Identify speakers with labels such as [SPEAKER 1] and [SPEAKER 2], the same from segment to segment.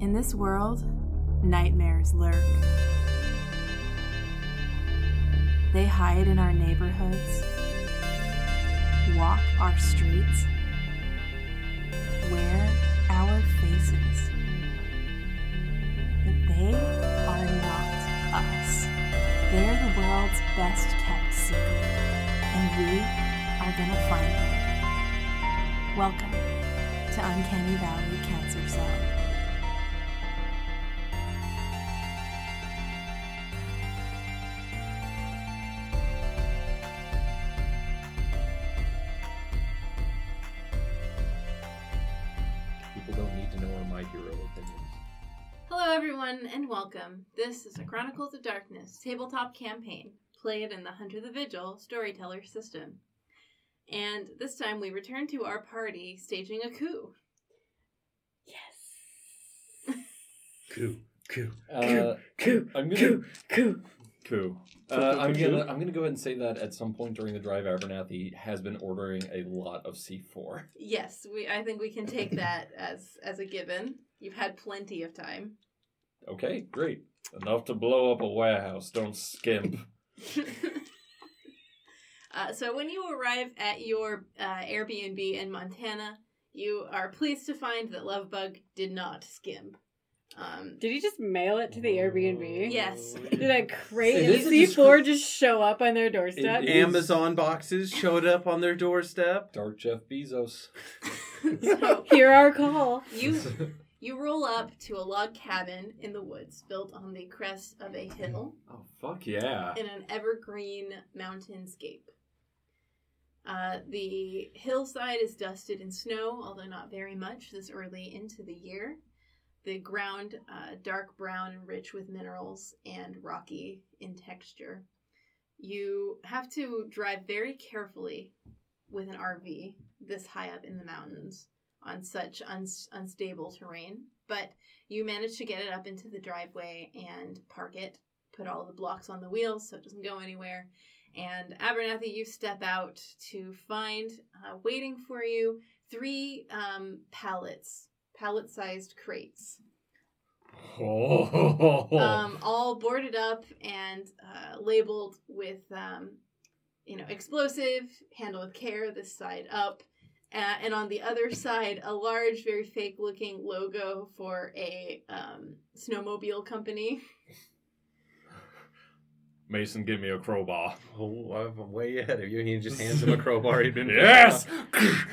[SPEAKER 1] In this world, nightmares lurk. They hide in our neighborhoods, walk our streets, wear our faces. But they are not us. They're the world's best kept secret, and we are gonna find them. Welcome to Uncanny Valley Cancer Cell.
[SPEAKER 2] People don't need to know where my hero opinion is.
[SPEAKER 3] Hello, everyone, and welcome. This is a Chronicles of Darkness tabletop campaign played in the Hunter the Vigil storyteller system. And this time we return to our party staging a coup.
[SPEAKER 2] Coo. Coo.
[SPEAKER 4] Uh,
[SPEAKER 2] Coo.
[SPEAKER 4] I'm gonna
[SPEAKER 2] Coo. Coo. Coo.
[SPEAKER 4] uh, I'm
[SPEAKER 2] Coo.
[SPEAKER 4] gonna I'm gonna go ahead and say that at some point during the drive, Abernathy has been ordering a lot of C4.
[SPEAKER 3] Yes, we. I think we can take that as as a given. You've had plenty of time.
[SPEAKER 4] Okay, great. Enough to blow up a warehouse. Don't skimp.
[SPEAKER 3] uh, so when you arrive at your uh, Airbnb in Montana, you are pleased to find that Lovebug did not skimp. Um,
[SPEAKER 5] Did you just mail it to the Airbnb?
[SPEAKER 3] Yes.
[SPEAKER 5] Did a crate
[SPEAKER 4] It
[SPEAKER 5] and
[SPEAKER 4] is a
[SPEAKER 5] C four
[SPEAKER 4] discre-
[SPEAKER 5] just show up on their doorstep?
[SPEAKER 4] It is-
[SPEAKER 6] Amazon boxes showed up on their doorstep.
[SPEAKER 4] Dark Jeff Bezos.
[SPEAKER 3] so
[SPEAKER 5] Hear our call.
[SPEAKER 3] you You roll up to a log cabin in the woods built on the crest of a hill
[SPEAKER 4] oh fuck yeah.
[SPEAKER 3] in an evergreen mountainscape. Uh, the hillside is dusted in snow, although not very much this early into the year. The ground, uh, dark brown and rich with minerals and rocky in texture. You have to drive very carefully with an RV this high up in the mountains on such uns- unstable terrain, but you manage to get it up into the driveway and park it put all the blocks on the wheels so it doesn't go anywhere. And Abernathy, you step out to find, uh, waiting for you, three um, pallets, pallet sized crates,
[SPEAKER 6] Oh,
[SPEAKER 3] um, all boarded up and uh, labeled with, um, you know, explosive, handle with care, this side up. Uh, and on the other side, a large, very fake looking logo for a um, snowmobile company.
[SPEAKER 4] Mason, give me a crowbar.
[SPEAKER 6] Oh, I'm way ahead of you. He just hands him a crowbar. He'd been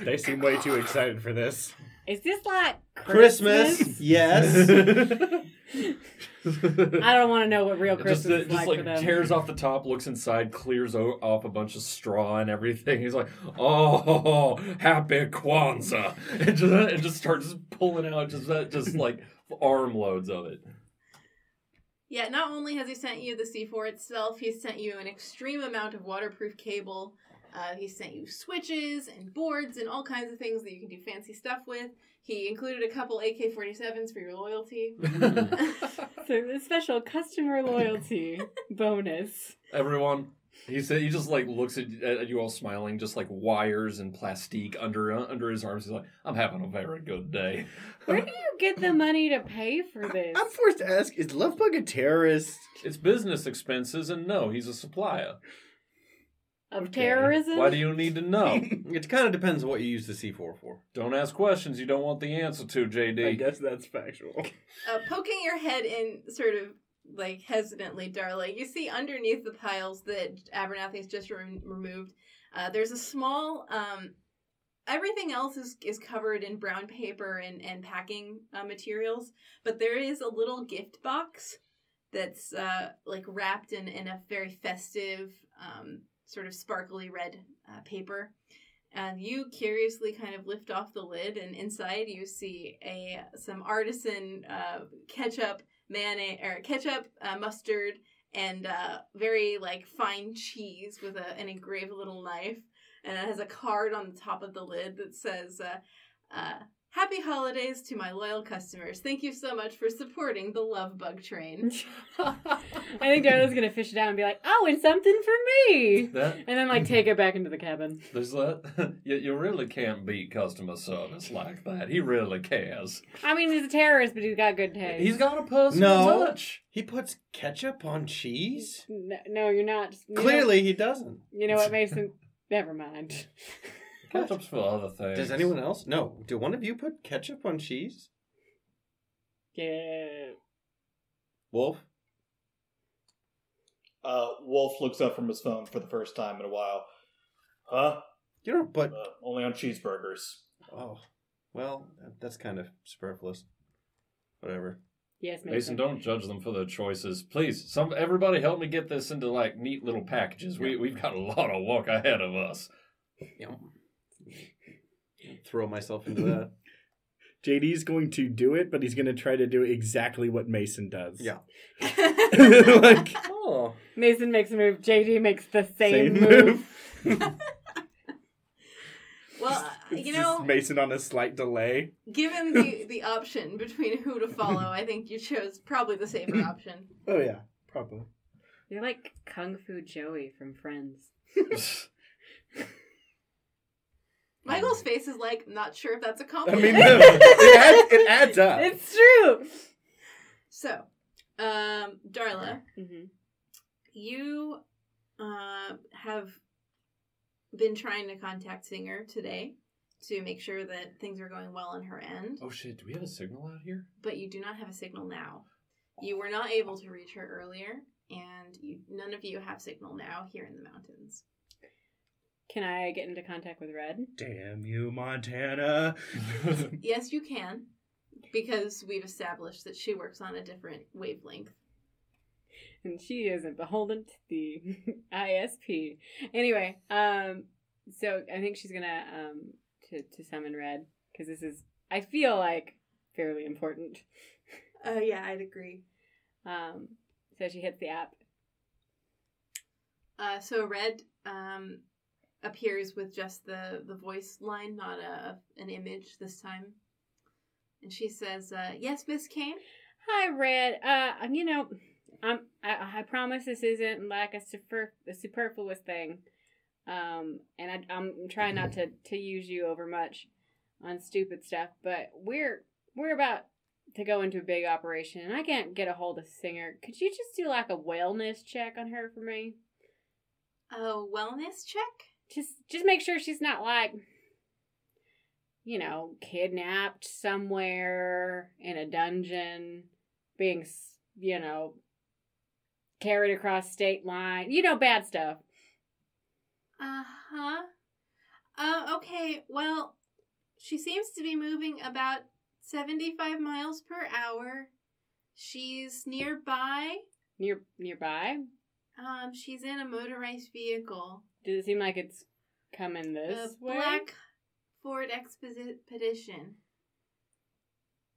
[SPEAKER 2] they seem way too excited for this.
[SPEAKER 5] Is this like
[SPEAKER 6] Christmas.
[SPEAKER 5] Christmas?
[SPEAKER 6] Yes.
[SPEAKER 5] I don't want to know what real Christmas
[SPEAKER 4] Just, uh, just
[SPEAKER 5] is like,
[SPEAKER 4] like
[SPEAKER 5] for them.
[SPEAKER 4] tears off the top, looks inside, clears o- off a bunch of straw and everything. He's like, "Oh, happy Kwanzaa!" and just, and just starts pulling out just uh, just like armloads of it.
[SPEAKER 3] Yeah, not only has he sent you the C4 itself, he's sent you an extreme amount of waterproof cable. Uh, he sent you switches and boards and all kinds of things that you can do fancy stuff with. He included a couple AK 47s for your loyalty.
[SPEAKER 5] So the special customer loyalty bonus.
[SPEAKER 4] Everyone, he said, he just like looks at, at you all smiling, just like wires and plastique under under his arms. He's like, "I'm having a very good day."
[SPEAKER 5] Where do you get the money to pay for this?
[SPEAKER 6] I'm forced to ask: Is Lovebug a terrorist?
[SPEAKER 4] It's business expenses, and no, he's a supplier.
[SPEAKER 5] Of terrorism?
[SPEAKER 4] Why do you need to know?
[SPEAKER 6] It kind of depends on what you use the C4 for.
[SPEAKER 4] Don't ask questions you don't want the answer to, JD.
[SPEAKER 2] I guess that's factual.
[SPEAKER 3] Uh, poking your head in sort of like hesitantly, Darla, you see underneath the piles that Abernathy has just re- removed, uh, there's a small. Um, everything else is, is covered in brown paper and, and packing uh, materials, but there is a little gift box that's uh, like wrapped in, in a very festive, um, sort of sparkly red uh, paper. And you curiously kind of lift off the lid, and inside you see a some artisan uh, ketchup, mayonnaise, or ketchup, uh, mustard, and uh, very like fine cheese with a, an engraved little knife, and it has a card on the top of the lid that says uh, uh, Happy holidays to my loyal customers. Thank you so much for supporting the Love Bug Train.
[SPEAKER 5] I think Darla's gonna fish it out and be like, "Oh, and something for me,"
[SPEAKER 4] That
[SPEAKER 5] and then like take it back into the cabin.
[SPEAKER 4] there's that. You, you really can't beat customer service like that. He really cares.
[SPEAKER 5] I mean, he's a terrorist, but he's got good taste.
[SPEAKER 4] He's got a personal
[SPEAKER 6] No.
[SPEAKER 4] touch.
[SPEAKER 6] He puts ketchup on cheese?
[SPEAKER 5] No, no, you're not. You know-
[SPEAKER 6] Clearly, he doesn't.
[SPEAKER 5] you know what, Mason? Never mind.
[SPEAKER 4] Ketchup's for other things.
[SPEAKER 6] Does anyone else? No. Do one of you put ketchup on cheese?
[SPEAKER 5] Yeah.
[SPEAKER 6] Wolf?
[SPEAKER 7] Uh, Wolf looks up from his phone for the first time in a while. Huh?
[SPEAKER 6] You don't
[SPEAKER 7] Uh,
[SPEAKER 6] put.
[SPEAKER 7] only on cheeseburgers.
[SPEAKER 6] Oh. Well, that- that's kind of superfluous. Whatever.
[SPEAKER 5] Yes, Mason.
[SPEAKER 4] Mason, don't judge them for their choices, please. Some everybody help me get this into like neat little packages. We we've got a lot of walk ahead of us.
[SPEAKER 6] Throw myself into that.
[SPEAKER 2] JD's going to do it, but he's going to try to do exactly what Mason does.
[SPEAKER 6] Yeah.
[SPEAKER 2] like
[SPEAKER 6] oh.
[SPEAKER 5] Mason makes a move. JD makes the
[SPEAKER 2] same,
[SPEAKER 5] same, move.
[SPEAKER 2] move.
[SPEAKER 3] well, uh,
[SPEAKER 2] It's
[SPEAKER 3] you
[SPEAKER 2] just
[SPEAKER 3] know,
[SPEAKER 2] Mason on a slight delay.
[SPEAKER 3] given the, the option between who to follow, I think you chose probably the safer option.
[SPEAKER 2] Oh yeah, probably.
[SPEAKER 5] You're like Kung Fu Joey from Friends.
[SPEAKER 3] Michael's face is like, not sure if that's a
[SPEAKER 2] I
[SPEAKER 3] compliment.
[SPEAKER 2] mean, no, it, adds, it adds up.
[SPEAKER 5] It's true.
[SPEAKER 3] So, um, Darla,
[SPEAKER 5] Mhm.
[SPEAKER 3] you uh, have been trying to contact Singer today to make sure that things are going well on her end,
[SPEAKER 4] oh shit, do we have a signal out here?
[SPEAKER 3] but you do not have a signal now. You were not able to reach her earlier, and you, none of you have signal now here in the mountains.
[SPEAKER 5] Can I get into contact with Red?
[SPEAKER 2] Damn you, Montana.
[SPEAKER 3] Yes, you can, because we've established that she works on a different wavelength.
[SPEAKER 5] And she isn't beholden to the ISP. Anyway, um, so I think she's gonna um to to summon Red because this is I feel like fairly important.
[SPEAKER 3] Oh, yeah, I'd agree.
[SPEAKER 5] Um, so she hits the app.
[SPEAKER 3] Uh, so red um, appears with just the, the voice line, not a an image this time. And she says, uh, "Yes, Miss Kane.
[SPEAKER 5] Hi, Red. Uh, um, you know, I'm, I, I promise this isn't like a, super, a superfluous thing. Um, and I, I'm trying not to, to use you over much on stupid stuff, but we're we're about to go into a big operation, and I can't get a hold of Singer. Could you just do like a wellness check on her for me?
[SPEAKER 3] A wellness check."
[SPEAKER 5] Just just make sure she's not like, you know, kidnapped somewhere in a dungeon, being s- you know carried across state line. You know, bad stuff.
[SPEAKER 3] Uh-huh. Uh Okay. Well, she seems to be moving about seventy-five miles per hour. She's nearby.
[SPEAKER 5] Near nearby.
[SPEAKER 3] Um, she's in a motorized vehicle,
[SPEAKER 5] Does it seem like it's coming
[SPEAKER 3] a
[SPEAKER 5] this way?
[SPEAKER 3] black Ford Expedition.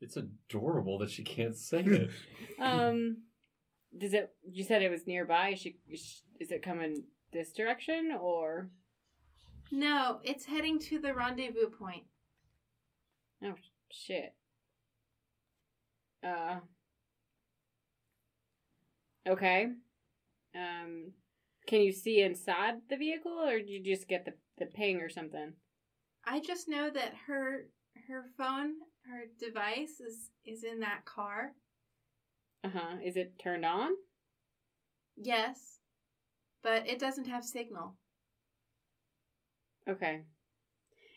[SPEAKER 4] it's adorable that she can't say it.
[SPEAKER 5] Um, does it? You said it was nearby. Is she, is she- is it coming this direction or?
[SPEAKER 3] No, it's heading to the rendezvous point.
[SPEAKER 5] Shit. Uh. Okay. Um, can you see inside the vehicle, or did you just get the the ping or something?
[SPEAKER 3] I just know that her her phone, her device is is in that car.
[SPEAKER 5] Uh huh. Is it turned on?
[SPEAKER 3] Yes. But it doesn't have signal.
[SPEAKER 5] Okay.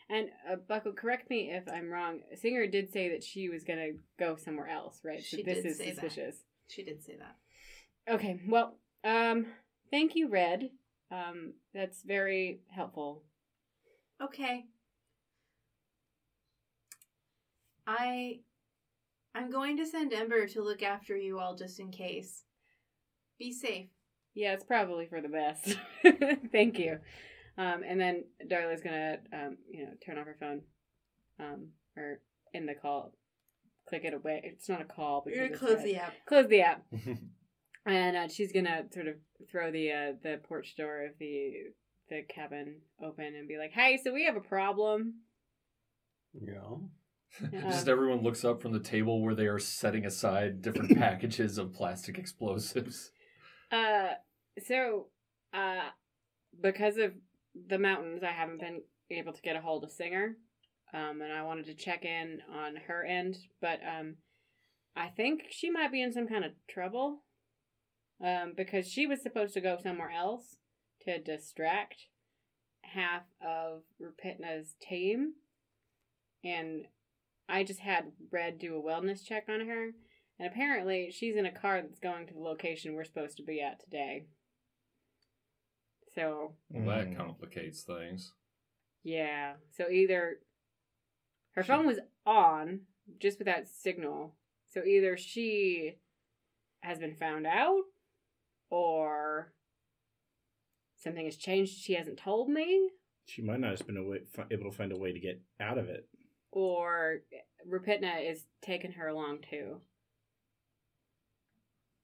[SPEAKER 5] And uh, Buckle, correct me if I'm wrong. Singer did say that she was gonna go somewhere else, right?
[SPEAKER 3] She
[SPEAKER 5] this
[SPEAKER 3] did
[SPEAKER 5] is
[SPEAKER 3] say that.
[SPEAKER 5] suspicious.
[SPEAKER 3] She did say that.
[SPEAKER 5] Okay. Well, um, thank you, Red. Um, that's very helpful.
[SPEAKER 3] Okay. I I'm going to send Ember to look after you all just in case. Be safe.
[SPEAKER 5] Yeah, it's probably for the best. Thank you. Um, and then Darla's gonna, um, you know, turn off her phone, um, or end the call, click it away. It's not a call. because it's red.
[SPEAKER 3] app.
[SPEAKER 5] close the app, and uh, she's gonna sort of throw the uh, the porch door of the the cabin open and be like, "Hey, so we have a problem."
[SPEAKER 6] Yeah.
[SPEAKER 5] Um,
[SPEAKER 4] Just everyone looks up from the table where they are setting aside different packages of plastic explosives.
[SPEAKER 5] Uh, so, uh, because of the mountains, I haven't been able to get a hold of Singer, um, and I wanted to check in on her end, but um, I think she might be in some kind of trouble, um, because she was supposed to go somewhere else to distract half of Rupitna's team, and I just had Red do a wellness check on her. And apparently, she's in a car that's going to the location we're supposed to be at today. So,
[SPEAKER 4] Well, that
[SPEAKER 6] Mm.
[SPEAKER 4] complicates things.
[SPEAKER 5] yeah. So either her phone was on just with that signal. So either she has been found out or something has changed she hasn't told me
[SPEAKER 2] She might not have been a way, fi- able to find a way to get out of it.
[SPEAKER 5] or Rapitna is taking her along too.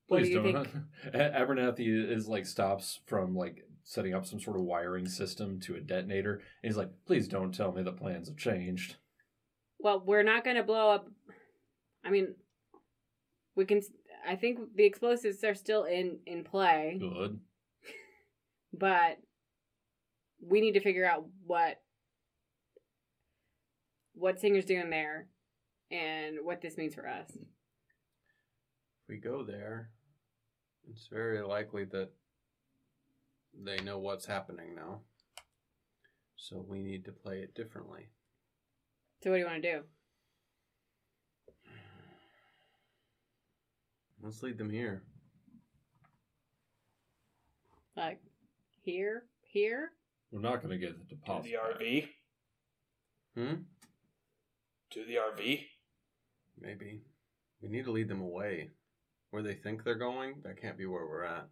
[SPEAKER 5] What do
[SPEAKER 4] Please
[SPEAKER 5] you
[SPEAKER 4] don't. A- Abernathy is like stops from like setting up some sort of wiring system to a detonator. And he's like, "Please don't tell me the plans have changed."
[SPEAKER 5] Well, we're not going to blow up. I mean, we can. I think the explosives are still in in play,
[SPEAKER 4] Good.
[SPEAKER 5] but we need to figure out what what Singer's doing there, and what this means for us.
[SPEAKER 6] If we go there, it's very likely that they know what's happening now. So we need to play it differently.
[SPEAKER 5] So, what do you want to do?
[SPEAKER 6] Let's lead them here.
[SPEAKER 5] Like here, here.
[SPEAKER 4] We're not going to get the
[SPEAKER 7] To
[SPEAKER 4] deposit.
[SPEAKER 7] the
[SPEAKER 4] back.
[SPEAKER 7] RV.
[SPEAKER 6] Hmm?
[SPEAKER 7] To the RV.
[SPEAKER 6] Maybe. We need to lead them away. Where they think they're going, that can't be where we're at.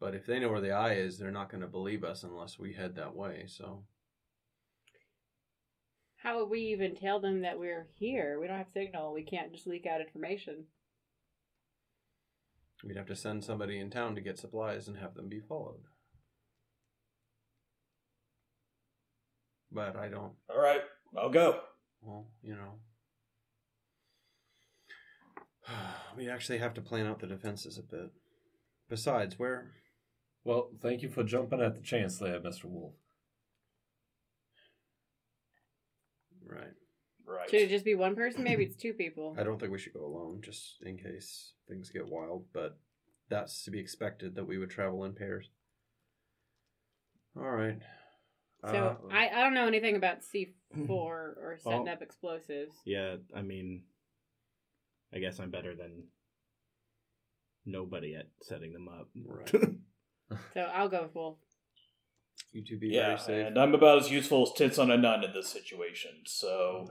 [SPEAKER 6] But if they know where the eye is, they're not going to believe us unless we head that way, so.
[SPEAKER 5] How would we even tell them that we're here? We don't have signal. We can't just leak out information.
[SPEAKER 6] We'd have to send somebody in town to get supplies and have them be followed. But I don't.
[SPEAKER 7] All right, I'll go.
[SPEAKER 6] Well, you know. We actually have to plan out the defenses a bit. Besides, where.
[SPEAKER 4] Well, thank you for jumping at the chance there, Mister Wolf.
[SPEAKER 6] Right.
[SPEAKER 7] Right.
[SPEAKER 5] Should it just be one person? Maybe it's two people.
[SPEAKER 6] I don't think we should go alone, just in case things get wild, but that's to be expected that we would travel in pairs. All right.
[SPEAKER 5] So
[SPEAKER 6] Uh,
[SPEAKER 5] I, I don't know anything about C four or setting
[SPEAKER 2] Well-
[SPEAKER 5] up explosives.
[SPEAKER 2] Yeah, I mean, I guess I'm better than nobody at setting them up.
[SPEAKER 6] Right.
[SPEAKER 5] So I'll go with Wolf.
[SPEAKER 6] You two be
[SPEAKER 7] yeah,
[SPEAKER 6] very safe.
[SPEAKER 7] and I'm about as useful as tits on a nun in this situation. So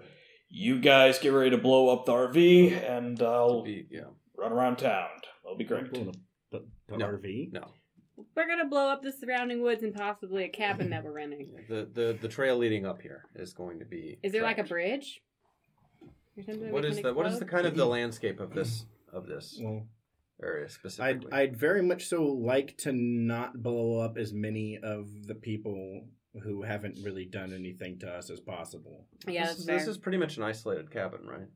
[SPEAKER 7] you guys get ready to blow up the RV, and
[SPEAKER 6] To
[SPEAKER 7] I'll
[SPEAKER 6] be- yeah.
[SPEAKER 7] run around town. That'll be
[SPEAKER 2] Great.
[SPEAKER 7] great.
[SPEAKER 2] The, the
[SPEAKER 6] No.
[SPEAKER 2] RV?
[SPEAKER 6] No.
[SPEAKER 5] We're gonna blow up the surrounding woods and possibly a cabin that we're renting.
[SPEAKER 6] The, the the trail leading up here is going to be
[SPEAKER 5] Is there like a
[SPEAKER 6] tracked.
[SPEAKER 5] bridge? Or something that
[SPEAKER 6] What
[SPEAKER 5] we
[SPEAKER 6] is
[SPEAKER 5] can
[SPEAKER 6] the what is the
[SPEAKER 5] explode?
[SPEAKER 6] kind of the landscape of this of this
[SPEAKER 2] Well,
[SPEAKER 6] area
[SPEAKER 2] I'd,
[SPEAKER 6] specifically?
[SPEAKER 2] I'd very much so like to not blow up as many of the people who haven't really done anything to us as possible.
[SPEAKER 5] Yeah,
[SPEAKER 6] this,
[SPEAKER 5] that's
[SPEAKER 6] is,
[SPEAKER 5] fair.
[SPEAKER 6] this is pretty much an isolated cabin, right?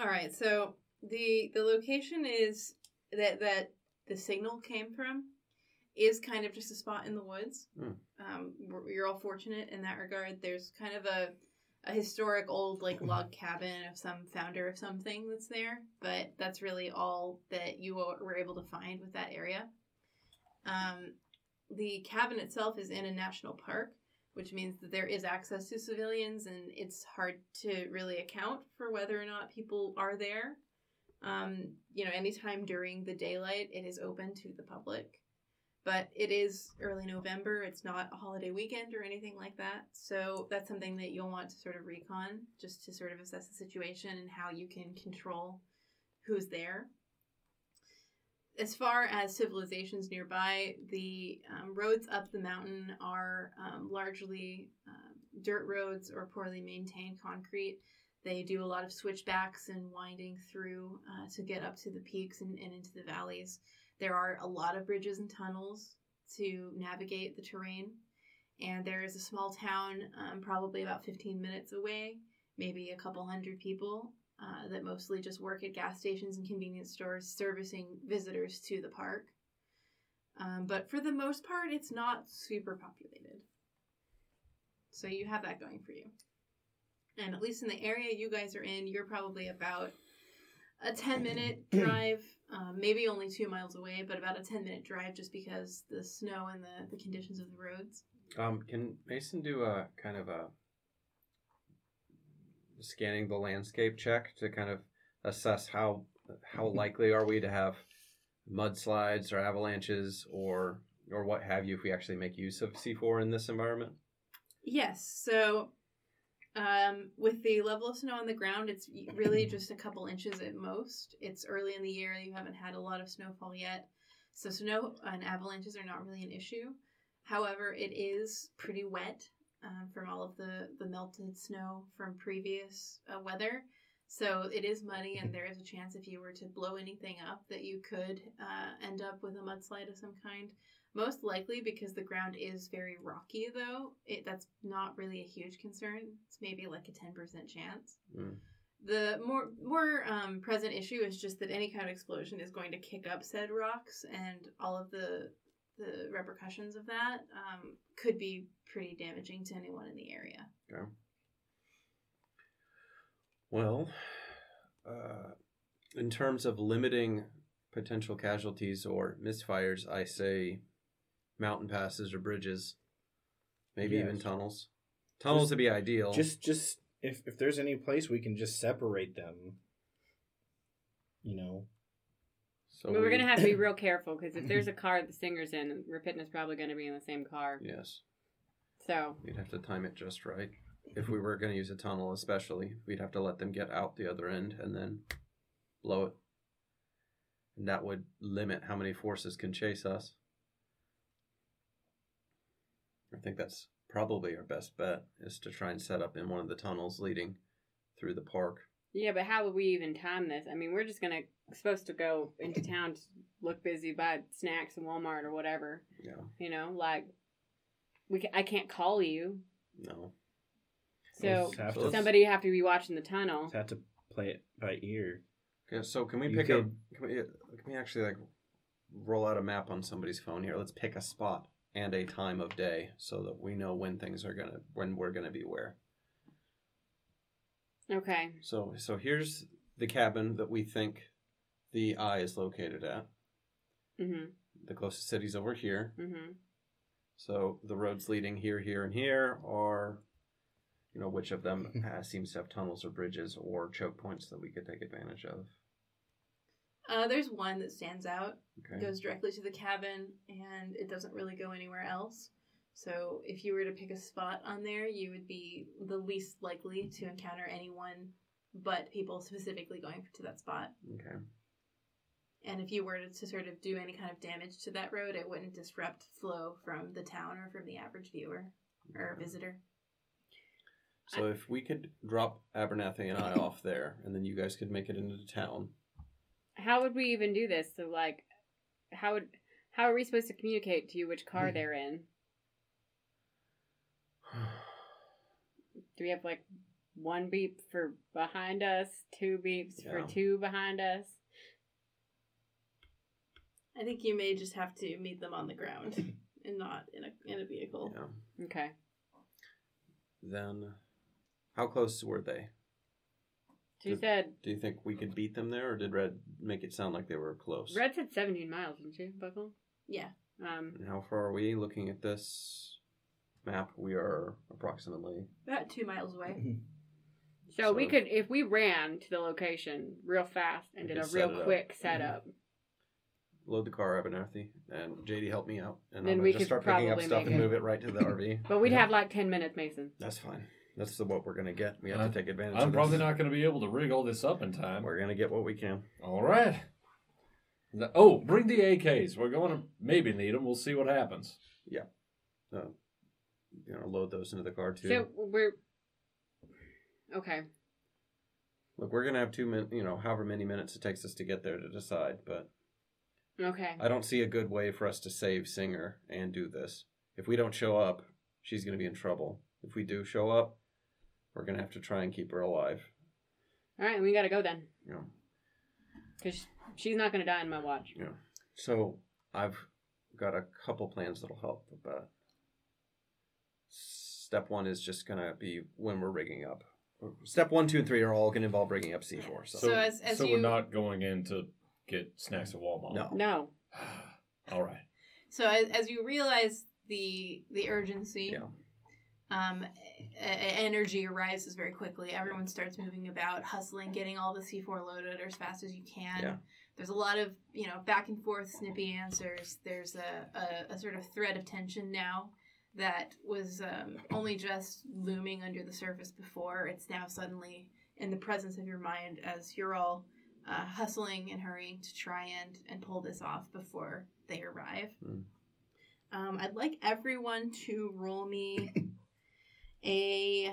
[SPEAKER 3] All right, so the the location is that that the signal came from is kind of just a spot in the woods.
[SPEAKER 6] Hmm.
[SPEAKER 3] Um, we're- you're all fortunate in that regard. There's kind of a a historic old like log cabin of some founder of something that's there, but that's really all that you were were able to find with that area. Um, the cabin itself is in a national park, which means that there is access to civilians, and it's hard to really account for whether or not people are there. Um, you know, anytime during the daylight, it is open to the public. But it is early November. It's not a holiday weekend or anything like that. So that's something that you'll want to sort of recon just to sort of assess the situation and how you can control who's there as far as civilizations nearby, the um, roads up the mountain are um, largely um, dirt roads or poorly maintained concrete. They do a lot of switchbacks and winding through uh, to get up to the peaks and, and into the valleys. There are a lot of bridges and tunnels to navigate the terrain. And there is a small town, um, probably about 15 minutes away, maybe a couple hundred people uh, that mostly just work at gas stations and convenience stores servicing visitors to the park. Um, but for the most part, it's not super populated. So you have that going for you. And at least in the area you guys are in, you're probably about a 10 minute drive, um, maybe only two miles away, but about a 10 minute drive just because the snow and the, the conditions of the roads.
[SPEAKER 6] Um, can Mason do a kind of a scanning the landscape check to kind of assess how how likely are we to have mudslides or avalanches or or what have you if we actually make use of C4 in this environment?
[SPEAKER 3] Yes, so um, with the level of snow on the ground, it's really just a couple inches at most. It's early in the year, you haven't had a lot of snowfall yet. So, snow and avalanches are not really an issue. However, it is pretty wet um, from all of the, the melted snow from previous uh, weather. So it is muddy, and there is a chance if you were to blow anything up that you could uh, end up with a mudslide of some kind. Most likely because the ground is very rocky, though, it, that's not really a huge concern. It's maybe like a 10% chance.
[SPEAKER 6] Mm.
[SPEAKER 3] The more more um, present issue is just that any kind of explosion is going to kick up said rocks, and all of the the repercussions of that um, could be pretty damaging to anyone in the area.
[SPEAKER 6] Okay. Well, uh, in terms of limiting potential casualties or misfires, I say mountain passes or bridges, maybe even
[SPEAKER 2] Yes.
[SPEAKER 6] tunnels. Tunnels
[SPEAKER 2] Just-
[SPEAKER 6] would be ideal.
[SPEAKER 2] Just, just if if there's any place we can just separate them, you know.
[SPEAKER 6] so
[SPEAKER 5] but we're
[SPEAKER 6] we-
[SPEAKER 5] gonna have to be real careful because if there's a car that the singer's in, Rapidna's probably gonna be in the same car.
[SPEAKER 6] Yes,
[SPEAKER 5] So
[SPEAKER 6] we'd have to time it just right. If we were going to use a tunnel, especially, we'd have to let them get out the other end and then blow it. And that would limit how many forces can chase us. I think that's probably our best bet is to try and set up in one of the tunnels leading through the park.
[SPEAKER 5] yeah, but how would we even time this? I mean, we're just gonna supposed to go into town to look busy, buy snacks in Walmart or whatever.
[SPEAKER 6] Yeah.
[SPEAKER 5] You know, like we ca I can't call you,
[SPEAKER 6] No.
[SPEAKER 5] so
[SPEAKER 2] just have
[SPEAKER 6] So let's-
[SPEAKER 5] somebody have to be watching the tunnel.
[SPEAKER 2] just have to play it by ear.
[SPEAKER 6] Okay, so can we
[SPEAKER 2] You
[SPEAKER 6] pick a
[SPEAKER 2] could-
[SPEAKER 6] can we, can we actually like roll out a map on somebody's phone here? Let's pick a spot and a time of day so that we know when things are gonna when we're gonna be where.
[SPEAKER 5] Okay,
[SPEAKER 6] So so here's the cabin that we think the eye is located at.
[SPEAKER 5] mhm,
[SPEAKER 6] The closest city's over here.
[SPEAKER 5] mhm.
[SPEAKER 6] So the roads leading here, here, and here are you know, which of them uh, seems to have tunnels or bridges or choke points that we could take advantage of.
[SPEAKER 3] Uh, there's one that stands out,
[SPEAKER 6] Okay.
[SPEAKER 3] goes directly to the cabin, and it doesn't really go anywhere else. So if you were to pick a spot on there, you would be the least likely to encounter anyone but people specifically going to that spot.
[SPEAKER 6] Okay.
[SPEAKER 3] And if you were to sort of do any kind of damage to that road, it wouldn't disrupt flow from the town or from the average viewer or visitor.
[SPEAKER 6] So if we could drop Abernathy and I off there, and then you guys could make it into town.
[SPEAKER 5] How would we even do this? So like, how would how are we supposed to communicate to you which car
[SPEAKER 6] Hmm.
[SPEAKER 5] they're in? Do we have like one beep for behind us, two beeps for
[SPEAKER 6] Yeah.
[SPEAKER 5] two behind us?
[SPEAKER 3] I think you may just have to meet them on the ground and not in a in a vehicle.
[SPEAKER 6] Yeah.
[SPEAKER 5] Okay.
[SPEAKER 6] Then, how close were they?
[SPEAKER 5] She
[SPEAKER 6] Did-
[SPEAKER 5] said
[SPEAKER 6] Do you think we could beat them there, or did Red make it sound like they were close?
[SPEAKER 5] Red said seventeen miles, didn't she, Buckle?
[SPEAKER 3] Yeah.
[SPEAKER 5] Um
[SPEAKER 6] And how far are we? Looking at this map, we are approximately.
[SPEAKER 3] About two miles away.
[SPEAKER 5] so, we
[SPEAKER 6] Mm-hmm. So-
[SPEAKER 5] could if we ran to the location real fast and
[SPEAKER 6] We
[SPEAKER 5] did a
[SPEAKER 6] could set
[SPEAKER 5] real
[SPEAKER 6] it up. Mm-hmm.
[SPEAKER 5] quick setup.
[SPEAKER 6] Load the car, Abernathy, and JD help me out, and
[SPEAKER 5] Then
[SPEAKER 6] I'm
[SPEAKER 5] we
[SPEAKER 6] gonna just
[SPEAKER 5] could
[SPEAKER 6] start picking up
[SPEAKER 5] probably
[SPEAKER 6] stuff
[SPEAKER 5] make
[SPEAKER 6] and
[SPEAKER 5] it.
[SPEAKER 6] move it right to the RV.
[SPEAKER 5] But we'd
[SPEAKER 6] Yeah.
[SPEAKER 5] have like ten minutes, Mason.
[SPEAKER 6] That's fine. That's the what we're gonna get. We have
[SPEAKER 4] Uh,
[SPEAKER 6] to take advantage.
[SPEAKER 4] I'm
[SPEAKER 6] of
[SPEAKER 4] probably
[SPEAKER 6] this.
[SPEAKER 4] not going to be able to rig all this up in time.
[SPEAKER 6] We're gonna get what we can.
[SPEAKER 4] All right. The- oh, bring the AKs. We're going to maybe need them. We'll see what happens.
[SPEAKER 6] Uh, you know, load those into the car too.
[SPEAKER 5] So we're Okay.
[SPEAKER 6] Look, we're gonna have two min, you know, however many minutes it takes us to get there to decide. But
[SPEAKER 5] Okay.
[SPEAKER 6] I don't see a good way for us to save Singer and do this. If we don't show up, she's gonna be in trouble. If we do show up, We're gonna have to try and keep her alive.
[SPEAKER 5] All right, we gotta go then,
[SPEAKER 6] Yeah.
[SPEAKER 5] because she's not gonna die in my watch.
[SPEAKER 6] So I've got a couple plans that'll help with that. Step one is just gonna be when we're rigging up. Step one, two, and three are all gonna involve rigging up C four. So,
[SPEAKER 4] So, so,
[SPEAKER 3] as- as
[SPEAKER 4] we're
[SPEAKER 3] you-
[SPEAKER 4] not going in to get snacks at Walmart.
[SPEAKER 6] no,
[SPEAKER 5] No,
[SPEAKER 4] All right.
[SPEAKER 3] So as, as you realize the the urgency,
[SPEAKER 6] yeah,
[SPEAKER 3] um, e- e- energy arises very quickly. Everyone starts moving about, hustling, getting all the C4 loaded as fast as you can.
[SPEAKER 6] Yeah.
[SPEAKER 3] There's a lot of you know back and forth, snippy answers. There's a, a, a sort of thread of tension now that was um, only just looming under the surface before. It's now suddenly in the presence of your mind as you're all uh, hustling and hurrying to try and and pull this off before they arrive.
[SPEAKER 6] Mm.
[SPEAKER 3] Um, I'd like everyone to roll me a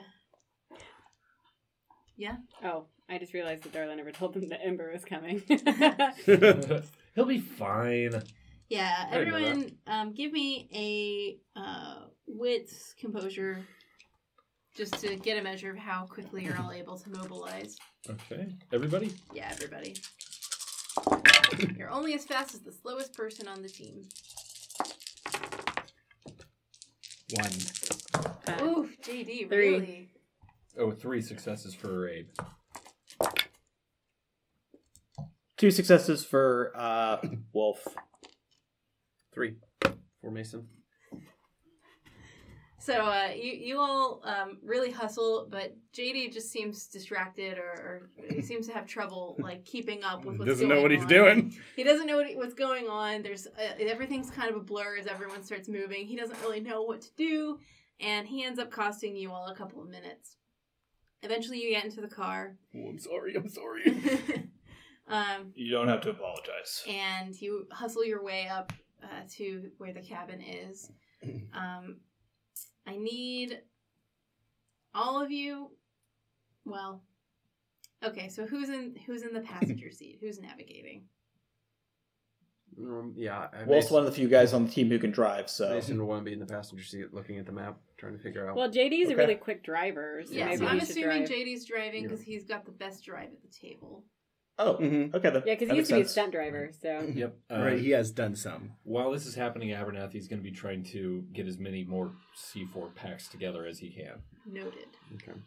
[SPEAKER 5] oh, I just realized that Darla never told them that Ember was coming.
[SPEAKER 4] He'll be fine.
[SPEAKER 3] yeah
[SPEAKER 4] I didn't know
[SPEAKER 3] everyone um give me a uh wits composure just to get a measure of how quickly you're all able to mobilize
[SPEAKER 4] Okay. Everybody?
[SPEAKER 3] yeah everybody you're only as fast as the slowest person on the team
[SPEAKER 2] One.
[SPEAKER 5] Uh,
[SPEAKER 3] Ooh, jd
[SPEAKER 5] Three.
[SPEAKER 3] really
[SPEAKER 4] Oh, three successes for Abe.
[SPEAKER 8] Two successes for uh, Wolf.
[SPEAKER 6] three for Mason.
[SPEAKER 3] So uh, you you all um, really hustle, but JD just seems distracted or, or he seems to have trouble like keeping up with what's
[SPEAKER 2] Doesn't
[SPEAKER 3] going
[SPEAKER 2] know what he's
[SPEAKER 3] on.
[SPEAKER 2] doing.
[SPEAKER 3] He doesn't know what, he- what's going on. There's uh, everything's kind of a blur as everyone starts moving. He doesn't really know what to do, and he ends up costing you all a couple of minutes. Eventually, you get into the car,
[SPEAKER 2] Oh, I'm sorry. I'm sorry.
[SPEAKER 3] um,
[SPEAKER 7] You don't have to apologize.
[SPEAKER 3] and you hustle your way up uh, to where the cabin is. Um, I need all of you. Well, okay. So who's in who's in the passenger seat? Who's navigating?
[SPEAKER 6] Um, yeah, I-
[SPEAKER 8] Wolf's
[SPEAKER 6] Mason,
[SPEAKER 8] one of the few guys on the team who can drive, so
[SPEAKER 6] Mason will want to be in the passenger seat, looking at the map, trying to figure out.
[SPEAKER 5] well, JD's a
[SPEAKER 8] Okay.
[SPEAKER 5] really quick driver, so
[SPEAKER 3] Yeah,
[SPEAKER 5] maybe
[SPEAKER 3] so I'm
[SPEAKER 5] he should
[SPEAKER 3] assuming
[SPEAKER 5] drive.
[SPEAKER 3] JD's driving because he's got the best drive at the table.
[SPEAKER 8] oh,
[SPEAKER 2] Mhm.
[SPEAKER 8] okay then.
[SPEAKER 5] yeah, because
[SPEAKER 8] That
[SPEAKER 5] he used
[SPEAKER 8] makes
[SPEAKER 5] to be a
[SPEAKER 8] sense.
[SPEAKER 5] stunt driver, so
[SPEAKER 4] Yep. Uh,
[SPEAKER 2] right, he has done some.
[SPEAKER 4] While this is happening, Abernathy's going to be trying to get as many more C4 packs together as he can.
[SPEAKER 3] Noted.
[SPEAKER 6] Okay.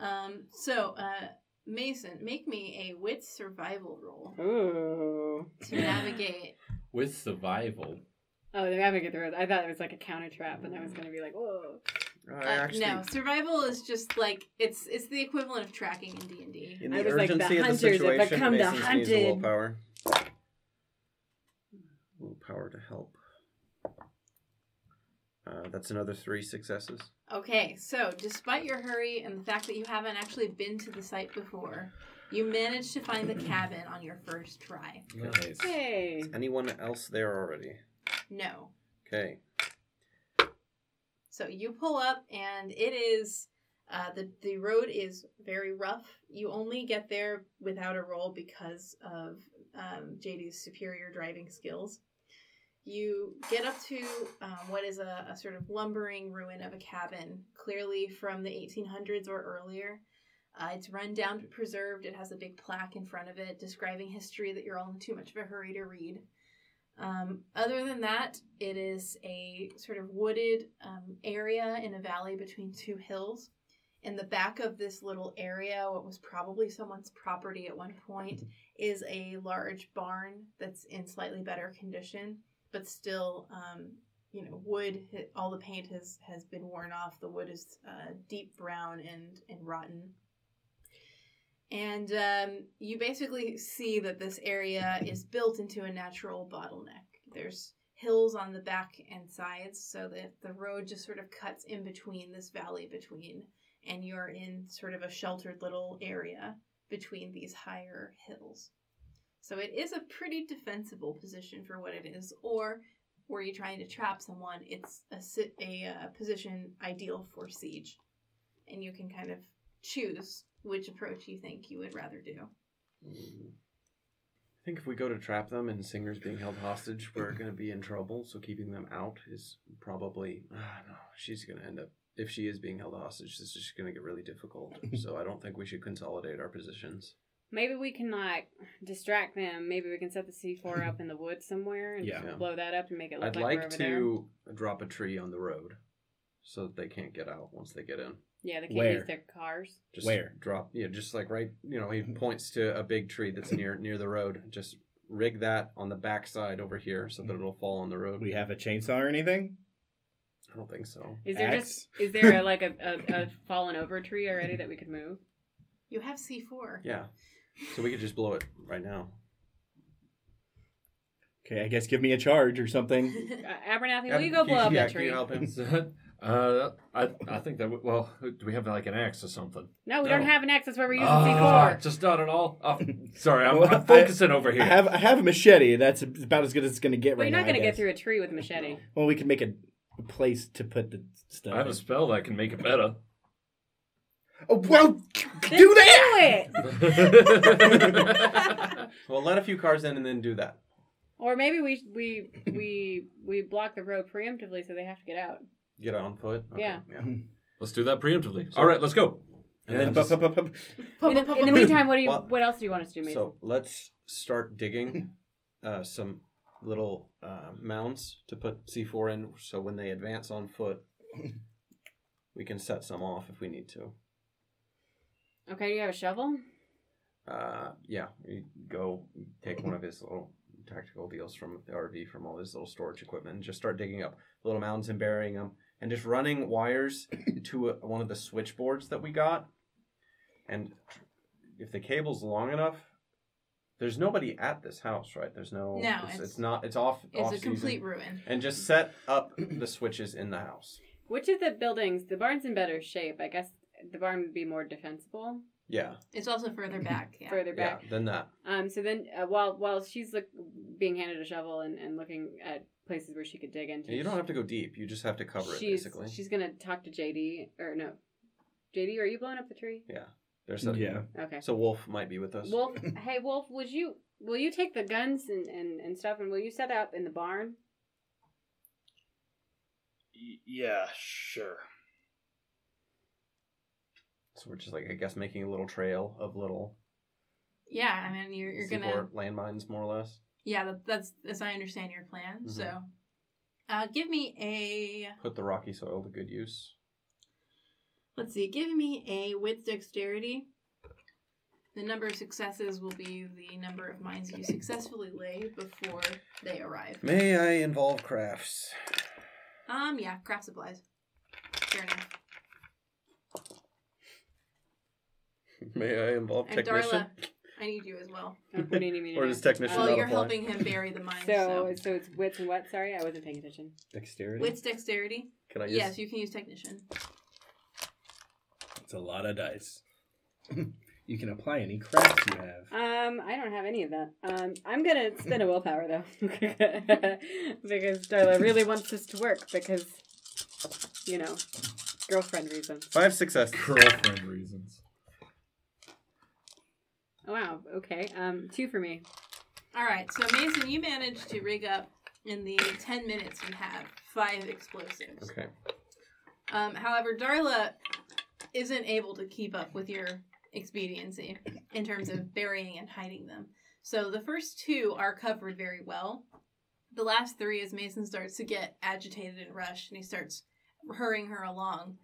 [SPEAKER 3] Um, so uh, Mason, make me a wits survival roll
[SPEAKER 5] ooh.
[SPEAKER 3] to navigate.
[SPEAKER 4] With survival.
[SPEAKER 5] Oh, they're having get the roads. I thought it was like a counter trap, and I was gonna be like, whoa.
[SPEAKER 6] I
[SPEAKER 3] Uh,
[SPEAKER 6] actually,
[SPEAKER 3] no, survival is just like it's it's the equivalent of tracking in D and D.
[SPEAKER 6] in
[SPEAKER 5] I
[SPEAKER 6] the
[SPEAKER 5] was like, the
[SPEAKER 6] urgency of the
[SPEAKER 5] hunters have
[SPEAKER 6] situation,
[SPEAKER 5] become the
[SPEAKER 6] Mason just needs a
[SPEAKER 5] hunted.
[SPEAKER 6] willpower. Willpower to help. Uh, that's another three successes.
[SPEAKER 3] Okay, so despite your hurry and the fact that you haven't actually been to the site before, you managed to find the cabin on your first try.
[SPEAKER 4] Nice.
[SPEAKER 5] Hey.
[SPEAKER 6] Anyone else there already?
[SPEAKER 3] No.
[SPEAKER 6] Okay.
[SPEAKER 3] So you pull up, and it is uh, the the road is very rough. You only get there without a roll because of um, JD's superior driving skills. You get up to um, what is a, a sort of lumbering ruin of a cabin, clearly from the 1800s or earlier. Uh, it's run down but preserved. It has a big plaque in front of it describing history that you're all in too much of a hurry to read. Um, other than that, it is a sort of wooded um, area in a valley between two hills. In the back of this little area, what was probably someone's property at one point, is a large barn that's in slightly better condition, but still, um, you know, wood. All the paint has has been worn off. The wood is uh, deep brown and and rotten. And um, you basically see that this area is built into a natural bottleneck. There's hills on the back and sides, so that the road just sort of cuts in between this valley between, and you're in sort of a sheltered little area between these higher hills. So it is a pretty defensible position for what it is, or were you trying to trap someone? It's a, si- a, uh position ideal for siege, and you can kind of choose which approach you think you would rather do.
[SPEAKER 6] I think if we go to trap them and Singer's being held hostage, we're going to be in trouble. So keeping them out is probably. Ah, no, she's going to end up if she is being held hostage, this is just going to get really difficult. so I don't think we should consolidate our positions.
[SPEAKER 5] Maybe we can like distract them. Maybe we can set the C four up in the woods somewhere and
[SPEAKER 2] Yeah.
[SPEAKER 5] just blow that up and make it look
[SPEAKER 6] I'd
[SPEAKER 5] like, we're
[SPEAKER 6] like
[SPEAKER 5] over there.
[SPEAKER 6] to drop a tree on the road so that they can't get out once they get in.
[SPEAKER 5] Yeah, they can't
[SPEAKER 2] Where?
[SPEAKER 5] use their cars.
[SPEAKER 6] Just
[SPEAKER 2] Where?
[SPEAKER 6] Drop, yeah, just like right, you know, he points to a big tree that's near near the road. Just rig that on the backside over here so that it'll fall on the road.
[SPEAKER 2] Mm. We have a chainsaw or anything?
[SPEAKER 6] I don't think so.
[SPEAKER 5] Is there
[SPEAKER 2] Axe?
[SPEAKER 5] just is there a, like a, a, a fallen over tree already that we could move?
[SPEAKER 3] You have C4.
[SPEAKER 6] Yeah. So we could just blow it right now.
[SPEAKER 2] Okay, I guess give me a charge or something.
[SPEAKER 5] Uh, Abernathy, will you go blow up
[SPEAKER 6] yeah,
[SPEAKER 5] that
[SPEAKER 6] Can
[SPEAKER 5] tree?
[SPEAKER 6] you help him?
[SPEAKER 4] uh, I I think that would, well, do we have like an axe or something?
[SPEAKER 5] No, we
[SPEAKER 4] No.
[SPEAKER 5] don't have an axe. That's why we're using C
[SPEAKER 4] Ah,
[SPEAKER 5] four.
[SPEAKER 4] just not at all. Oh, sorry, I'm,
[SPEAKER 2] Well,
[SPEAKER 4] I'm focusing over
[SPEAKER 2] I
[SPEAKER 4] here.
[SPEAKER 2] have I have a machete. That's about as good as it's gonna get
[SPEAKER 5] Well,
[SPEAKER 2] right
[SPEAKER 5] you're
[SPEAKER 2] now.
[SPEAKER 5] not going to
[SPEAKER 2] I
[SPEAKER 5] get
[SPEAKER 2] guess.
[SPEAKER 5] through a tree with a machete.
[SPEAKER 2] Well, we can make a place to put the stuff.
[SPEAKER 4] I have a
[SPEAKER 2] in.
[SPEAKER 4] spell that can make it better.
[SPEAKER 2] oh well,
[SPEAKER 5] Then
[SPEAKER 2] do that.
[SPEAKER 5] Do it.
[SPEAKER 6] Well, let a few cars in and then do that.
[SPEAKER 5] Or maybe we we we we block the road preemptively so they have to get out.
[SPEAKER 6] Get on foot.
[SPEAKER 5] Yeah.
[SPEAKER 6] yeah.
[SPEAKER 4] let's do that preemptively. All right, let's go.
[SPEAKER 6] And then
[SPEAKER 2] Up,
[SPEAKER 6] just-
[SPEAKER 2] up, up, up.
[SPEAKER 5] In the, in the meantime, what do you
[SPEAKER 6] Well-
[SPEAKER 5] what else do you want us to do, Mason?
[SPEAKER 6] So let's start digging uh, some little uh, mounds to put C4 in so when they advance on foot, we can set some off if we need to.
[SPEAKER 5] okay, do you have a shovel?
[SPEAKER 6] Uh, yeah, we go take one of his little tactical deals from the RV from all his little storage equipment and just start digging up little mounds and burying them and just running wires to a, one of the switchboards that we got. And if the cable's long enough, there's nobody at this house, right? There's no.
[SPEAKER 3] No,
[SPEAKER 6] it's, it's,
[SPEAKER 3] it's-
[SPEAKER 6] not. It's off.
[SPEAKER 3] It's
[SPEAKER 6] off
[SPEAKER 3] a
[SPEAKER 6] season.
[SPEAKER 3] complete ruin.
[SPEAKER 6] And just set up the switches in the house.
[SPEAKER 5] Which of the buildings? The barn's in better shape. I guess the barn would be more defensible
[SPEAKER 6] Yeah,
[SPEAKER 3] It's also further back. Yeah.
[SPEAKER 5] further
[SPEAKER 6] yeah.
[SPEAKER 5] back.
[SPEAKER 6] Then that.
[SPEAKER 5] Um. So then, uh, while while she's look, being handed a shovel and, and looking at places where she could dig into,
[SPEAKER 6] You don't have to go deep. You just have to cover it
[SPEAKER 5] she's
[SPEAKER 6] basically.
[SPEAKER 5] she's gonna talk to JD or no, JD. Are you blowing up the tree?
[SPEAKER 6] Yeah. There's a,
[SPEAKER 2] Yeah.
[SPEAKER 5] Okay.
[SPEAKER 6] So Wolf might be with us.
[SPEAKER 5] Wolf, hey Wolf, would you will you take the guns and, and, and stuff and will you set out in the barn?
[SPEAKER 7] Y- yeah, sure.
[SPEAKER 6] So we're just like, I guess, making a little trail of little
[SPEAKER 3] Yeah, I mean, you're, you're going
[SPEAKER 6] C4
[SPEAKER 3] to.
[SPEAKER 6] landmines, more or less.
[SPEAKER 3] Yeah, that, that's as I understand your plan.
[SPEAKER 6] Mhm.
[SPEAKER 3] So, uh, give me a
[SPEAKER 6] Put the rocky soil to good use.
[SPEAKER 3] let's see, give me a with dexterity. The number of successes will be the number of mines you successfully lay before they arrive.
[SPEAKER 6] May I involve crafts?
[SPEAKER 3] Um, yeah, craft supplies. Fair enough.
[SPEAKER 6] May I involve
[SPEAKER 3] And
[SPEAKER 6] technician?
[SPEAKER 3] Darla, I need you as well.
[SPEAKER 5] Oh, what do you need me to
[SPEAKER 6] Or
[SPEAKER 5] do?
[SPEAKER 6] does technician
[SPEAKER 5] Oh,
[SPEAKER 3] Well,
[SPEAKER 6] not
[SPEAKER 3] you're
[SPEAKER 6] apply?
[SPEAKER 3] helping him bury the mines.
[SPEAKER 5] so
[SPEAKER 3] So,
[SPEAKER 5] so it's wits and what? Sorry, I wasn't paying attention.
[SPEAKER 2] Dexterity.
[SPEAKER 3] with dexterity,
[SPEAKER 6] Can I use?
[SPEAKER 3] yes, you can use technician.
[SPEAKER 2] It's a lot of dice. you can apply any crafts you have.
[SPEAKER 5] Um, I don't have any of that. Um, I'm gonna spend a willpower though, because Darla really wants this to work because, you know, girlfriend reasons.
[SPEAKER 6] Five success.
[SPEAKER 4] Girlfriend reasons.
[SPEAKER 5] Oh, wow. Okay. Um, two for me.
[SPEAKER 3] All right, so Mason, you managed to rig up in the ten minutes you have five explosives.
[SPEAKER 6] Okay.
[SPEAKER 3] Um, however, Darla isn't able to keep up with your expediency in terms of burying and hiding them. So the first two are covered very well. The last three, as Mason starts to get agitated and rushed, and he starts hurrying her along,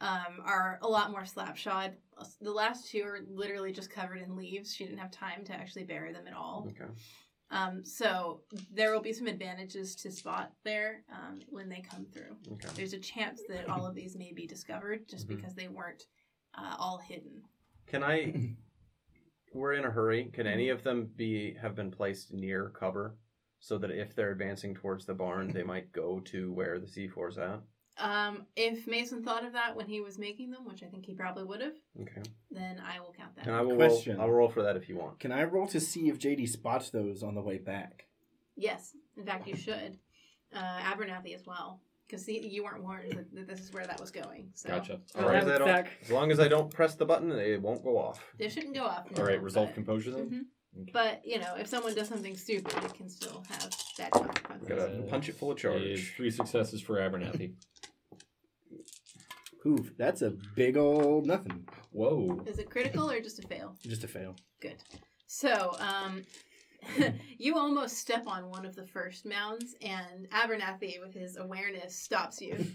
[SPEAKER 3] um, are a lot more slapshod. The last two are literally just covered in leaves. She didn't have time to actually bury them at all.
[SPEAKER 6] Okay.
[SPEAKER 3] Um, so there will be some advantages to spot there um, when they come through
[SPEAKER 6] Okay.
[SPEAKER 3] there's a chance that all of these may be discovered just
[SPEAKER 4] Mm-hmm.
[SPEAKER 6] Mhm.
[SPEAKER 3] because they weren't uh, all hidden.
[SPEAKER 6] Can I? We're in a hurry. Can any of them be have been placed near cover, so that if they're advancing towards the barn, they might go to where the C4's at?
[SPEAKER 3] Um, if Mason thought of that when he was making them, which I think he probably would have,
[SPEAKER 6] Okay.
[SPEAKER 3] then I will count that.
[SPEAKER 6] And I will
[SPEAKER 2] Question.
[SPEAKER 6] roll. I'll roll for that if you want.
[SPEAKER 2] Can I roll to see if JD spots those on the way back?
[SPEAKER 3] Yes, in fact, you should. Uh, Abernathy as well, because you weren't warned that, that this is where that was going. So
[SPEAKER 4] Gotcha.
[SPEAKER 6] As
[SPEAKER 5] Oh,
[SPEAKER 6] long
[SPEAKER 5] that
[SPEAKER 6] as, I
[SPEAKER 5] would
[SPEAKER 6] don't,
[SPEAKER 5] suck.
[SPEAKER 6] as long as I don't press the button, they won't go off.
[SPEAKER 3] they shouldn't go off.
[SPEAKER 4] All right,
[SPEAKER 3] no,
[SPEAKER 4] resolve
[SPEAKER 3] but-
[SPEAKER 4] composure then.
[SPEAKER 3] Mhm.
[SPEAKER 4] Okay.
[SPEAKER 3] But you know, if someone does something stupid, it can still have bad consequences.
[SPEAKER 6] Gotta punch it full of
[SPEAKER 4] Is
[SPEAKER 6] charge.
[SPEAKER 4] three successes for Abernathy.
[SPEAKER 2] Oof, that's a big old nothing.
[SPEAKER 4] Whoa.
[SPEAKER 3] Is it critical or just a fail?
[SPEAKER 2] Just a fail.
[SPEAKER 3] Good. So, um, you almost step on one of the first mounds, and Abernathy, with his awareness, stops you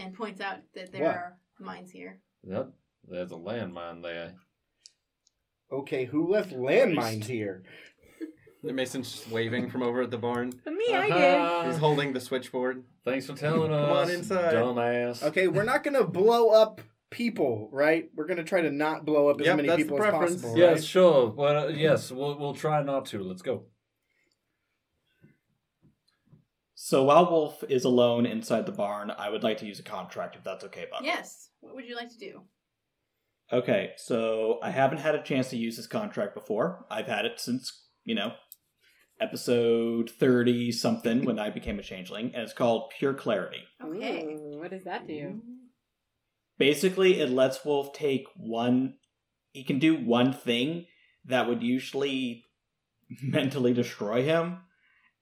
[SPEAKER 3] and points out that there
[SPEAKER 2] What?
[SPEAKER 3] are mines here.
[SPEAKER 4] Yep. There's a landmine there.
[SPEAKER 2] Okay, who left landmines here?
[SPEAKER 6] The mason's just waving from over at the barn.
[SPEAKER 5] But me, I did.
[SPEAKER 4] Aha!
[SPEAKER 6] He's holding the switchboard.
[SPEAKER 4] Thanks for telling us.
[SPEAKER 6] Come on inside.
[SPEAKER 4] Dumbass.
[SPEAKER 2] Okay, we're not gonna blow up people, right? We're gonna try to not blow up as
[SPEAKER 6] Yep,
[SPEAKER 2] many
[SPEAKER 6] that's the
[SPEAKER 2] people as
[SPEAKER 6] preference.
[SPEAKER 2] possible.
[SPEAKER 4] Yes,
[SPEAKER 2] right?
[SPEAKER 4] sure. Well, uh, yes, we'll, we'll try not to. Let's go.
[SPEAKER 8] So while Wolf is alone inside the barn, I would like to use a contract if that's okay, Buck.
[SPEAKER 3] Yes. What would you like to do?
[SPEAKER 8] Okay, so I haven't had a chance to use this contract before. I've had it since, you know, episode 30 something when I became a changeling, and it's called Pure Clarity.
[SPEAKER 3] Okay.
[SPEAKER 5] Ooh, what does that do?
[SPEAKER 8] Basically, it lets Wolf take one, he can do one thing that would usually mentally destroy him,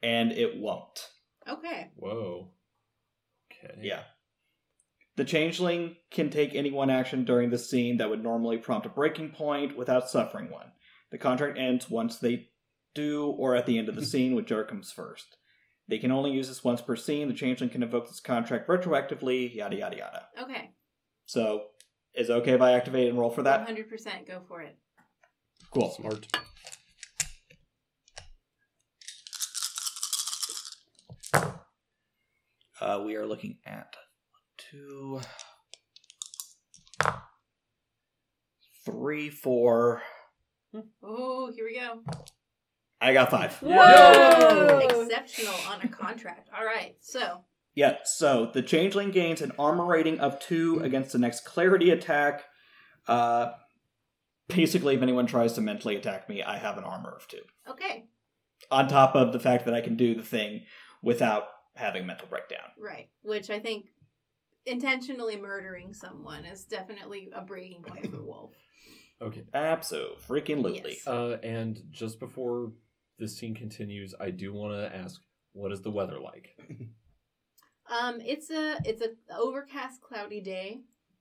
[SPEAKER 8] and it won't.
[SPEAKER 3] Okay.
[SPEAKER 4] Whoa. Okay.
[SPEAKER 8] Yeah. The changeling can take any one action during the scene that would normally prompt a breaking point without suffering one. The contract ends once they do, or at the end of the scene, whichever comes first. They can only use this once per scene. The changeling can invoke this contract retroactively, yada yada yada.
[SPEAKER 3] Okay.
[SPEAKER 8] So, is it okay if I activate and roll for that?
[SPEAKER 3] 100% go for it.
[SPEAKER 8] Cool.
[SPEAKER 2] Smart.
[SPEAKER 8] Uh, we are looking at two, three, four.
[SPEAKER 3] Oh, here we go.
[SPEAKER 8] I got five.
[SPEAKER 5] Whoa!
[SPEAKER 3] Exceptional on a contract. All right. So,
[SPEAKER 8] Yeah, so the changeling gains an armor rating of two against the next clarity attack. Uh, basically, if anyone tries to mentally attack me, I have an armor of two.
[SPEAKER 3] okay.
[SPEAKER 8] On top of the fact that I can do the thing without having a mental breakdown.
[SPEAKER 3] Right. Which I think intentionally murdering someone is definitely a breaking point for Wolf.
[SPEAKER 4] Okay.
[SPEAKER 8] Abso freaking lootly.
[SPEAKER 3] Yes.
[SPEAKER 4] Uh, and just before this scene continues, I do want to ask, what is the weather like?
[SPEAKER 3] Um, it's a it's a overcast, cloudy day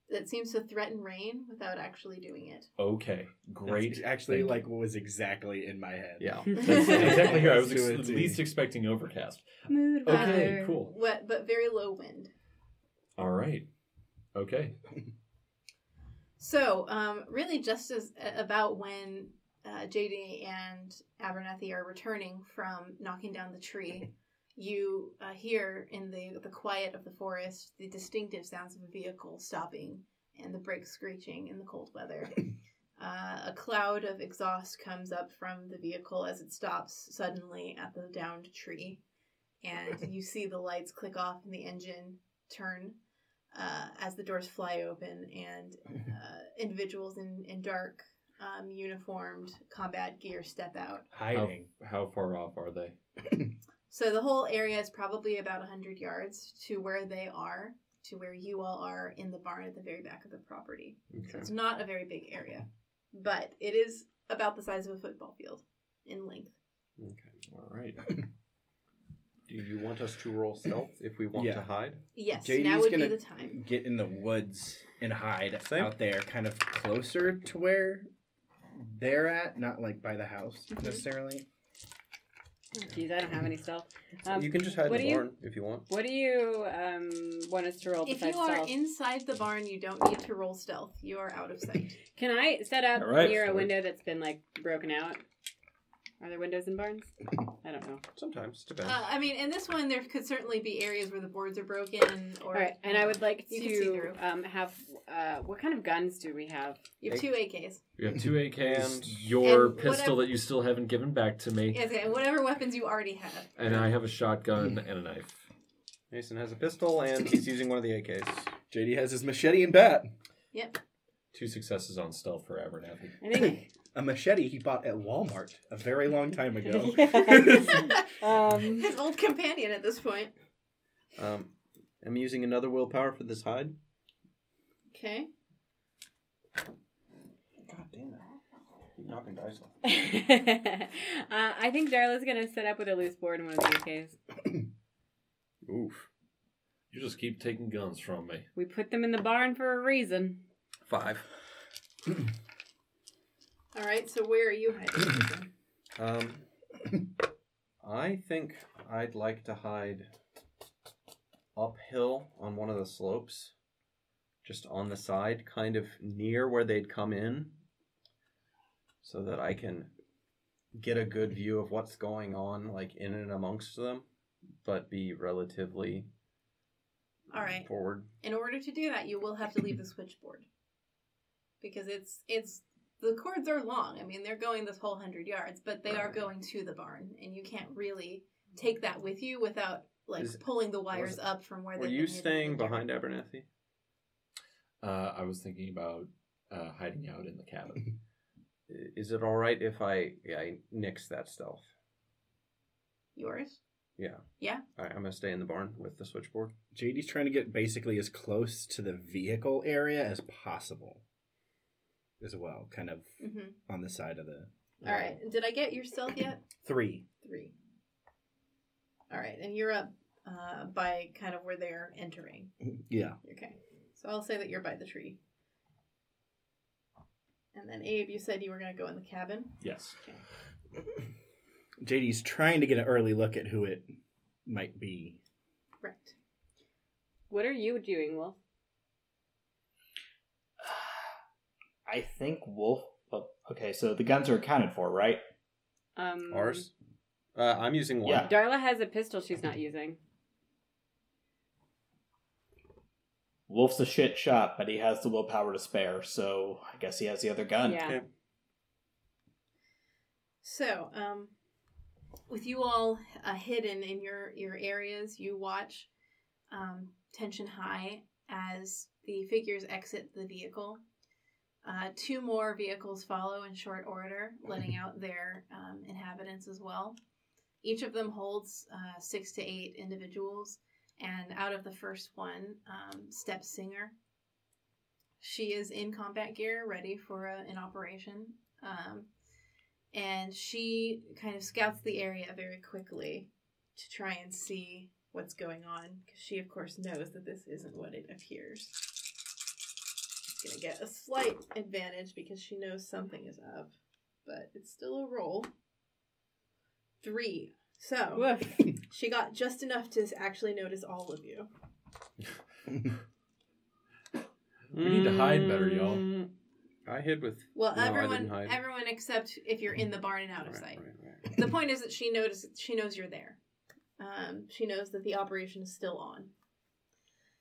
[SPEAKER 3] that seems to threaten rain without actually doing it.
[SPEAKER 4] Okay. Great.
[SPEAKER 2] That's actually,
[SPEAKER 4] Thank
[SPEAKER 2] like, what was exactly in my head.
[SPEAKER 6] Yeah.
[SPEAKER 4] That's exactly here. I was
[SPEAKER 2] To
[SPEAKER 4] ex-
[SPEAKER 2] a
[SPEAKER 4] at
[SPEAKER 2] T.
[SPEAKER 4] least expecting overcast.
[SPEAKER 5] Mood
[SPEAKER 4] Okay,
[SPEAKER 5] weather.
[SPEAKER 4] cool.
[SPEAKER 3] What, but very low wind.
[SPEAKER 4] All right. Okay.
[SPEAKER 3] So, um, really, just as a- about when uh, JD and Abernathy are returning from knocking down the tree, you uh, hear in the the quiet of the forest the distinctive sounds of a vehicle stopping and the brakes screeching in the cold weather. Uh, a cloud of exhaust comes up from the vehicle as it stops suddenly at the downed tree, and you see the lights click off and the engine turn uh, as the doors fly open and uh, individuals in, in dark um, uniformed combat gear step out.
[SPEAKER 4] How,
[SPEAKER 2] Hiding.
[SPEAKER 6] Oh.
[SPEAKER 4] how far off are they?
[SPEAKER 3] So the whole area is probably about 100 yards to where they are, to where you all are in the barn at the very back of the property. So it's not a very big area, but it is about the size of a football field in length.
[SPEAKER 6] All right. Do you want us to roll stealth if we want
[SPEAKER 2] Yeah.
[SPEAKER 6] to hide?
[SPEAKER 3] Yes,
[SPEAKER 2] JD 's
[SPEAKER 3] now would
[SPEAKER 2] gonna-
[SPEAKER 3] be the time.
[SPEAKER 2] Get in the woods and hide
[SPEAKER 6] Same.
[SPEAKER 2] out there, kind of closer to where they're at, not like by the house
[SPEAKER 6] Mm-hmm.
[SPEAKER 3] Mhm.
[SPEAKER 2] necessarily.
[SPEAKER 5] Oh, Jeez, I don't have any stealth. Um,
[SPEAKER 6] you can just hide
[SPEAKER 5] what
[SPEAKER 6] in
[SPEAKER 5] do
[SPEAKER 6] the
[SPEAKER 5] you-
[SPEAKER 6] barn if you want.
[SPEAKER 5] What do you um, want us to roll
[SPEAKER 3] If
[SPEAKER 5] besides
[SPEAKER 3] you are
[SPEAKER 5] stealth?
[SPEAKER 3] inside the barn, you don't need to roll stealth. You are out of sight.
[SPEAKER 5] Can I set up
[SPEAKER 8] All right,
[SPEAKER 5] near a
[SPEAKER 8] forward.
[SPEAKER 5] window that's been like broken out? Are there windows in barns? I don't know.
[SPEAKER 6] Sometimes, depends.
[SPEAKER 3] Uh, I mean, in this one, there could certainly be areas where the boards are broken. Or
[SPEAKER 5] All right, and I would like
[SPEAKER 3] You can see
[SPEAKER 5] to
[SPEAKER 3] through.
[SPEAKER 5] um, have uh, what kind of guns do we have?
[SPEAKER 3] you have two AKs.
[SPEAKER 4] You have two AKs,
[SPEAKER 6] And-
[SPEAKER 4] your
[SPEAKER 3] and what
[SPEAKER 4] pistol
[SPEAKER 3] I've-
[SPEAKER 4] that you still haven't given back to me,
[SPEAKER 3] Yeah, okay, whatever weapons you already have.
[SPEAKER 4] and I have a shotgun and a knife.
[SPEAKER 6] Mason has a pistol and he's using one of the AKs.
[SPEAKER 2] JD has his machete and bat.
[SPEAKER 3] Yep.
[SPEAKER 4] Two successes on stealth for Abernathy.
[SPEAKER 5] I think.
[SPEAKER 2] A machete he bought at Walmart a very long time ago.
[SPEAKER 5] um,
[SPEAKER 3] His old companion at this point.
[SPEAKER 6] Um, I'm using another willpower for this hide.
[SPEAKER 3] Okay.
[SPEAKER 6] God damn it. Keep knocking dice off.
[SPEAKER 5] uh, I think Darla's gonna set up with a loose board in one of the UKs.
[SPEAKER 6] Oof.
[SPEAKER 4] You just keep taking guns from me.
[SPEAKER 5] We put them in the barn for a reason.
[SPEAKER 6] Five.
[SPEAKER 3] All right, so where are you hiding? Ethan?
[SPEAKER 6] Um, I think I'd like to hide uphill on one of the slopes, just on the side, kind of near where they'd come in, so that I can get a good view of what's going on, like in and amongst them, but be relatively
[SPEAKER 3] All right.
[SPEAKER 6] forward.
[SPEAKER 3] In order to do that, you will have to leave the switchboard because it's it's the cords are long. I mean, they're going this whole hundred yards, but they are going to the barn, and you can't really take that with you without like
[SPEAKER 6] Is-
[SPEAKER 3] pulling the wires
[SPEAKER 6] was-
[SPEAKER 3] up from where.
[SPEAKER 6] Were
[SPEAKER 3] they've
[SPEAKER 6] you
[SPEAKER 3] been hidden.
[SPEAKER 6] staying behind Abernethy?
[SPEAKER 4] Uh, I was thinking about uh, hiding out in the cabin.
[SPEAKER 6] I- Is it all right if I yeah, I nix that stealth?
[SPEAKER 3] Yours?
[SPEAKER 6] Yeah.
[SPEAKER 3] Yeah.
[SPEAKER 6] All right, I'm gonna stay in the barn with the switchboard.
[SPEAKER 2] JD's trying to get basically as close to the vehicle area as possible, as well, kind of
[SPEAKER 3] Mm-hmm.
[SPEAKER 2] on the side of the.
[SPEAKER 3] All right. and Did I get your stealth yet?
[SPEAKER 2] Three.
[SPEAKER 3] Three. All right, and you're up uh, by kind of where they're entering.
[SPEAKER 2] Yeah.
[SPEAKER 3] Okay. So I'll say that you're by the tree. And then Abe, you said you were going to go in the cabin.
[SPEAKER 4] yes.
[SPEAKER 2] JD's trying to get an early look at who it might be.
[SPEAKER 3] Correct.
[SPEAKER 5] What are you doing, Wolf?
[SPEAKER 8] I think Wolf. Well, okay, so the guns are accounted for, right?
[SPEAKER 5] Um,
[SPEAKER 3] Mm.
[SPEAKER 6] Ours? Uh, I'm using one.
[SPEAKER 8] Yeah.
[SPEAKER 5] Darla has a pistol she's not using.
[SPEAKER 8] Wolf's a shit shot, but he has the willpower to spare, so I guess he has the other gun.
[SPEAKER 5] Yeah.
[SPEAKER 6] Okay.
[SPEAKER 3] So, um, with you all uh, hidden in your your areas, you watch um, tension high as the figures exit the vehicle. Uh, two more vehicles follow in short order, letting out their um, inhabitants as well. Each of them holds uh, six to eight individuals, and out of the first one, um, Step Singer. She is in combat gear, ready for a, an operation. Um, and she kind of scouts the area very quickly to try and see what's going on because she of course knows that this isn't what it appears she's going to get a slight advantage because she knows something is up but it's still a roll three so
[SPEAKER 5] Woof.
[SPEAKER 3] she got just enough to actually notice all of you
[SPEAKER 4] We need to hide better, y'all.
[SPEAKER 6] Mm, I hid with.
[SPEAKER 3] well
[SPEAKER 6] No, I
[SPEAKER 3] everyone
[SPEAKER 6] didn't hide.
[SPEAKER 3] everyone except if you're in the barn and out of
[SPEAKER 6] Right,
[SPEAKER 3] sight
[SPEAKER 6] right, right.
[SPEAKER 3] the point is that she knows she knows you're there. Um, she knows that the operation is still on.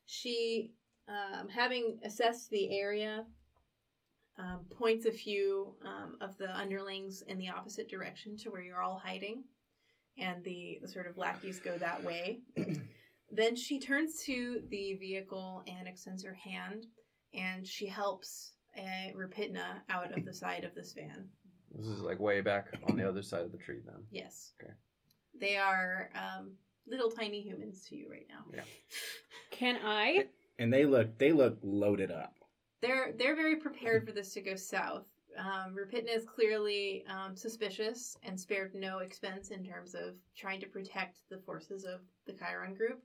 [SPEAKER 3] She, um, having assessed the area, um, points a few um, of the underlings in the opposite direction to where you're all hiding, and the, the sort of lackeys go that way. then she turns to the vehicle and extends her hand, and she helps uh, Rapitna out of the side of this van.
[SPEAKER 6] This is like way back on the other side of the tree, then.
[SPEAKER 3] Yes.
[SPEAKER 6] Okay.
[SPEAKER 3] They are um, little tiny humans to you right now.
[SPEAKER 6] Yeah.
[SPEAKER 5] Can I?
[SPEAKER 2] And they look they look loaded up.
[SPEAKER 3] They're they're very prepared for this to go south. Um, Rapitna is clearly um, suspicious and spared no expense in terms of trying to protect the forces of the Chiron group.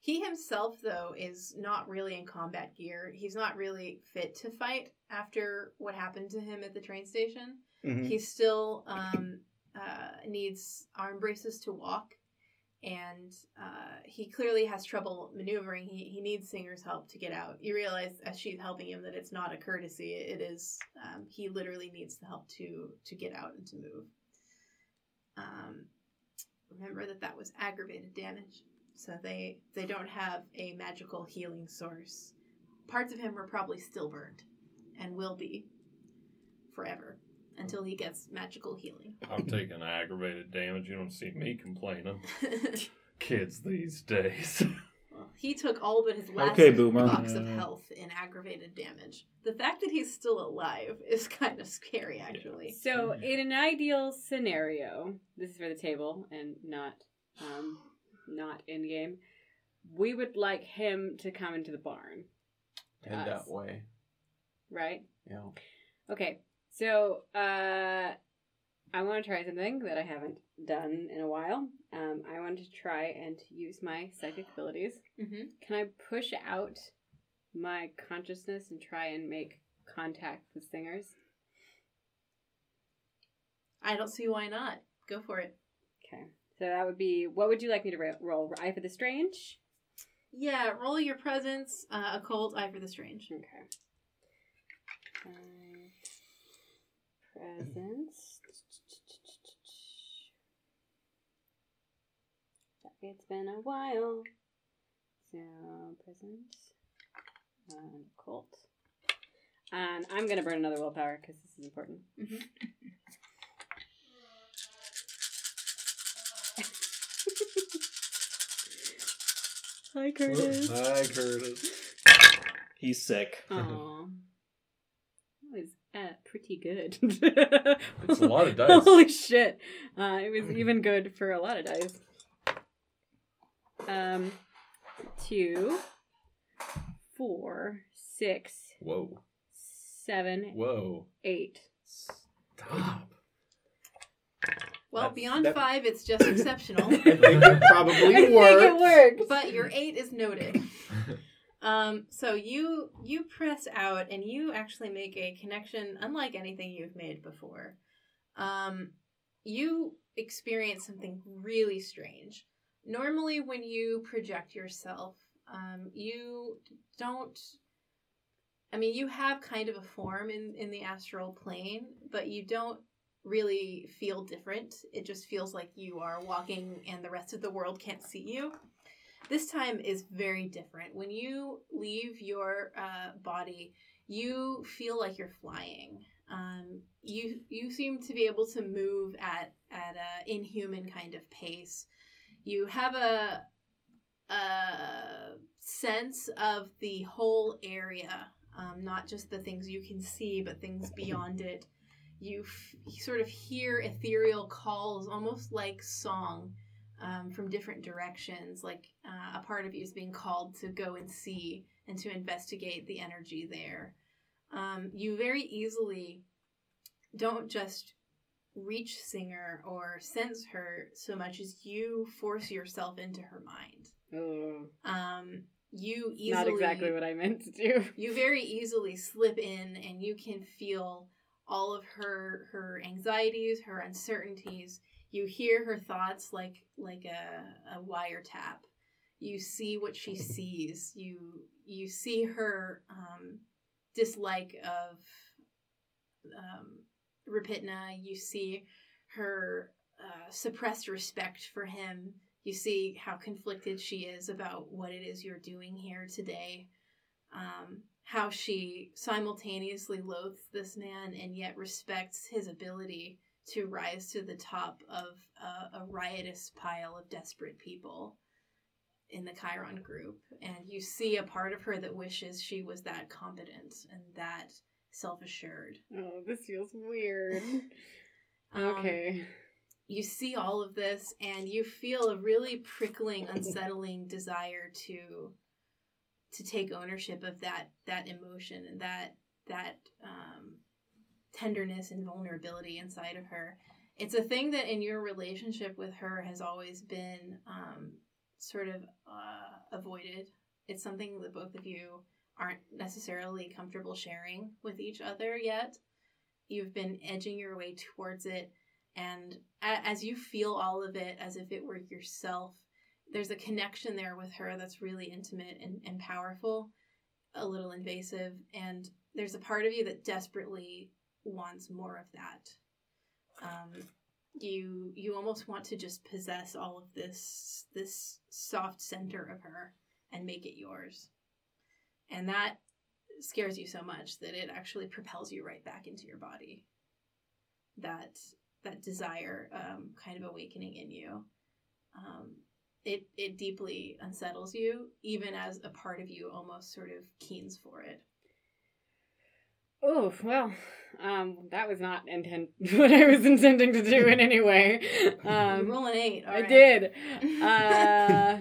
[SPEAKER 3] He himself, though, is not really in combat gear. He's not really fit to fight after what happened to him at the train station.
[SPEAKER 2] Mhm.
[SPEAKER 3] He still um, uh, needs arm braces to walk, and uh, he clearly has trouble maneuvering. He, he needs Singer's help to get out. You realize as she's helping him that it's not a courtesy. It is um, he literally needs the help to to get out and to move. Um, remember that that was aggravated damage, so they they don't have a magical healing source. Parts of him are probably still burned, and will be forever until he gets magical healing.
[SPEAKER 4] I'm taking aggravated damage. You don't see me complaining. Kids these days.
[SPEAKER 3] Well, he took all but his last
[SPEAKER 8] Okay, boomer.
[SPEAKER 3] box
[SPEAKER 2] Mm.
[SPEAKER 3] of health in aggravated damage. The fact that he's still alive is kind of scary, actually.
[SPEAKER 5] So, in an ideal scenario, this is for the table and not, um, not in game. We would like him to come into the barn,
[SPEAKER 6] Head
[SPEAKER 5] Us.
[SPEAKER 6] that way.
[SPEAKER 5] right?
[SPEAKER 6] Yeah.
[SPEAKER 5] Okay, so uh, I want to try something that I haven't done in a while. Um, I want to try and use my psychic abilities.
[SPEAKER 3] Mm-hmm.
[SPEAKER 5] Can I push out my consciousness and try and make contact with singers?
[SPEAKER 3] I don't see why not. Go for it.
[SPEAKER 5] Okay. So that would be what would you like me to ra- roll? Eye for the strange.
[SPEAKER 3] Yeah, roll your presence, uh, occult, eye for the strange.
[SPEAKER 5] Okay. Uh, presence. It's been a while. So presence and occult. And I'm gonna burn another willpower because this is important.
[SPEAKER 3] Mhm.
[SPEAKER 5] Hi, Curtis.
[SPEAKER 4] Hi, Curtis.
[SPEAKER 8] He's sick.
[SPEAKER 5] Aw. That was uh, pretty good.
[SPEAKER 4] It's a lot of dice.
[SPEAKER 5] Holy shit. Uh, it was even good for a lot of dice. Um, two, four, six,
[SPEAKER 4] Whoa.
[SPEAKER 5] seven,
[SPEAKER 4] Whoa.
[SPEAKER 5] eight.
[SPEAKER 4] Stop.
[SPEAKER 3] Well,
[SPEAKER 2] That's-
[SPEAKER 3] beyond
[SPEAKER 2] that-
[SPEAKER 3] five, it's just exceptional.
[SPEAKER 2] I think it
[SPEAKER 5] I
[SPEAKER 2] probably
[SPEAKER 5] think it
[SPEAKER 2] worked.
[SPEAKER 5] works.
[SPEAKER 3] but your eight is noted. Um, so you you press out and you actually make a connection unlike anything you've made before. Um, you experience something really strange. Normally, when you project yourself, um, you don't. I mean, you have kind of a form in in the astral plane, but you don't really feel different. It just feels like you are walking, and the rest of the world can't see you this time is very different. When you leave your uh, body, you feel like you're flying. Um, you you seem to be able to move at at a inhuman kind of pace. You have a a sense of the whole area, um, not just the things you can see, but things beyond it. You f- you sort of hear ethereal calls, almost like song um, from different directions. Like uh, a part of you is being called to go and see and to investigate the energy there. Um, you very easily don't just reach Singer or sense her so much as you force yourself into her mind.
[SPEAKER 5] Oh,
[SPEAKER 3] Um, you easily
[SPEAKER 5] not exactly what I meant to do.
[SPEAKER 3] you very easily slip in and you can feel all of her her anxieties her uncertainties you hear her thoughts like like a, a wiretap you see what she sees you you see her um, dislike of um, Rapitna. You see her uh, suppressed respect for him. You see how conflicted she is about what it is you're doing here today. Um, how she simultaneously loathes this man and yet respects his ability to rise to the top of uh, a riotous pile of desperate people in the Chiron group. And you see a part of her that wishes she was that competent and that self assured.
[SPEAKER 5] Oh, this feels weird.
[SPEAKER 3] Um,
[SPEAKER 5] okay.
[SPEAKER 3] you see all of this and you feel a really prickling unsettling desire to to take ownership of that that emotion and that that um, tenderness and vulnerability inside of her it's a thing that in your relationship with her has always been um, sort of uh, avoided it's something that both of you aren't necessarily comfortable sharing with each other yet you've been edging your way towards it and a- as you feel all of it as if it were yourself there's a connection there with her that's really intimate and, and powerful a little invasive and there's a part of you that desperately wants more of that um, you you almost want to just possess all of this this soft center of her and make it yours and that scares you so much that it actually propels you right back into your body that that desire um, kind of awakening in you. Um, it it deeply unsettles you, even as a part of you almost sort of keens for it.
[SPEAKER 5] Oh, well, um, that was not intent what I was intending to do in any way.
[SPEAKER 3] You
[SPEAKER 5] Um,
[SPEAKER 3] roll an eight. all
[SPEAKER 5] I
[SPEAKER 3] right.
[SPEAKER 5] did. Uh,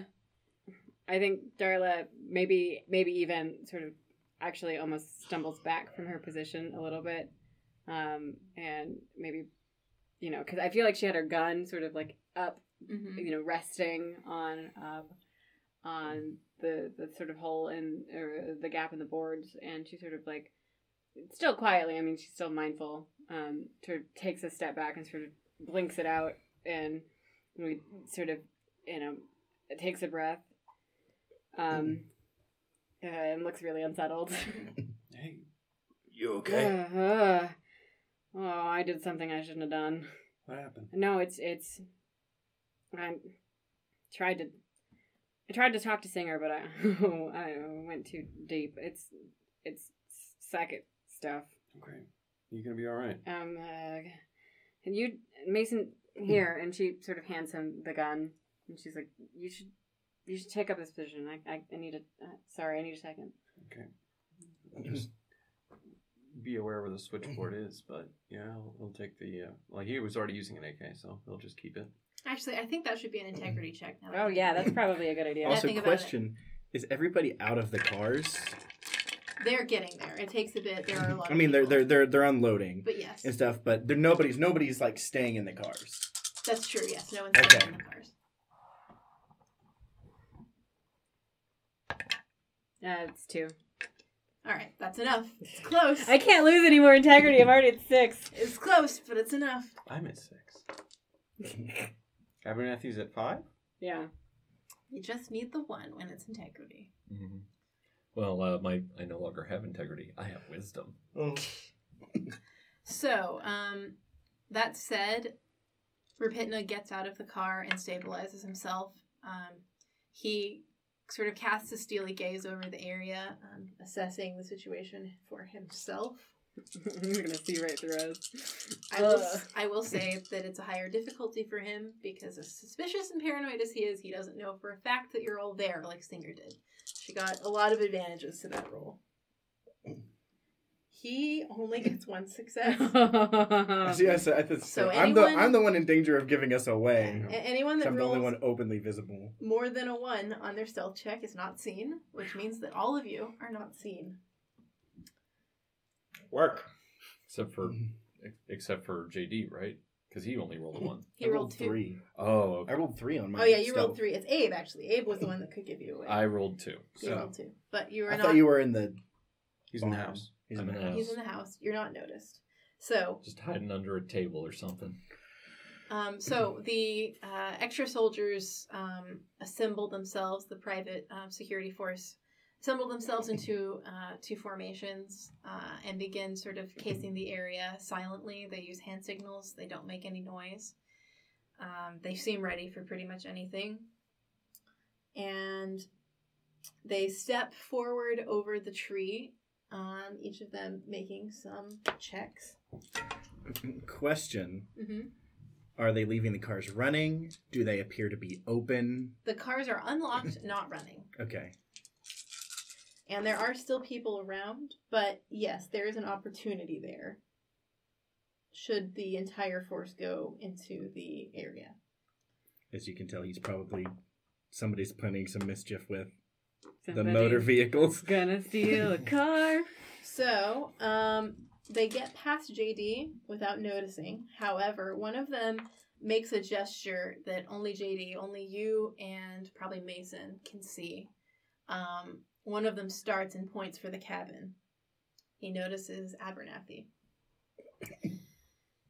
[SPEAKER 5] I think Darla maybe maybe even sort of actually almost stumbles back from her position a little bit, um, and maybe you know, because I feel like she had her gun sort of like up,
[SPEAKER 3] hmm
[SPEAKER 5] you know, resting on um, on the the sort of hole in or the gap in the boards, and she sort of like still quietly. I mean, she's still mindful. Um, sort of takes a step back and sort of blinks it out, and we sort of you know takes a breath, um, uh, and looks really unsettled.
[SPEAKER 6] Hey,
[SPEAKER 7] You okay?
[SPEAKER 5] Ugh. oh, I did something I shouldn't have done.
[SPEAKER 6] what happened?
[SPEAKER 5] No, it's it's. I tried to, I tried to talk to Singer, but I I went too deep. It's it's psychic stuff.
[SPEAKER 6] Okay, you gonna be all right?
[SPEAKER 5] Um, uh, and you Mason here, and she sort of hands him the gun, and she's like, "You should, you should take up this position. I I, I need a uh, sorry, I need a second.
[SPEAKER 6] Just be aware where the switchboard is, but yeah, he'll, he'll take the. Uh, well, he was already using an AK, so he'll just keep it.
[SPEAKER 3] Actually, I think that should be an integrity check. Now that
[SPEAKER 5] Oh
[SPEAKER 3] I think
[SPEAKER 5] yeah,
[SPEAKER 3] about
[SPEAKER 5] that's probably a good idea.
[SPEAKER 3] Also-
[SPEAKER 2] Also,
[SPEAKER 3] think about it.
[SPEAKER 2] question: Is everybody out of the cars?
[SPEAKER 3] it. they're getting there. It takes a bit. There are a lot.
[SPEAKER 2] I
[SPEAKER 3] of
[SPEAKER 2] mean, they're
[SPEAKER 3] people.
[SPEAKER 2] they're they're they're unloading
[SPEAKER 3] But yes,
[SPEAKER 2] and stuff, but there nobody's nobody's like staying in the cars.
[SPEAKER 3] that's true. Yes, no one's okay.
[SPEAKER 2] Okay.
[SPEAKER 3] in the cars.
[SPEAKER 5] Uh, it's two.
[SPEAKER 3] All right, that's enough. It's close.
[SPEAKER 5] I can't lose any more integrity. I'm already at six.
[SPEAKER 3] It's close, but it's enough.
[SPEAKER 6] I'm at six. Abernathy's at five.
[SPEAKER 5] Yeah.
[SPEAKER 3] You just need the one when it's integrity.
[SPEAKER 4] Mhm. Well, uh, my I no longer have integrity. I have wisdom.
[SPEAKER 3] So, um, that said, Rapitna gets out of the car and stabilizes himself. Um, he sort of casts a steely gaze over the area, um, assessing the situation for himself.
[SPEAKER 5] We're gonna see right through us.
[SPEAKER 3] I will, I will say that it's a higher difficulty for him because, as suspicious and paranoid as he is, he doesn't know for a fact that you're all there like Singer did. She got a lot of advantages to that role. He only gets one success.
[SPEAKER 5] Ugh.
[SPEAKER 2] See, I said, I said-
[SPEAKER 3] So
[SPEAKER 2] I'm the
[SPEAKER 3] anyone-
[SPEAKER 2] I'm the one in danger of giving us away.
[SPEAKER 3] A- anyone
[SPEAKER 2] 'cause
[SPEAKER 3] that
[SPEAKER 2] I'm the only
[SPEAKER 3] rolls
[SPEAKER 2] one openly visible.
[SPEAKER 3] more than a one on their stealth check is not seen, which means that all of you are not seen.
[SPEAKER 8] Work.
[SPEAKER 4] Except for except for JD, right? Because he only rolled a one.
[SPEAKER 3] He
[SPEAKER 2] I
[SPEAKER 3] rolled,
[SPEAKER 2] rolled
[SPEAKER 3] two.
[SPEAKER 2] three.
[SPEAKER 4] Oh,
[SPEAKER 2] I rolled three on my.
[SPEAKER 3] Oh yeah, you
[SPEAKER 2] stealth.
[SPEAKER 3] rolled three. It's Abe actually. Abe was the one that could give you away.
[SPEAKER 4] I rolled two.
[SPEAKER 3] you rolled two, but you were
[SPEAKER 2] I
[SPEAKER 3] not.
[SPEAKER 2] thought you were in the.
[SPEAKER 6] He's in the
[SPEAKER 2] barn.
[SPEAKER 6] house.
[SPEAKER 2] He's
[SPEAKER 4] I'm
[SPEAKER 2] in the
[SPEAKER 4] in
[SPEAKER 2] house.
[SPEAKER 4] the
[SPEAKER 3] He's in the house. You're not noticed. So,
[SPEAKER 4] Just hiding under a table or something.
[SPEAKER 3] um, so the uh, extra soldiers um, assemble themselves. The private um, security force assemble themselves into uh, two formations uh, and begin sort of casing the area silently. They use hand signals. They don't make any noise. Um, they seem ready for pretty much anything. And they step forward over the tree, um, each of them making some checks.
[SPEAKER 2] Question:
[SPEAKER 3] hmm
[SPEAKER 2] Are they leaving the cars running? Do they appear to be open?
[SPEAKER 3] The cars are unlocked, not running.
[SPEAKER 2] Okay.
[SPEAKER 3] And there are still people around, but yes, there is an opportunity there. Should the entire force go into the area?
[SPEAKER 2] As you can tell, he's probably somebody's planning some mischief with
[SPEAKER 5] Somebody's
[SPEAKER 2] the motor vehicles.
[SPEAKER 5] Gonna steal a car.
[SPEAKER 3] So, um, they get past JD without noticing. However, one of them makes a gesture that only JD, only you, and probably Mason can see. Um, one of them starts and points for the cabin. He notices Abernathy.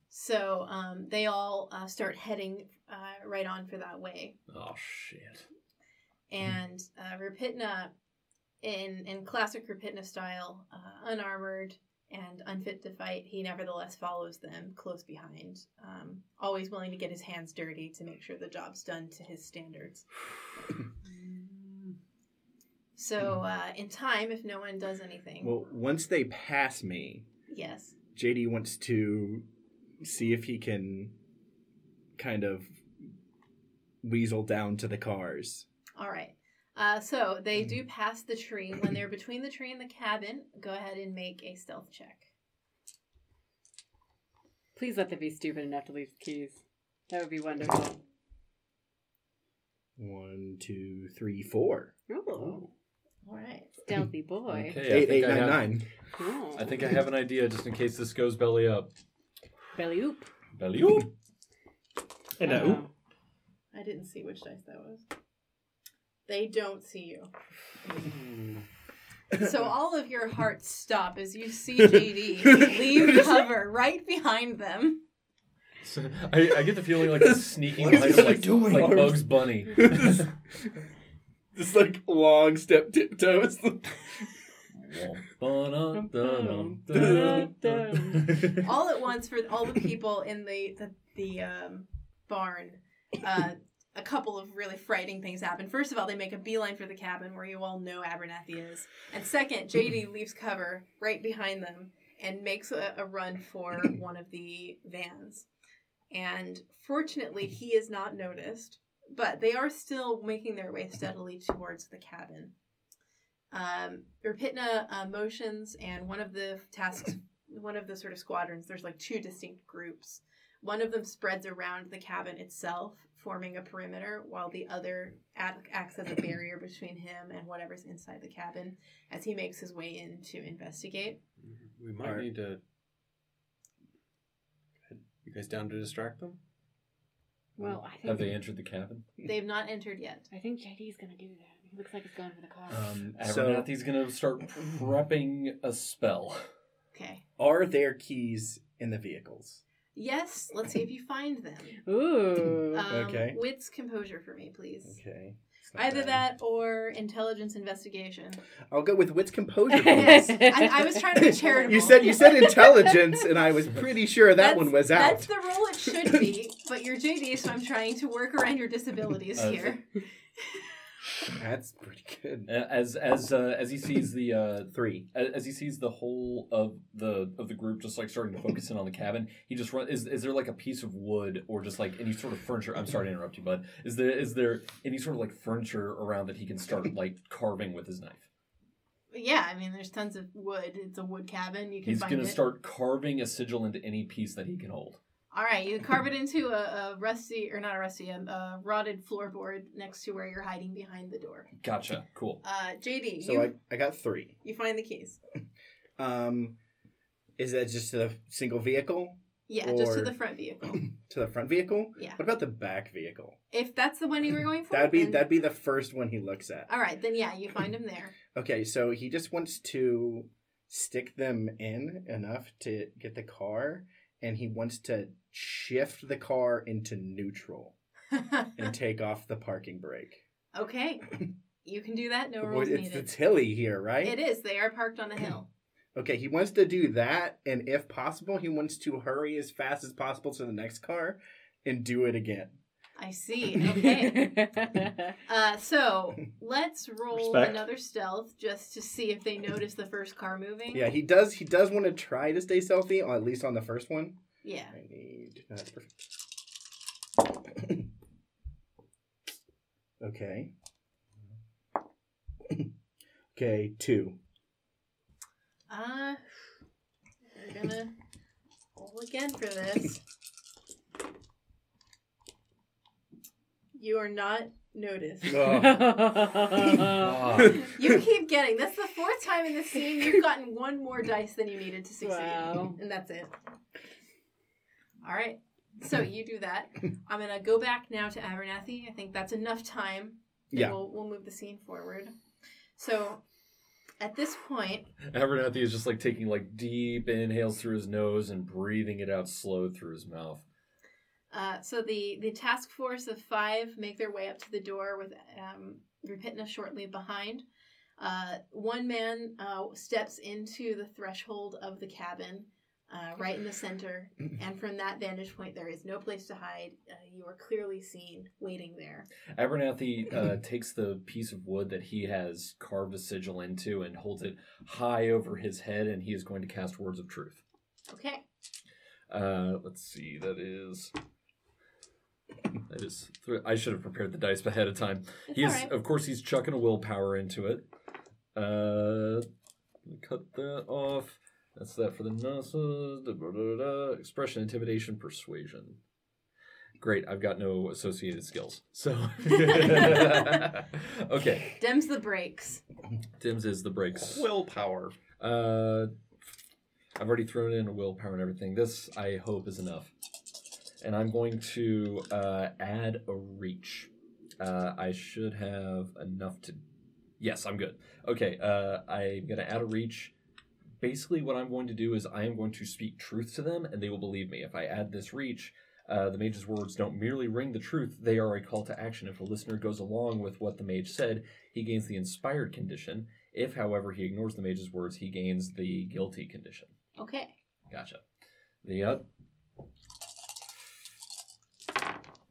[SPEAKER 3] So um, they all uh, start heading uh, right on for that way
[SPEAKER 4] Oh shit.
[SPEAKER 3] and uh, Rapitna, in in classic Rapitna style, uh, unarmored and unfit to fight, he nevertheless follows them close behind, um, always willing to get his hands dirty to make sure the job's done to his standards.
[SPEAKER 5] Mm.
[SPEAKER 3] So uh, in time, if no one does anything,
[SPEAKER 2] Well, once they pass me,
[SPEAKER 3] yes,
[SPEAKER 2] JD wants to see if he can kind of weasel down to the cars.
[SPEAKER 3] all right. Uh, so they do pass the tree. When they're between the tree and the cabin, go ahead and make a stealth check.
[SPEAKER 5] Please let them be stupid enough to leave the keys. That would be wonderful.
[SPEAKER 2] One, two, three, four.
[SPEAKER 5] Oh,
[SPEAKER 3] All right.
[SPEAKER 5] stealthy boy.
[SPEAKER 4] Okay,
[SPEAKER 2] Eight,
[SPEAKER 4] I think
[SPEAKER 2] eight,
[SPEAKER 4] I
[SPEAKER 2] nine,
[SPEAKER 4] have-
[SPEAKER 2] nine.
[SPEAKER 5] Oh.
[SPEAKER 4] I think I have an idea just in case this goes belly up.
[SPEAKER 5] belly oop. Uh,
[SPEAKER 4] Belly oop.
[SPEAKER 8] And a oop.
[SPEAKER 3] I didn't see which dice that was. They don't see you. So all of your hearts stop as you see JD leave cover right behind them.
[SPEAKER 4] So, I, I get the feeling like it's sneaking behind him, like,
[SPEAKER 2] doing?
[SPEAKER 4] like Bugs Bunny.
[SPEAKER 2] Just like long step tiptoes.
[SPEAKER 4] Dun-dun-dun-dun.
[SPEAKER 3] All at once for all the people in the the, the um, barn. Uh, a couple of really frightening things happen. First of all, they make a beeline for the cabin where you all know Abernathy is. And second, JD leaves cover right behind them and makes a, a run for one of the vans. And fortunately, he is not noticed, but they are still making their way steadily towards the cabin. Um, Rapitna uh, motions, and one of the tasks, one of the sort of squadrons, there's like two distinct groups. One of them spreads around the cabin itself, forming a perimeter, while the other ad- acts as a barrier between him and whatever's inside the cabin as he makes his way in to investigate.
[SPEAKER 6] Mm-hmm. We might
[SPEAKER 2] Alright.
[SPEAKER 6] need to. You guys down to distract them?
[SPEAKER 5] Well, I think
[SPEAKER 4] Have they entered the cabin?
[SPEAKER 2] Hmm.
[SPEAKER 3] They have not entered yet.
[SPEAKER 5] I think JD's gonna do that. He looks like he's going for the car.
[SPEAKER 4] Um,
[SPEAKER 2] So-
[SPEAKER 4] Abernathy's gonna start prepping a spell.
[SPEAKER 3] Okay.
[SPEAKER 2] Are there keys in the vehicles?
[SPEAKER 3] Yes, let's see if you find them.
[SPEAKER 5] Ooh.
[SPEAKER 3] Um,
[SPEAKER 2] Okay.
[SPEAKER 3] Wits composure for me, please.
[SPEAKER 2] Okay. It's not
[SPEAKER 3] Either
[SPEAKER 2] bad.
[SPEAKER 3] that or intelligence investigation.
[SPEAKER 2] I'll go with wits composure.
[SPEAKER 3] Yes,
[SPEAKER 2] please.
[SPEAKER 3] I, I was trying to be charitable.
[SPEAKER 2] you said you said intelligence, and I was pretty sure that
[SPEAKER 3] That's-
[SPEAKER 2] one was out.
[SPEAKER 3] That's the rule it should be, but you're JD, so I'm trying to work around your disabilities
[SPEAKER 4] Uh,
[SPEAKER 3] here.
[SPEAKER 2] That's pretty good.
[SPEAKER 4] A- As as uh, as he sees the uh,
[SPEAKER 2] Three.
[SPEAKER 4] a- as he sees the whole of the of the group just like starting to focus in on the cabin, he just run. Is, is there like a piece of wood or just like any sort of furniture? I'm sorry to interrupt you, bud. Is there is there any sort of like furniture around that he can start like carving with his knife?
[SPEAKER 3] Yeah, I mean, there's tons of wood. It's a wood cabin. You can
[SPEAKER 4] He's
[SPEAKER 3] find
[SPEAKER 4] gonna
[SPEAKER 3] it.
[SPEAKER 4] start carving a sigil into any piece that he can hold.
[SPEAKER 3] All right, you carve it into a, a rusty, or not a rusty, a, a rotted floorboard next to where you're hiding behind the door.
[SPEAKER 4] Gotcha. Cool.
[SPEAKER 3] Uh, JD,
[SPEAKER 2] So
[SPEAKER 3] you
[SPEAKER 2] I, I got three.
[SPEAKER 3] you find the keys.
[SPEAKER 2] Um, is that just to the single vehicle,
[SPEAKER 3] Yeah, just to
[SPEAKER 2] Or-
[SPEAKER 3] the front vehicle.
[SPEAKER 2] to the front vehicle?
[SPEAKER 3] Yeah.
[SPEAKER 2] What about the back vehicle?
[SPEAKER 3] If that's the one you were going for,
[SPEAKER 2] That'd be
[SPEAKER 3] then-
[SPEAKER 2] that'd be the first one he looks at.
[SPEAKER 3] All right, then yeah, you find him there.
[SPEAKER 2] Okay, so he just wants to stick them in enough to get the car, and he wants to shift the car into neutral and take off the parking brake.
[SPEAKER 3] okay, you can do that. No
[SPEAKER 2] Boy,
[SPEAKER 3] rules
[SPEAKER 2] it's the
[SPEAKER 3] needed.
[SPEAKER 2] Tilly here, right?
[SPEAKER 3] It is. They are parked on a hill.
[SPEAKER 2] Okay, he wants to do that, and if possible, he wants to hurry as fast as possible to the next car and do it again.
[SPEAKER 3] I see. Okay. Uh, so let's roll
[SPEAKER 8] Respect.
[SPEAKER 3] another stealth just to see if they notice the first car moving.
[SPEAKER 2] Yeah, he does. He does want to try to stay stealthy, or at least on the first one.
[SPEAKER 3] Yeah.
[SPEAKER 2] I need. uh, That's perfect. okay. okay, two.
[SPEAKER 3] Uh, we're gonna roll again for this. You are not noticed. You keep getting. That's the fourth time in this scene you've gotten one more dice than you needed to succeed,
[SPEAKER 5] Wow.
[SPEAKER 3] and that's it. All right. So you do that. I'm gonna go back now to Abernathy. I think that's enough time.
[SPEAKER 2] Yeah.
[SPEAKER 3] We'll, we'll move the scene forward. So at this point,
[SPEAKER 4] Abernathy is just like taking like deep inhales through his nose and breathing it out slow through his mouth.
[SPEAKER 3] Uh, so the the task force of five make their way up to the door with um, Rupitna shortly behind. Uh, one man uh, steps into the threshold of the cabin, uh, right in the center, and from that vantage point, there is no place to hide. Uh, you are clearly seen waiting there.
[SPEAKER 4] Abernathy uh, takes the piece of wood that he has carved a sigil into and holds it high over his head, and he is going to cast words of truth.
[SPEAKER 3] Okay,
[SPEAKER 4] Uh, let's see. That is. That is. Th- I should have prepared the dice ahead of time.
[SPEAKER 3] it's
[SPEAKER 4] He
[SPEAKER 3] all
[SPEAKER 4] is,
[SPEAKER 3] right.
[SPEAKER 4] of course, he's chucking a willpower into it. Uh, cut that off. That's that for the NASA. Da, da, da, da. Expression, intimidation, persuasion. Great, I've got no associated skills. So, okay,
[SPEAKER 3] Dems the brakes.
[SPEAKER 4] Tim's is the breaks.
[SPEAKER 6] Willpower.
[SPEAKER 4] Uh, I've already thrown in a willpower and everything. This, I hope, is enough. and I'm going to uh, add a reach. Uh, I should have enough to. Yes, I'm good. Okay, uh, I'm going to add a reach. Basically, what I'm going to do is I am going to speak truth to them, and they will believe me. If I add this reach, uh, the mage's words don't merely ring the truth, they are a call to action. If a listener goes along with what the mage said, he gains the inspired condition. If, however, he ignores the mage's words, he gains the guilty condition.
[SPEAKER 3] Okay.
[SPEAKER 4] Gotcha. The uh,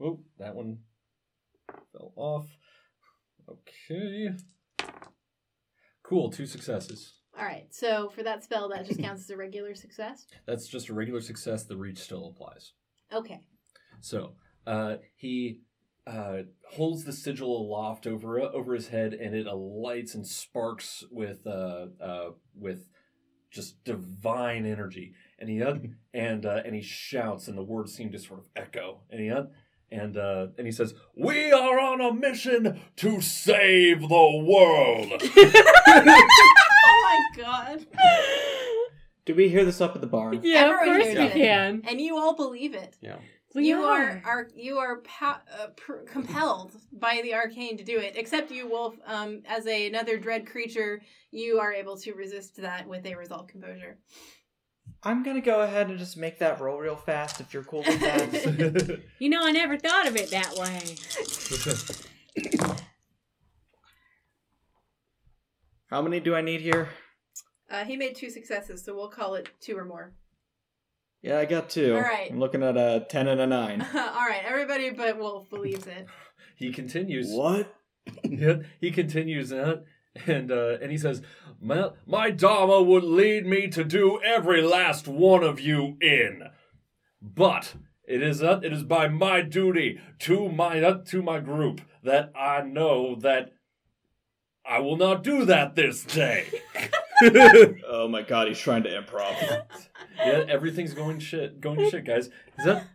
[SPEAKER 4] oh, that one fell off. Okay. Cool. Two successes.
[SPEAKER 3] All right. So for that spell, that just counts as a regular success.
[SPEAKER 4] That's just a regular success. The reach still applies.
[SPEAKER 3] Okay.
[SPEAKER 4] So uh, he uh, holds the sigil aloft over over his head, and it alights and sparks with uh, uh, with just divine energy. And he uh, and uh, and he shouts, and the words seem to sort of echo. And he uh, and uh, and he says, "We are on a mission to save the world."
[SPEAKER 3] Oh my god.
[SPEAKER 8] Do we hear this up at the barn?
[SPEAKER 5] yeah, of
[SPEAKER 3] Everyone
[SPEAKER 5] course
[SPEAKER 3] hears
[SPEAKER 5] we
[SPEAKER 3] it.
[SPEAKER 5] can.
[SPEAKER 3] And you all believe it.
[SPEAKER 6] Yeah.
[SPEAKER 5] We
[SPEAKER 3] you are, are you are pa- uh, pr- compelled by the arcane to do it. Except you, Wolf, um, as a, another dread creature, you are able to resist that with a resolve composure.
[SPEAKER 8] I'm gonna go ahead and just make that roll real fast if you're cool with that.
[SPEAKER 5] You know, I never thought of it that way.
[SPEAKER 8] How many do I need here?
[SPEAKER 3] Uh, he made two successes, so we'll call it two or more.
[SPEAKER 8] Yeah, I got two.
[SPEAKER 3] All right.
[SPEAKER 8] I'm looking at a ten and a
[SPEAKER 3] all
[SPEAKER 8] nine.
[SPEAKER 3] right, everybody but Wolf believes it.
[SPEAKER 4] he continues.
[SPEAKER 8] What?
[SPEAKER 4] Yeah, he continues that, and uh, and he says, my, "My Dharma would lead me to do every last one of you in, but it is uh, it is by my duty to my uh, to my group that I know that I will not do that this day."
[SPEAKER 7] Oh my god, he's trying to improv.
[SPEAKER 4] yeah, everything's going shit, going to shit, guys. Is that-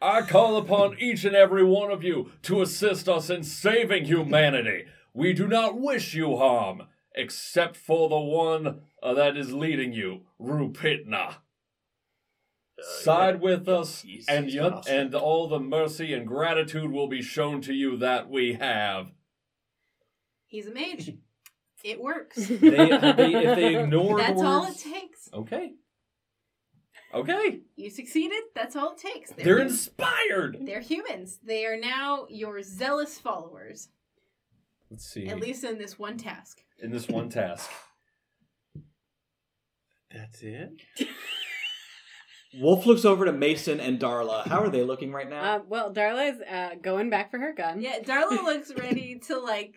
[SPEAKER 4] I call upon each and every one of you to assist us in saving humanity. We do not wish you harm, except for the one uh, that is leading you, Rupitna. Side with us,
[SPEAKER 7] Uh, he's-
[SPEAKER 4] and
[SPEAKER 7] he's
[SPEAKER 4] yet-
[SPEAKER 7] awesome.
[SPEAKER 4] and all the mercy and gratitude will be shown to you that we have.
[SPEAKER 3] He's a mage. It works.
[SPEAKER 4] They, they, if they ignore the
[SPEAKER 3] That's
[SPEAKER 4] words,
[SPEAKER 3] all it takes.
[SPEAKER 4] okay, okay,
[SPEAKER 3] You succeeded. That's all it takes.
[SPEAKER 4] they're inspired.
[SPEAKER 3] they're humans. They are now your zealous followers,
[SPEAKER 4] Let's see.
[SPEAKER 3] at least in this one task.
[SPEAKER 4] in this one task.
[SPEAKER 6] That's it?
[SPEAKER 8] Wolf looks over to Mason and Darla. How are they looking right now?
[SPEAKER 5] Uh, well, Darla's uh, going back for her gun.
[SPEAKER 3] Yeah, Darla looks ready to like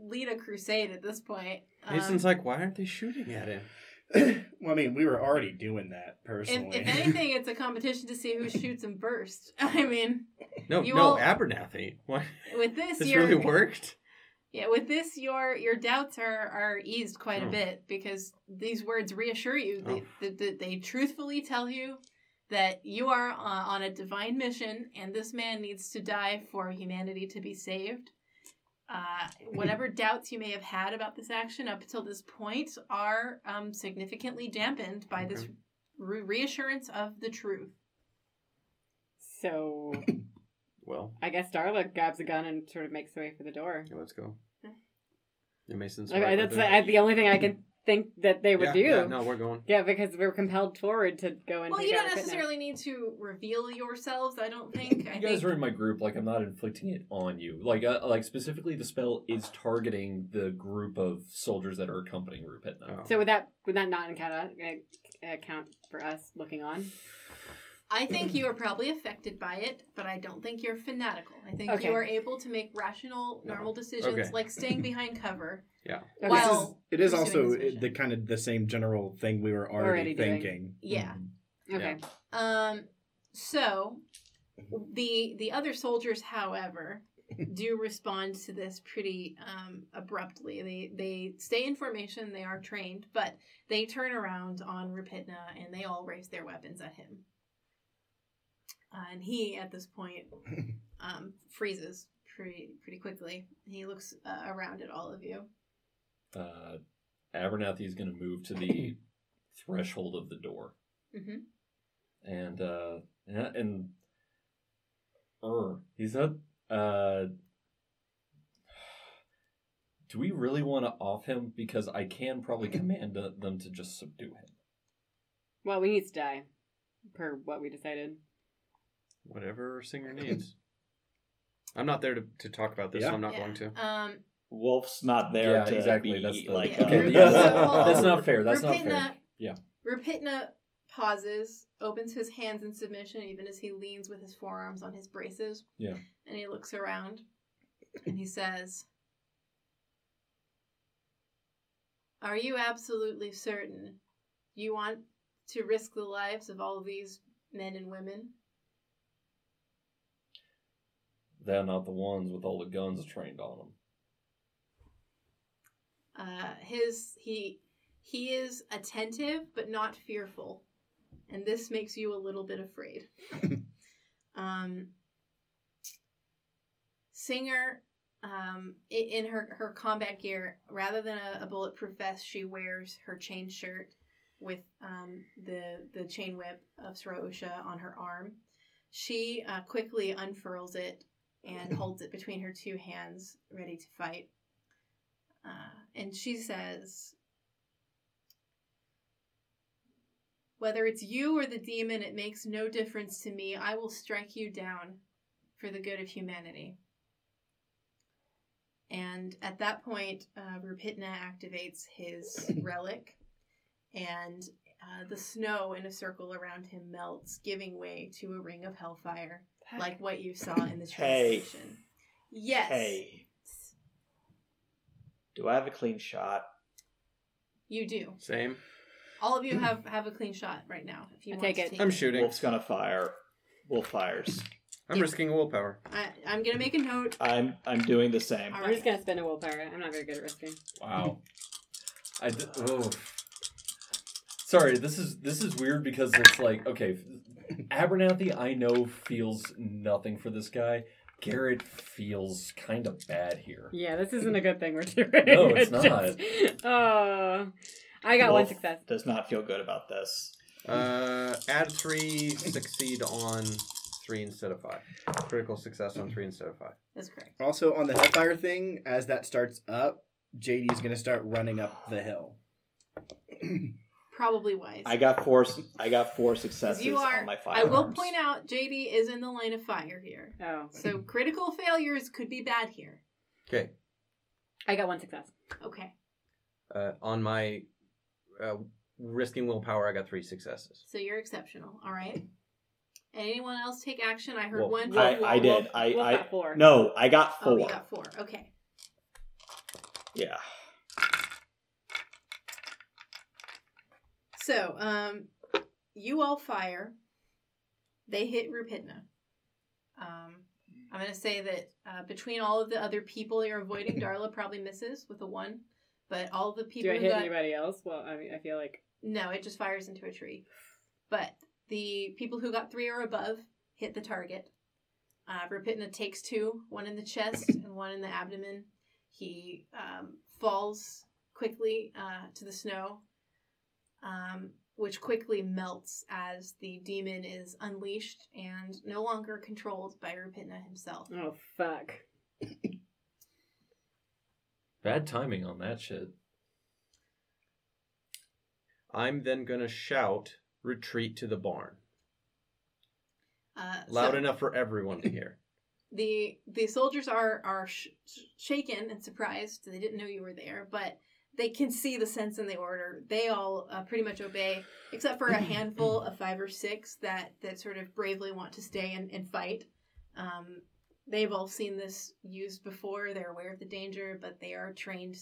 [SPEAKER 3] lead a crusade at this point. Um,
[SPEAKER 6] Mason's like, why aren't they shooting at him?
[SPEAKER 2] well, I mean, we were already doing that
[SPEAKER 3] if,
[SPEAKER 2] personally.
[SPEAKER 3] if anything, it's a competition to see who shoots him first. I mean,
[SPEAKER 6] No,
[SPEAKER 3] You
[SPEAKER 6] no,
[SPEAKER 3] all-
[SPEAKER 6] Abernathy. Why?
[SPEAKER 3] with this,
[SPEAKER 6] This
[SPEAKER 3] your
[SPEAKER 6] really worked?
[SPEAKER 3] yeah, with this, your your doubts are are eased quite a
[SPEAKER 6] Hmm.
[SPEAKER 3] bit because these words reassure you that
[SPEAKER 6] Oh.
[SPEAKER 3] that- that they truthfully tell you that you are uh, on a divine mission, and this man needs to die for humanity to be saved. Uh, whatever doubts you may have had about this action up until this point are um, significantly dampened by this re- reassurance of the truth.
[SPEAKER 5] So
[SPEAKER 6] Well,
[SPEAKER 5] I guess Darla grabs a gun and sort of makes the way for the door.
[SPEAKER 6] yeah, let's go.
[SPEAKER 3] Hmm.
[SPEAKER 6] Yeah, Mason's
[SPEAKER 5] Like,
[SPEAKER 6] right
[SPEAKER 5] I- that's
[SPEAKER 6] with
[SPEAKER 5] the,
[SPEAKER 6] it.
[SPEAKER 5] the only thing I can think that they would
[SPEAKER 6] yeah,
[SPEAKER 5] do.
[SPEAKER 6] Yeah, no, we're going.
[SPEAKER 5] Yeah, because we're compelled forward to go and.
[SPEAKER 3] Well,
[SPEAKER 5] take
[SPEAKER 3] you
[SPEAKER 5] out
[SPEAKER 3] don't
[SPEAKER 5] Rupitna.
[SPEAKER 3] necessarily need to reveal yourselves. I don't think. I
[SPEAKER 4] You guys
[SPEAKER 3] think
[SPEAKER 4] are in my group. Like I'm not inflicting it on you. Like uh, like specifically, the spell is targeting the group of soldiers that are accompanying Rupitna.
[SPEAKER 6] Oh.
[SPEAKER 5] So would that would that not count uh, uh, count for us looking on?
[SPEAKER 3] I think you are probably affected by it, but I don't think you're fanatical. I think
[SPEAKER 5] Okay.
[SPEAKER 3] you are able to make rational,
[SPEAKER 6] No.
[SPEAKER 3] normal decisions,
[SPEAKER 6] Okay.
[SPEAKER 3] like staying behind cover.
[SPEAKER 5] Okay.
[SPEAKER 3] Well,
[SPEAKER 2] it is
[SPEAKER 3] pursuing
[SPEAKER 2] also
[SPEAKER 3] this mission.
[SPEAKER 2] the kind of the same general thing we were already,
[SPEAKER 5] Already doing.
[SPEAKER 2] thinking. Mm-hmm.
[SPEAKER 3] yeah.
[SPEAKER 5] okay.
[SPEAKER 3] Um. So, the the other soldiers, however, do respond to this pretty um, abruptly. They they stay in formation. They are trained, but they turn around on Rapidna and they all raise their weapons at him. Uh, and he, at this point, um, freezes pretty pretty quickly. He looks uh, around at all of you.
[SPEAKER 6] Oh.
[SPEAKER 4] Uh, Abernathy is going to move to the threshold of the door,
[SPEAKER 3] hmm
[SPEAKER 4] and uh, yeah, and er, he's not. Uh, do we really want to off him? Because I can probably command uh, them to just subdue him.
[SPEAKER 5] Well, we need to die, per what we decided.
[SPEAKER 6] Whatever singer needs. I'm not there to, to talk about this,
[SPEAKER 2] Yeah.
[SPEAKER 6] so I'm not
[SPEAKER 3] Yeah.
[SPEAKER 6] going to.
[SPEAKER 3] Um,
[SPEAKER 8] Wolf's not there
[SPEAKER 4] Yeah,
[SPEAKER 8] to
[SPEAKER 4] exactly,
[SPEAKER 8] be
[SPEAKER 4] that's the-
[SPEAKER 8] like.
[SPEAKER 3] Yeah.
[SPEAKER 4] Okay,
[SPEAKER 8] uh,
[SPEAKER 4] yeah,
[SPEAKER 3] So-
[SPEAKER 4] that's not fair. That's not
[SPEAKER 3] Rupitna-
[SPEAKER 4] fair. Yeah.
[SPEAKER 3] Rupitna pauses, opens his hands in submission, even as he leans with his forearms on his braces.
[SPEAKER 4] Yeah.
[SPEAKER 3] And he looks around and he says, Are you absolutely certain you want to risk the lives of all these men and women?
[SPEAKER 4] They're not the ones with all the guns trained on them.
[SPEAKER 3] Uh, his he he is attentive but not fearful, and this makes you a little bit afraid. um, Singer, um, i- in her her combat gear, rather than a, a bulletproof vest, she wears her chain shirt with um, the the chain whip of Sorosha on her arm. She uh, quickly unfurls it and holds it between her two hands, ready to fight. Uh, and she says, Whether it's you or the demon, it makes no difference to me. I will strike you down for the good of humanity. And at that point, uh, Rupitna activates his relic, and uh, the snow in a circle around him melts, giving way to a ring of hellfire, like what you saw in the
[SPEAKER 8] Hey.
[SPEAKER 3] translation. Yes.
[SPEAKER 8] Hey, do I have a clean shot?
[SPEAKER 3] You do.
[SPEAKER 6] Same.
[SPEAKER 3] All of you have have a clean shot right now. If you
[SPEAKER 5] I
[SPEAKER 3] want
[SPEAKER 5] take
[SPEAKER 3] to
[SPEAKER 5] it.
[SPEAKER 3] take
[SPEAKER 6] I'm shooting.
[SPEAKER 8] Wolf's gonna fire. Wolf fires.
[SPEAKER 6] I'm risking willpower.
[SPEAKER 3] I, I'm gonna make a note.
[SPEAKER 8] I'm I'm doing the same.
[SPEAKER 3] All
[SPEAKER 5] I'm just
[SPEAKER 3] right.
[SPEAKER 5] gonna spend a willpower. I'm not very good at risking.
[SPEAKER 4] Wow. I d- oh. Sorry, this is this is weird because it's like okay, Abernathy I know feels nothing for this guy. Garrett feels kind of bad here.
[SPEAKER 5] Yeah, this isn't a good thing we're doing.
[SPEAKER 4] No, it's not.
[SPEAKER 5] just- oh, I got one
[SPEAKER 8] Wolf
[SPEAKER 5] success.
[SPEAKER 8] Does not feel good about this.
[SPEAKER 6] Uh, add three, succeed on three instead of five. Critical success on three instead of five.
[SPEAKER 3] That's correct.
[SPEAKER 2] Also, on the Hellfire thing, as that starts up, JD's going to start running up the hill.
[SPEAKER 3] Probably wise.
[SPEAKER 8] I got four. s- I got four successes
[SPEAKER 3] you are.
[SPEAKER 8] on my
[SPEAKER 3] I
[SPEAKER 8] firearms.
[SPEAKER 3] will point out, JD is in the line of fire here,
[SPEAKER 5] Oh,
[SPEAKER 3] so critical failures could be bad here.
[SPEAKER 6] Okay.
[SPEAKER 5] I got one success.
[SPEAKER 3] Okay.
[SPEAKER 6] Uh, on my uh, risking willpower, I got three successes.
[SPEAKER 3] So you're exceptional. All right. Anyone else take action? I heard
[SPEAKER 6] Well,
[SPEAKER 3] one.
[SPEAKER 8] I, I did. I,
[SPEAKER 5] Wolf
[SPEAKER 8] I
[SPEAKER 5] got four.
[SPEAKER 8] no. I got
[SPEAKER 3] Oh,
[SPEAKER 8] four.
[SPEAKER 3] you got four. Okay.
[SPEAKER 8] Yeah.
[SPEAKER 3] So, um, you all fire. They hit Rupitna. Um, I'm going to say that uh, between all of the other people you're avoiding, Darla probably misses with a one, but all the people
[SPEAKER 5] Do I
[SPEAKER 3] who
[SPEAKER 5] hit
[SPEAKER 3] got
[SPEAKER 5] anybody else? Well, I mean, I feel like
[SPEAKER 3] no, it just fires into a tree. But the people who got three or above hit the target. Uh, Rapitna takes two, one in the chest and one in the abdomen. He um, falls quickly uh, to the snow, um, which quickly melts as the demon is unleashed and no longer controlled by Rapitna himself.
[SPEAKER 5] oh fuck.
[SPEAKER 4] Bad timing on that shit.
[SPEAKER 6] I'm then gonna shout, "Retreat to the barn!"
[SPEAKER 3] Uh,
[SPEAKER 6] Loud
[SPEAKER 3] so-
[SPEAKER 6] enough for everyone to hear.
[SPEAKER 3] the the soldiers are are sh- sh- shaken and surprised they didn't know you were there but they can see the sense in the order they all uh, pretty much obey except for a handful of five or six that that sort of bravely want to stay and, and fight um, they've all seen this used before they're aware of the danger but they are trained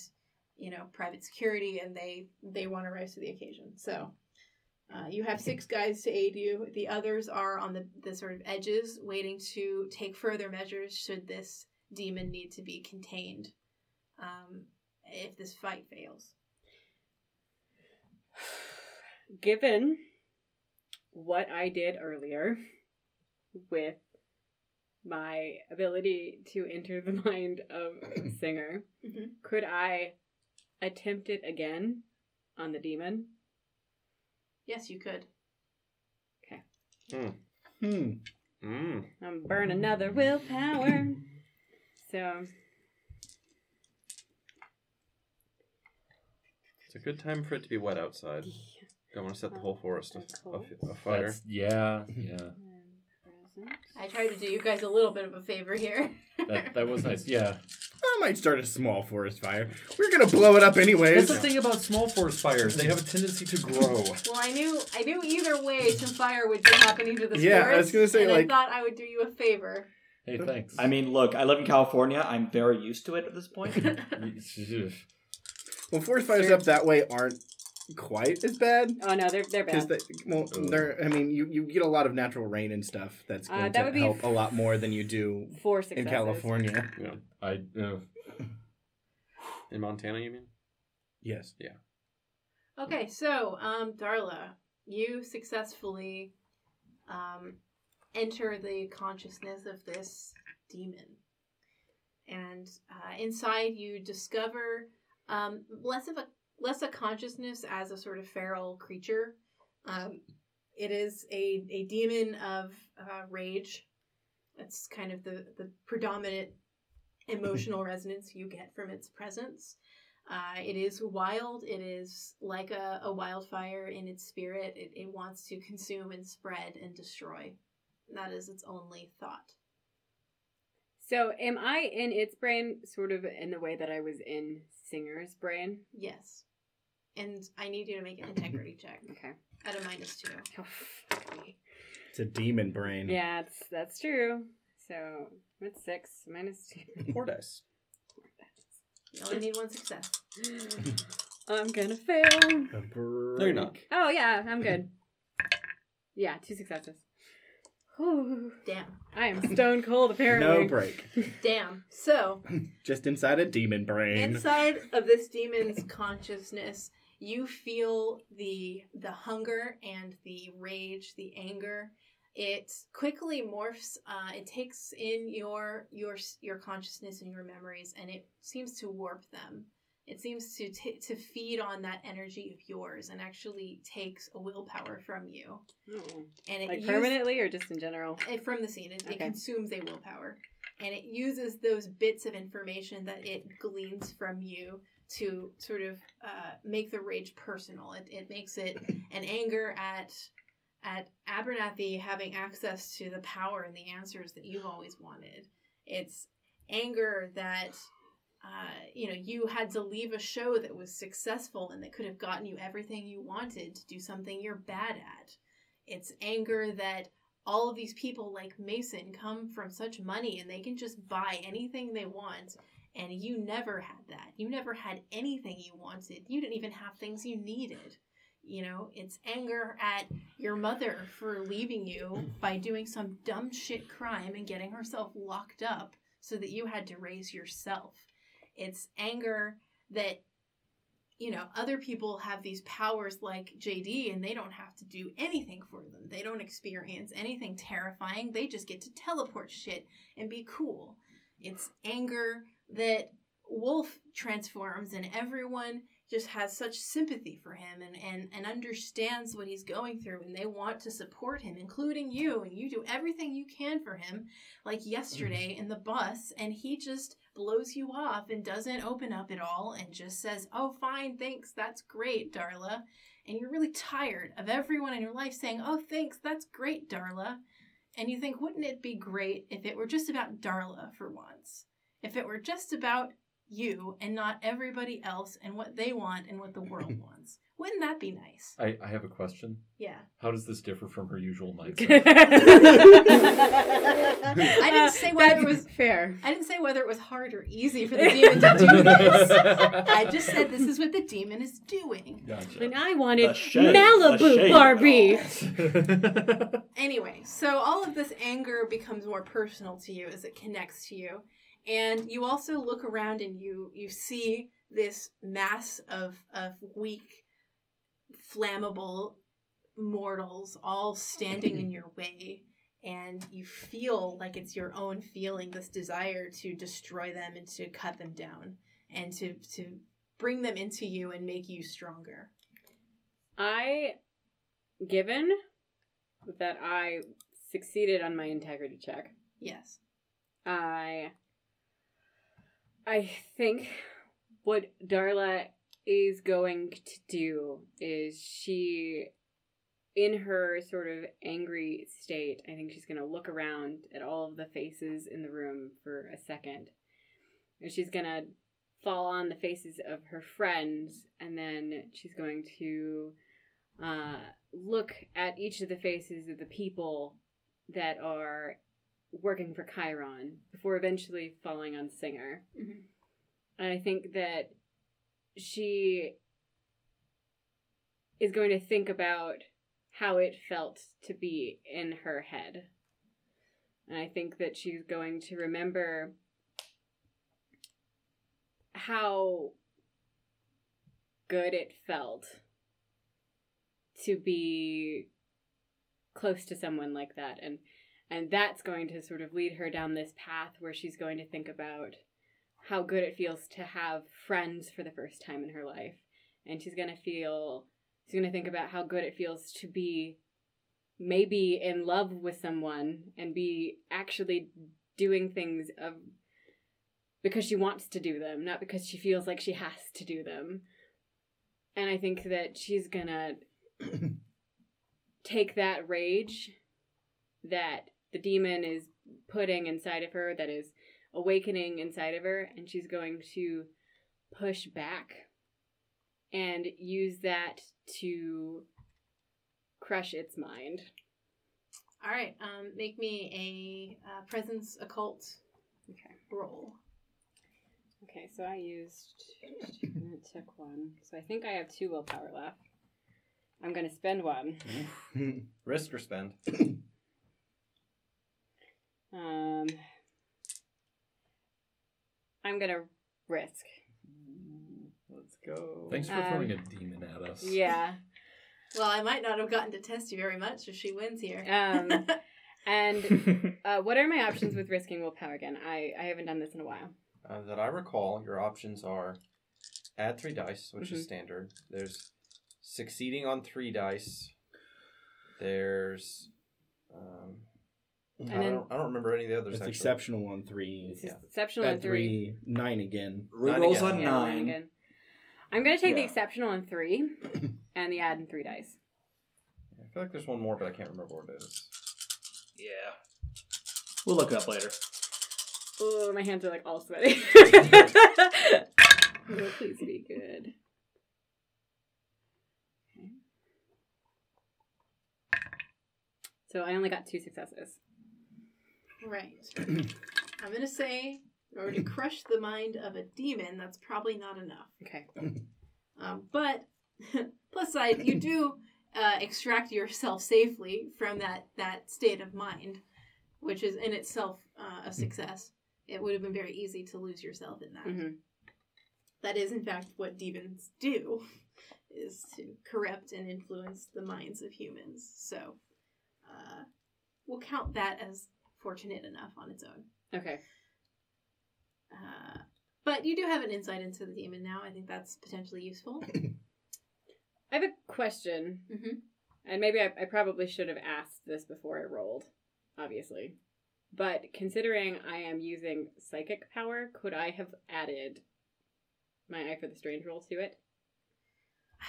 [SPEAKER 3] you know private security and they they want to rise to the occasion so uh, you have six guys to aid you. The others are on the, the sort of edges, waiting to take further measures should this demon need to be contained um, if this fight fails.
[SPEAKER 5] Given what I did earlier with my ability to enter the mind of a singer,
[SPEAKER 3] Mhm.
[SPEAKER 5] could I attempt it again on the demon?
[SPEAKER 3] Yes, you could.
[SPEAKER 2] Hmm.
[SPEAKER 6] Mm.
[SPEAKER 5] I'm burn another willpower. so
[SPEAKER 6] It's a good time for it to be wet outside. Don't want to set the whole forest
[SPEAKER 5] That's
[SPEAKER 6] af-
[SPEAKER 5] cool.
[SPEAKER 6] af- afire.
[SPEAKER 4] That's, yeah, yeah.
[SPEAKER 3] I tried to do you guys a little bit of a favor here.
[SPEAKER 4] That, that was nice. Yeah.
[SPEAKER 2] I might start a small forest fire. We're gonna blow it up anyways.
[SPEAKER 4] That's the thing about small forest fires. They have a tendency to grow.
[SPEAKER 3] Well, I knew I knew either way some fire would be happening to this
[SPEAKER 2] Yeah,
[SPEAKER 3] forest.
[SPEAKER 2] I was gonna say,
[SPEAKER 3] and
[SPEAKER 2] like-
[SPEAKER 3] I thought I would do you a favor.
[SPEAKER 4] Hey, thanks.
[SPEAKER 8] I mean, look, I live in California. I'm very used to it at this point.
[SPEAKER 2] Well, forest fires
[SPEAKER 5] Sure.
[SPEAKER 2] up that way aren't quite as bad
[SPEAKER 5] Oh no, they're they're
[SPEAKER 2] because
[SPEAKER 5] bad.
[SPEAKER 2] they well, they're. I mean, you you get a lot of natural rain and stuff. That's
[SPEAKER 5] Uh,
[SPEAKER 2] going
[SPEAKER 5] that
[SPEAKER 2] to
[SPEAKER 5] would be
[SPEAKER 2] help
[SPEAKER 5] f-
[SPEAKER 2] a lot more than you do
[SPEAKER 5] Four successes.
[SPEAKER 2] in California.
[SPEAKER 4] I uh,
[SPEAKER 6] In Montana, you mean?
[SPEAKER 2] Yes.
[SPEAKER 3] Okay, so um, Darla, you successfully um, enter the consciousness of this demon, and uh, inside you discover um, less of a less a consciousness as a sort of feral creature. Um, it is a, a demon of uh, rage. That's kind of the, the predominant emotional resonance you get from its presence. Uh, it is wild. It is like a, a wildfire in its spirit. It, it wants to consume and spread and destroy. That is its only thought.
[SPEAKER 5] So am I in its brain sort of in the way that I was in Singer's brain?
[SPEAKER 3] Yes. And I need you to make an integrity check
[SPEAKER 5] Okay.
[SPEAKER 3] at a minus two.
[SPEAKER 5] Oh,
[SPEAKER 2] It's a demon brain.
[SPEAKER 5] yeah, that's that's true. So what's six minus two?
[SPEAKER 6] Four dice.
[SPEAKER 3] You only need one success.
[SPEAKER 5] I'm gonna fail.
[SPEAKER 2] A break.
[SPEAKER 6] No, you're not.
[SPEAKER 5] Oh yeah, I'm good. Yeah, two successes. Whew.
[SPEAKER 3] Damn.
[SPEAKER 5] I am stone cold apparently. Oh,
[SPEAKER 2] No break.
[SPEAKER 3] Damn. So
[SPEAKER 2] Just inside a demon brain.
[SPEAKER 3] Inside of this demon's consciousness, you feel the the hunger and the rage, the anger. It quickly morphs. Uh, it takes in your your your consciousness and your memories, and it seems to warp them. It seems to t- to feed on that energy of yours, and actually takes a willpower from you.
[SPEAKER 5] Oh.
[SPEAKER 3] And it
[SPEAKER 5] Like
[SPEAKER 3] use-
[SPEAKER 5] permanently or just in general?
[SPEAKER 3] it- Eh, from the scene. It, it
[SPEAKER 5] Okay.
[SPEAKER 3] consumes a willpower, and it uses those bits of information that it gleans from you to sort of uh, make the rage personal. It, it makes it an anger at at Abernathy having access to the power and the answers that you've always wanted. It's anger that. Uh, you know, you had to leave a show that was successful and that could have gotten you everything you wanted to do something you're bad at. It's anger that all of these people like Mason come from such money and they can just buy anything they want. And you never had that. You never had anything you wanted. You didn't even have things you needed. You know, it's anger at your mother for leaving you by doing some dumb shit crime and getting herself locked up so that you had to raise yourself. It's anger that you know, other people have these powers like JD and they don't have to do anything for them. They don't experience anything terrifying. They just get to teleport shit and be cool. It's anger that Wolf transforms and everyone just has such sympathy for him and, and, and understands what he's going through and they want to support him, including you, and you do everything you can for him, like yesterday in the bus, and he just blows you off and doesn't open up at all and just says, Oh fine, thanks, that's great, Darla. And you're really tired of everyone in your life saying, Oh thanks, that's great, Darla. And you think, wouldn't it be great if it were just about Darla for once? If it were just about you and not everybody else and what they want and what the world wants. Wouldn't that be nice?
[SPEAKER 4] I, I have a question.
[SPEAKER 3] Yeah.
[SPEAKER 4] How does this differ from her usual mindset?
[SPEAKER 5] I
[SPEAKER 3] didn't say whether it was-
[SPEAKER 5] Uh, fair.
[SPEAKER 3] I didn't say whether it was hard or easy for the demon to do this. I just said this is what the demon is doing.
[SPEAKER 5] And
[SPEAKER 4] Gotcha.
[SPEAKER 5] I wanted
[SPEAKER 7] The shade, the
[SPEAKER 5] Malibu
[SPEAKER 7] shade.
[SPEAKER 5] Barbie.
[SPEAKER 3] Anyway, so all of this anger becomes more personal to you as it connects to you. And you also look around and you you see this mass of of weak, flammable mortals all standing in your way and you feel like it's your own feeling this desire to destroy them and to cut them down and to to bring them into you and make you stronger.
[SPEAKER 5] I, given that I succeeded on my integrity check.
[SPEAKER 3] Yes.
[SPEAKER 5] I I think what Darla is going to do is she in her sort of angry state, I think she's going to look around at all of the faces in the room for a second. And she's going to fall on the faces of her friends and then she's going to uh, look at each of the faces of the people that are working for Chiron before eventually falling on Singer.
[SPEAKER 3] Mhm.
[SPEAKER 5] And I think that she is going to think about how it felt to be in her head. And I think that she's going to remember how good it felt to be close to someone like that and and that's going to sort of lead her down this path where she's going to think about how good it feels to have friends for the first time in her life and she's going to feel she's going to think about how good it feels to be maybe in love with someone and be actually doing things of because she wants to do them not because she feels like she has to do them and i think that she's going to take that rage that the demon is putting inside of her, that is awakening inside of her, and she's going to push back and use that to crush its mind.
[SPEAKER 3] All right. Um, make me a uh, presence occult
[SPEAKER 5] Okay.
[SPEAKER 3] roll.
[SPEAKER 5] Okay, so I used and it took one. So I think I have two willpower left. I'm gonna spend one.
[SPEAKER 6] Risk or spend?
[SPEAKER 5] Um I'm gonna risk.
[SPEAKER 2] Let's go.
[SPEAKER 4] Thanks for
[SPEAKER 5] Um,
[SPEAKER 4] throwing a demon at us.
[SPEAKER 5] Yeah.
[SPEAKER 3] Well, I might not have gotten to test you very much if she wins here.
[SPEAKER 5] Um and Uh, what are my options with risking willpower again? I, I haven't done this in a while.
[SPEAKER 6] Uh, that I recall, your options are add three dice, which is standard. There's succeeding on three dice. There's. Um, I,
[SPEAKER 5] then-
[SPEAKER 6] don't, I don't remember any of the others.
[SPEAKER 2] It's
[SPEAKER 6] actually.
[SPEAKER 2] exceptional on three.
[SPEAKER 5] This
[SPEAKER 6] Yeah.
[SPEAKER 5] is exceptional on
[SPEAKER 2] At
[SPEAKER 5] three.
[SPEAKER 2] three, nine again.
[SPEAKER 6] Rolls
[SPEAKER 5] Yeah,
[SPEAKER 6] on
[SPEAKER 5] one again. I'm going to take the
[SPEAKER 6] Yeah.
[SPEAKER 5] exceptional on three and the add in three dice.
[SPEAKER 6] I feel like there's one more, but I can't remember what it is.
[SPEAKER 7] Yeah.
[SPEAKER 8] We'll look it up later.
[SPEAKER 5] Oh, my hands are like all sweaty. oh, please be good. Okay. So I only got two successes.
[SPEAKER 3] Right. I'm going to say, in order to crush the mind of a demon, that's probably not enough.
[SPEAKER 5] Okay.
[SPEAKER 3] Um, but plus side, you do uh, extract yourself safely from that that state of mind, which is in itself uh, a success. It would have been very easy to lose yourself in that.
[SPEAKER 5] Mhm.
[SPEAKER 3] That is, in fact, what demons do: is to corrupt and influence the minds of humans. So, uh, we'll count that as fortunate enough on its own.
[SPEAKER 5] Okay.
[SPEAKER 3] Uh, but you do have an insight into the demon now. I think that's potentially useful.
[SPEAKER 5] I have a question.
[SPEAKER 3] Mhm.
[SPEAKER 5] And maybe I, I probably should have asked this before I rolled, obviously. But considering I am using psychic power, could I have added my Eye for the Strange roll to it?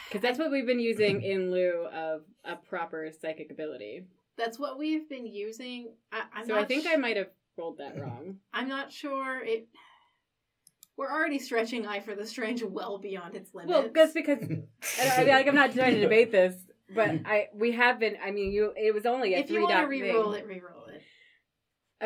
[SPEAKER 5] Because that's what we've been using in lieu of a proper psychic ability.
[SPEAKER 3] That's what we've been using. I, I'm
[SPEAKER 5] so
[SPEAKER 3] not
[SPEAKER 5] I think
[SPEAKER 3] sh-
[SPEAKER 5] I might have rolled that wrong.
[SPEAKER 3] I'm not sure it. We're already stretching Eye for the Strange well beyond its limits.
[SPEAKER 5] Well, that's because I, don't- I mean, like I'm not trying to debate this, but I we have been. I mean, you it was only a
[SPEAKER 3] if
[SPEAKER 5] three
[SPEAKER 3] you want to
[SPEAKER 5] dot
[SPEAKER 3] re-roll
[SPEAKER 5] thing.
[SPEAKER 3] it, re-roll it.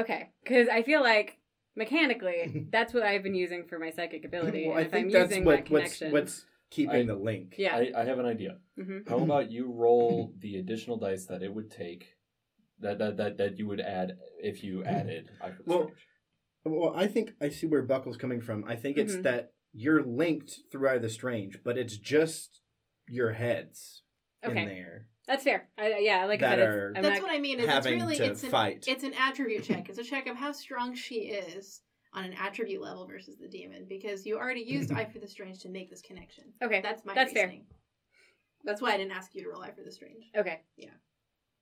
[SPEAKER 5] Okay, because I feel like mechanically that's what I've been using for my psychic ability.
[SPEAKER 2] Well,
[SPEAKER 5] and
[SPEAKER 2] I
[SPEAKER 5] if
[SPEAKER 2] think
[SPEAKER 5] I'm
[SPEAKER 2] that's
[SPEAKER 5] using
[SPEAKER 2] what,
[SPEAKER 5] that
[SPEAKER 2] what's,
[SPEAKER 5] connection,
[SPEAKER 2] what's keeping
[SPEAKER 4] I-
[SPEAKER 2] the link.
[SPEAKER 5] yeah,
[SPEAKER 4] I, I have an idea.
[SPEAKER 5] hmm
[SPEAKER 4] How about you roll the additional dice that it would take that that, that, that you would add if you added I could
[SPEAKER 2] Well,
[SPEAKER 4] Strange.
[SPEAKER 2] Well, I think I see where Buckle's coming from. I think it's
[SPEAKER 5] Mhm.
[SPEAKER 2] that you're linked through Eye of the Strange, but it's just your heads
[SPEAKER 5] Okay.
[SPEAKER 2] in there.
[SPEAKER 5] that's fair. I, yeah, like I
[SPEAKER 2] That
[SPEAKER 5] said, it's-
[SPEAKER 2] are
[SPEAKER 5] I'm
[SPEAKER 3] That's
[SPEAKER 5] not,
[SPEAKER 3] what I mean. Is it's
[SPEAKER 2] having
[SPEAKER 3] really
[SPEAKER 2] to
[SPEAKER 3] it's an,
[SPEAKER 2] fight.
[SPEAKER 3] It's an attribute check. It's a check of how strong she is on an attribute level versus the demon, because you already used Eye for the Strange to make this connection.
[SPEAKER 5] okay.
[SPEAKER 3] That's my
[SPEAKER 5] That's fair.
[SPEAKER 3] reasoning. That's why I didn't ask you to roll Eye for the Strange.
[SPEAKER 5] Okay.
[SPEAKER 3] Yeah.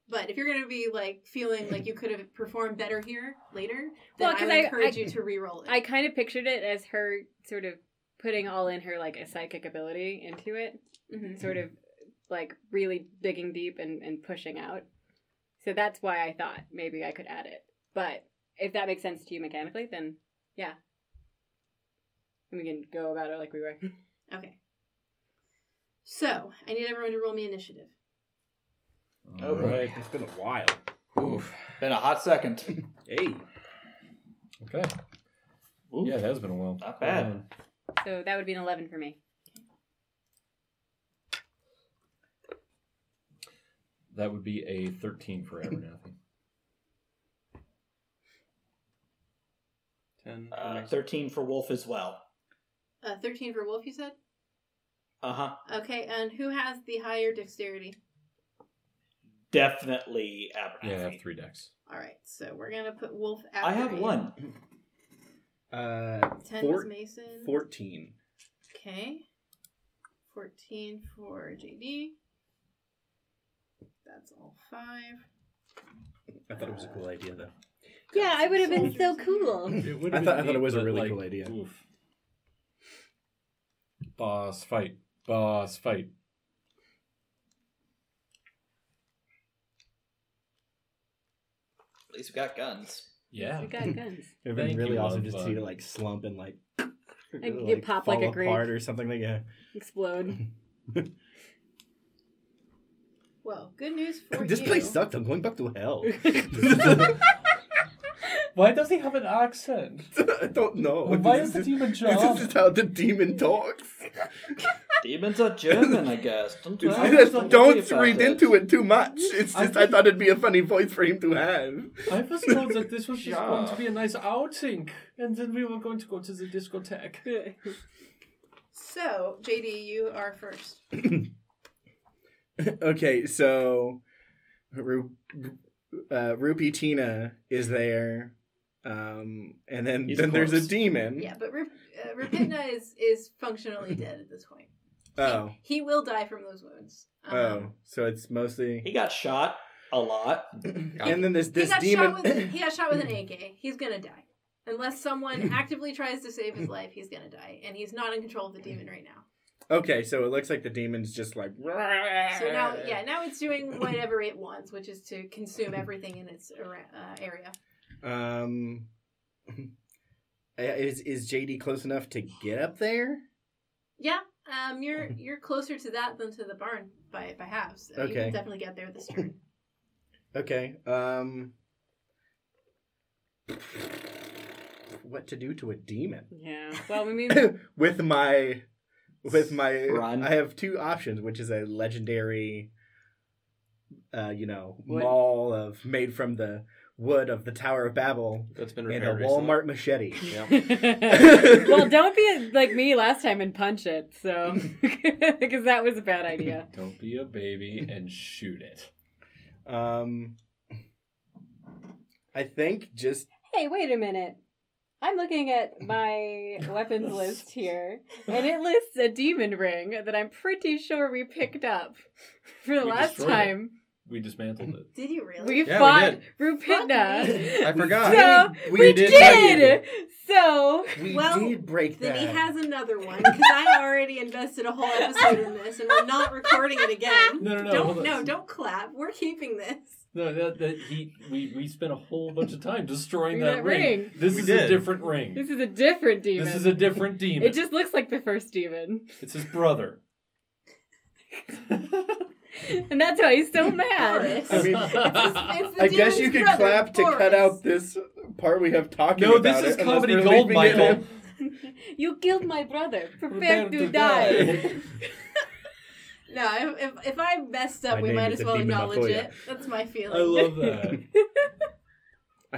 [SPEAKER 3] But if you're going to be like feeling like you could have performed better here later, then
[SPEAKER 5] Well,
[SPEAKER 3] I
[SPEAKER 5] 'cause
[SPEAKER 3] would
[SPEAKER 5] I-
[SPEAKER 3] encourage
[SPEAKER 5] I-
[SPEAKER 3] you to re-roll it.
[SPEAKER 5] I kind of pictured it as her sort of putting all in her like a psychic ability into it,
[SPEAKER 3] Mhm.
[SPEAKER 5] sort of like really digging deep and, and pushing out. So that's why I thought maybe I could add it. But if that makes sense to you mechanically, then yeah. And we can go about it like we were.
[SPEAKER 3] Okay. So I need everyone to roll me initiative.
[SPEAKER 7] All right.
[SPEAKER 2] It's been a while.
[SPEAKER 4] Oof.
[SPEAKER 7] Been a hot second.
[SPEAKER 2] Hey,
[SPEAKER 4] Okay. Yeah, that has been a while.
[SPEAKER 7] Not bad.
[SPEAKER 4] Hold on.
[SPEAKER 5] So that would be an 11 for me.
[SPEAKER 4] That would be a 13 for Abernathy.
[SPEAKER 6] 10.
[SPEAKER 7] Uh,
[SPEAKER 8] Thirteen for Wolf as well.
[SPEAKER 3] Uh, Thirteen for Wolf, you said.
[SPEAKER 8] Uh huh.
[SPEAKER 3] Okay, and who has the higher dexterity?
[SPEAKER 8] Definitely
[SPEAKER 4] yeah, I
[SPEAKER 8] Abernathy.
[SPEAKER 4] have three decks.
[SPEAKER 3] All right, so we're gonna put Wolf. After
[SPEAKER 8] I have
[SPEAKER 3] Aiden.
[SPEAKER 8] one.
[SPEAKER 2] uh,
[SPEAKER 3] Ten was
[SPEAKER 2] four,
[SPEAKER 3] Mason.
[SPEAKER 2] fourteen.
[SPEAKER 3] Okay. 14 for JD. That's all five.
[SPEAKER 2] I thought it was a cool idea though.
[SPEAKER 5] Yeah, I would have been so
[SPEAKER 3] Soldiers.
[SPEAKER 5] cool.
[SPEAKER 4] It
[SPEAKER 2] I thought- I thought it was a really cool idea.
[SPEAKER 4] Oof. Boss fight. Boss fight.
[SPEAKER 7] At least we got guns.
[SPEAKER 4] Yeah.
[SPEAKER 5] We got guns.
[SPEAKER 2] It'd been
[SPEAKER 4] Thank
[SPEAKER 2] really
[SPEAKER 4] you, love,
[SPEAKER 2] awesome just
[SPEAKER 4] uh,
[SPEAKER 2] to see it like slump and like,
[SPEAKER 5] you pop like
[SPEAKER 2] fall
[SPEAKER 5] a grape.
[SPEAKER 2] apart or something like that.
[SPEAKER 5] Explode.
[SPEAKER 3] Well, good news for
[SPEAKER 2] This
[SPEAKER 3] you.
[SPEAKER 2] place sucked. I'm going back to hell.
[SPEAKER 9] Why does he have an accent?
[SPEAKER 2] I don't know.
[SPEAKER 9] Why
[SPEAKER 2] This
[SPEAKER 9] is the
[SPEAKER 2] is-
[SPEAKER 9] demon
[SPEAKER 2] This
[SPEAKER 9] John?
[SPEAKER 2] is just how the demon talks.
[SPEAKER 7] Demons are German, I guess. Don't,
[SPEAKER 2] It's-
[SPEAKER 7] I
[SPEAKER 2] it's-
[SPEAKER 7] don't worry
[SPEAKER 2] don't
[SPEAKER 7] about
[SPEAKER 2] read
[SPEAKER 7] it.
[SPEAKER 2] into it too much. It's
[SPEAKER 9] I
[SPEAKER 2] just I thought it'd be a funny voice for him to have.
[SPEAKER 9] I was told that this was just
[SPEAKER 6] Yeah.
[SPEAKER 9] going to be a nice outing, and then we were going to go to the discotheque.
[SPEAKER 3] So, JD, you are first.
[SPEAKER 2] okay, so Ru- uh, Rupi Tina is there, um, and then
[SPEAKER 7] He's
[SPEAKER 2] then there's a
[SPEAKER 7] close.
[SPEAKER 2] demon.
[SPEAKER 3] Yeah, but Rup- uh, Rapidna is, is functionally dead at this point.
[SPEAKER 2] Oh,
[SPEAKER 3] He will die from those wounds. Um,
[SPEAKER 2] oh, so it's
[SPEAKER 7] He
[SPEAKER 2] mostly.
[SPEAKER 7] got shot a lot.
[SPEAKER 2] And then there's this
[SPEAKER 3] he got
[SPEAKER 2] demon.
[SPEAKER 3] shot with he got shot with an AK. He's gonna die. Unless someone actively tries to save his life, he's gonna die. And he's not in control of the demon right now.
[SPEAKER 2] okay, so it looks like the demon's just like.
[SPEAKER 3] So now, yeah, now it's doing whatever it wants, which is to consume everything in its ara- uh, area.
[SPEAKER 2] Um, eh, is is JD close enough to get up there?
[SPEAKER 3] Yeah, um, you're you're closer to that than to the barn by by halves. You
[SPEAKER 2] Okay.
[SPEAKER 3] can definitely get there this turn.
[SPEAKER 2] Okay. Um, what to do to a demon?
[SPEAKER 5] yeah. Well, I mean,
[SPEAKER 2] with my with my
[SPEAKER 7] Run.
[SPEAKER 2] I have two options, which is a legendary uh, you know,
[SPEAKER 5] Wood.
[SPEAKER 2] maul of made from the wood of the Tower of Babel
[SPEAKER 6] That's been
[SPEAKER 2] and
[SPEAKER 6] repaired
[SPEAKER 2] a
[SPEAKER 6] recently.
[SPEAKER 2] Walmart machete.
[SPEAKER 5] well, don't be like me last time and punch it, so because that was a bad idea.
[SPEAKER 4] Don't be a baby and shoot it.
[SPEAKER 2] Um I think just
[SPEAKER 5] Hey, wait a minute. I'm looking at my weapons list here, and it lists a demon ring that I'm pretty sure we picked up for the
[SPEAKER 4] We
[SPEAKER 5] last
[SPEAKER 4] destroyed it.
[SPEAKER 5] time.
[SPEAKER 4] We dismantled it.
[SPEAKER 3] Did you really?
[SPEAKER 5] We
[SPEAKER 6] Yeah, we
[SPEAKER 5] fought
[SPEAKER 6] did.
[SPEAKER 5] Rupitna.
[SPEAKER 6] I forgot.
[SPEAKER 5] So we, did. So
[SPEAKER 2] we
[SPEAKER 3] Well,
[SPEAKER 2] did break
[SPEAKER 3] Then
[SPEAKER 2] that.
[SPEAKER 3] he has another one because I already invested a whole episode in this, and we're not recording it again.
[SPEAKER 4] No, no, no, hold
[SPEAKER 3] Don't
[SPEAKER 4] on.
[SPEAKER 3] no, don't clap. We're keeping this.
[SPEAKER 4] No, that, that he we, we spent a whole bunch of time destroying
[SPEAKER 5] That
[SPEAKER 4] that, ring.
[SPEAKER 5] ring.
[SPEAKER 4] This
[SPEAKER 6] We
[SPEAKER 4] is a
[SPEAKER 6] did.
[SPEAKER 4] different ring.
[SPEAKER 5] this is a different demon.
[SPEAKER 4] This is a different demon.
[SPEAKER 5] It just looks like the first demon.
[SPEAKER 4] It's his brother.
[SPEAKER 5] And that's why he's so mad.
[SPEAKER 3] Boris.
[SPEAKER 2] I mean
[SPEAKER 3] It's- it's the
[SPEAKER 2] I guess
[SPEAKER 3] demon's
[SPEAKER 2] you could
[SPEAKER 3] brother,
[SPEAKER 2] clap to cut
[SPEAKER 3] Boris.
[SPEAKER 2] out this part we have talking
[SPEAKER 4] no,
[SPEAKER 2] about.
[SPEAKER 4] this is
[SPEAKER 2] it, unless
[SPEAKER 4] comedy
[SPEAKER 2] we're
[SPEAKER 4] gold,
[SPEAKER 2] leaving it
[SPEAKER 4] Michael.
[SPEAKER 5] You killed my brother. Prepare
[SPEAKER 4] Prepare
[SPEAKER 5] to
[SPEAKER 4] to
[SPEAKER 5] die.
[SPEAKER 3] No, if, if, if I messed up,
[SPEAKER 2] My
[SPEAKER 3] we
[SPEAKER 2] name
[SPEAKER 3] might
[SPEAKER 2] is
[SPEAKER 3] as
[SPEAKER 2] a
[SPEAKER 3] well
[SPEAKER 2] demon
[SPEAKER 3] acknowledge
[SPEAKER 2] Matoya.
[SPEAKER 3] it. That's my feeling.
[SPEAKER 4] I love that.
[SPEAKER 2] I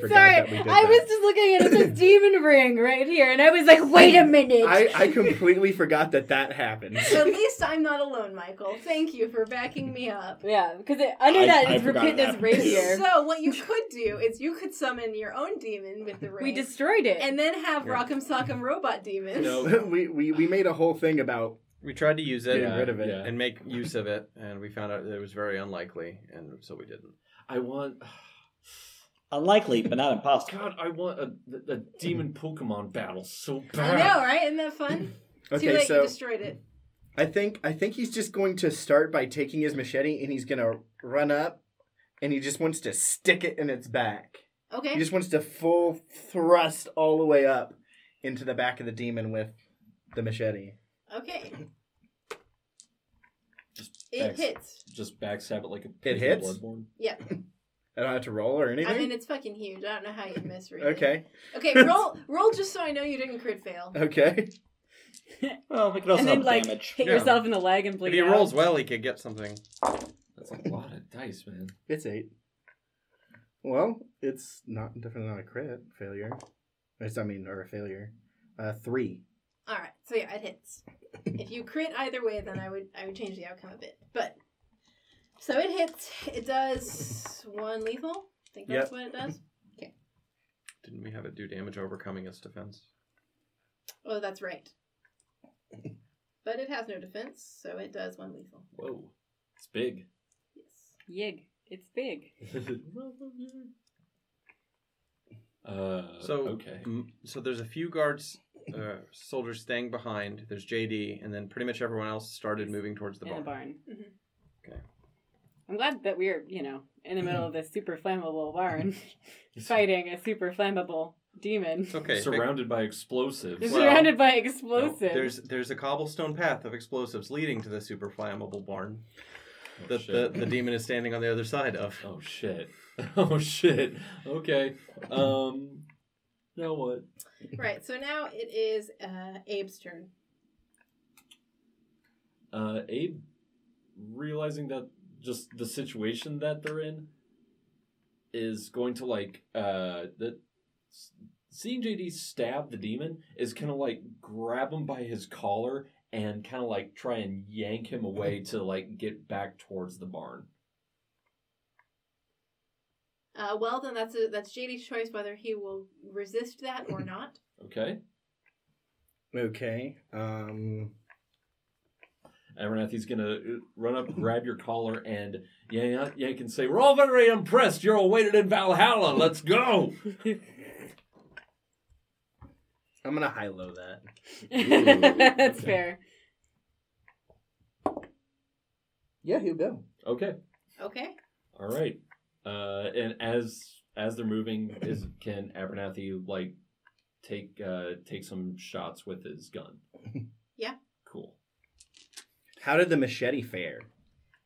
[SPEAKER 2] forgot that we
[SPEAKER 5] Sorry,
[SPEAKER 2] did
[SPEAKER 5] I
[SPEAKER 2] that.
[SPEAKER 5] was just looking at it, it says demon ring right here, and I was like, wait a minute.
[SPEAKER 2] I, I completely forgot that that happened.
[SPEAKER 3] So at least I'm not alone, Michael. Thank you for backing me up.
[SPEAKER 5] yeah, because under
[SPEAKER 7] I-
[SPEAKER 5] that
[SPEAKER 7] I
[SPEAKER 5] it's
[SPEAKER 7] forgot it
[SPEAKER 5] Rapidna's
[SPEAKER 7] happened.
[SPEAKER 5] rapier.
[SPEAKER 3] So what you could do is you could summon your own demon with the ring.
[SPEAKER 5] we destroyed it.
[SPEAKER 3] and then have Rock'em Sock'em Robot Demons.
[SPEAKER 4] No.
[SPEAKER 2] we, we we made a whole thing about
[SPEAKER 6] We tried to use it
[SPEAKER 2] Getting
[SPEAKER 6] and,
[SPEAKER 2] rid of it.
[SPEAKER 4] yeah.
[SPEAKER 6] and make use of it, and we found out that it was very unlikely, and so we didn't.
[SPEAKER 4] I want.
[SPEAKER 8] Unlikely, but not impossible.
[SPEAKER 4] God, I want a, a demon Pokemon battle so
[SPEAKER 3] I
[SPEAKER 4] bad.
[SPEAKER 3] know, right? Isn't that fun? Too
[SPEAKER 2] Okay,
[SPEAKER 3] late, you
[SPEAKER 2] so
[SPEAKER 3] destroyed it.
[SPEAKER 2] I think I think he's just going to start by taking his machete and he's gonna run up, and he just wants to stick it in its back. He
[SPEAKER 3] Okay.
[SPEAKER 2] just wants to full thrust all the way up into the back of the demon with the machete.
[SPEAKER 3] Okay.
[SPEAKER 4] Just
[SPEAKER 3] It
[SPEAKER 4] backs-
[SPEAKER 3] hits.
[SPEAKER 4] Just backstab it like a pig
[SPEAKER 2] It
[SPEAKER 4] in
[SPEAKER 2] hits?
[SPEAKER 4] Bloodborne.
[SPEAKER 3] Yep.
[SPEAKER 2] I don't have to roll or anything.
[SPEAKER 3] I mean, it's fucking huge. I don't know how you miss really.
[SPEAKER 2] okay,
[SPEAKER 3] Okay, roll roll just so I know you didn't crit fail.
[SPEAKER 2] okay.
[SPEAKER 8] Well, we could also
[SPEAKER 5] and
[SPEAKER 8] have
[SPEAKER 5] then like
[SPEAKER 8] damage.
[SPEAKER 5] hit
[SPEAKER 6] Yeah.
[SPEAKER 5] yourself in the leg and bleed.
[SPEAKER 6] If he
[SPEAKER 5] out.
[SPEAKER 6] rolls well, he could get something.
[SPEAKER 4] That's a lot of dice, man.
[SPEAKER 2] It's eight. Well, it's not definitely not a crit failure. It's I mean, or a failure. Uh, three.
[SPEAKER 3] All right. So yeah, it hits. if you crit either way, then I would I would change the outcome a bit. But so it hits. It does one lethal. I think that's
[SPEAKER 2] Yep.
[SPEAKER 3] what it does.
[SPEAKER 6] Didn't we have it do damage overcoming its defense?
[SPEAKER 3] Oh, that's right. But it has no defense, so it does one lethal.
[SPEAKER 4] Whoa, it's big.
[SPEAKER 3] Yes.
[SPEAKER 5] Yig. It's big.
[SPEAKER 4] Uh,
[SPEAKER 6] So-
[SPEAKER 4] okay.
[SPEAKER 6] Mm, So there's a few guards, uh, soldiers staying behind. There's JD, and then pretty much everyone else started moving towards the
[SPEAKER 5] in
[SPEAKER 6] barn.
[SPEAKER 5] the barn.
[SPEAKER 3] Mhm.
[SPEAKER 6] Okay.
[SPEAKER 5] I'm glad that we're, you know, in the middle of this super flammable barn fighting a super flammable demon.
[SPEAKER 6] It's okay.
[SPEAKER 4] Surrounded by explosives.
[SPEAKER 5] They're
[SPEAKER 6] Well-
[SPEAKER 5] surrounded by
[SPEAKER 6] No,
[SPEAKER 5] explosives.
[SPEAKER 6] there's there's a cobblestone path of explosives leading to the super flammable barn
[SPEAKER 4] Oh,
[SPEAKER 6] that the,
[SPEAKER 4] shit.
[SPEAKER 6] the demon is standing on the other side of.
[SPEAKER 4] Oh shit. Oh shit. Okay. Um. Now what?
[SPEAKER 3] Right. So now it is uh, Abe's turn.
[SPEAKER 4] Uh, Abe, realizing that just the situation that they're in is going to like uh that s- seeing JD stab the demon is kind of like grab him by his collar and kind of like try and yank him away to like get back towards the barn.
[SPEAKER 3] Uh, well, then that's a, that's JD's choice whether he will resist that or not.
[SPEAKER 4] Okay.
[SPEAKER 2] Okay. Um.
[SPEAKER 4] Abernathy's gonna uh, run up, grab your collar, and yank, yank and say, "We're all very impressed. You're awaited in Valhalla. Let's go."
[SPEAKER 2] I'm gonna high low that.
[SPEAKER 5] That's
[SPEAKER 4] okay.
[SPEAKER 5] fair.
[SPEAKER 2] Yeah, he'll go.
[SPEAKER 4] Okay.
[SPEAKER 3] Okay.
[SPEAKER 4] All right. Uh, and as as they're moving, is can Abernathy like take uh, take some shots with his gun?
[SPEAKER 3] Yeah.
[SPEAKER 4] Cool.
[SPEAKER 2] How did the machete fare?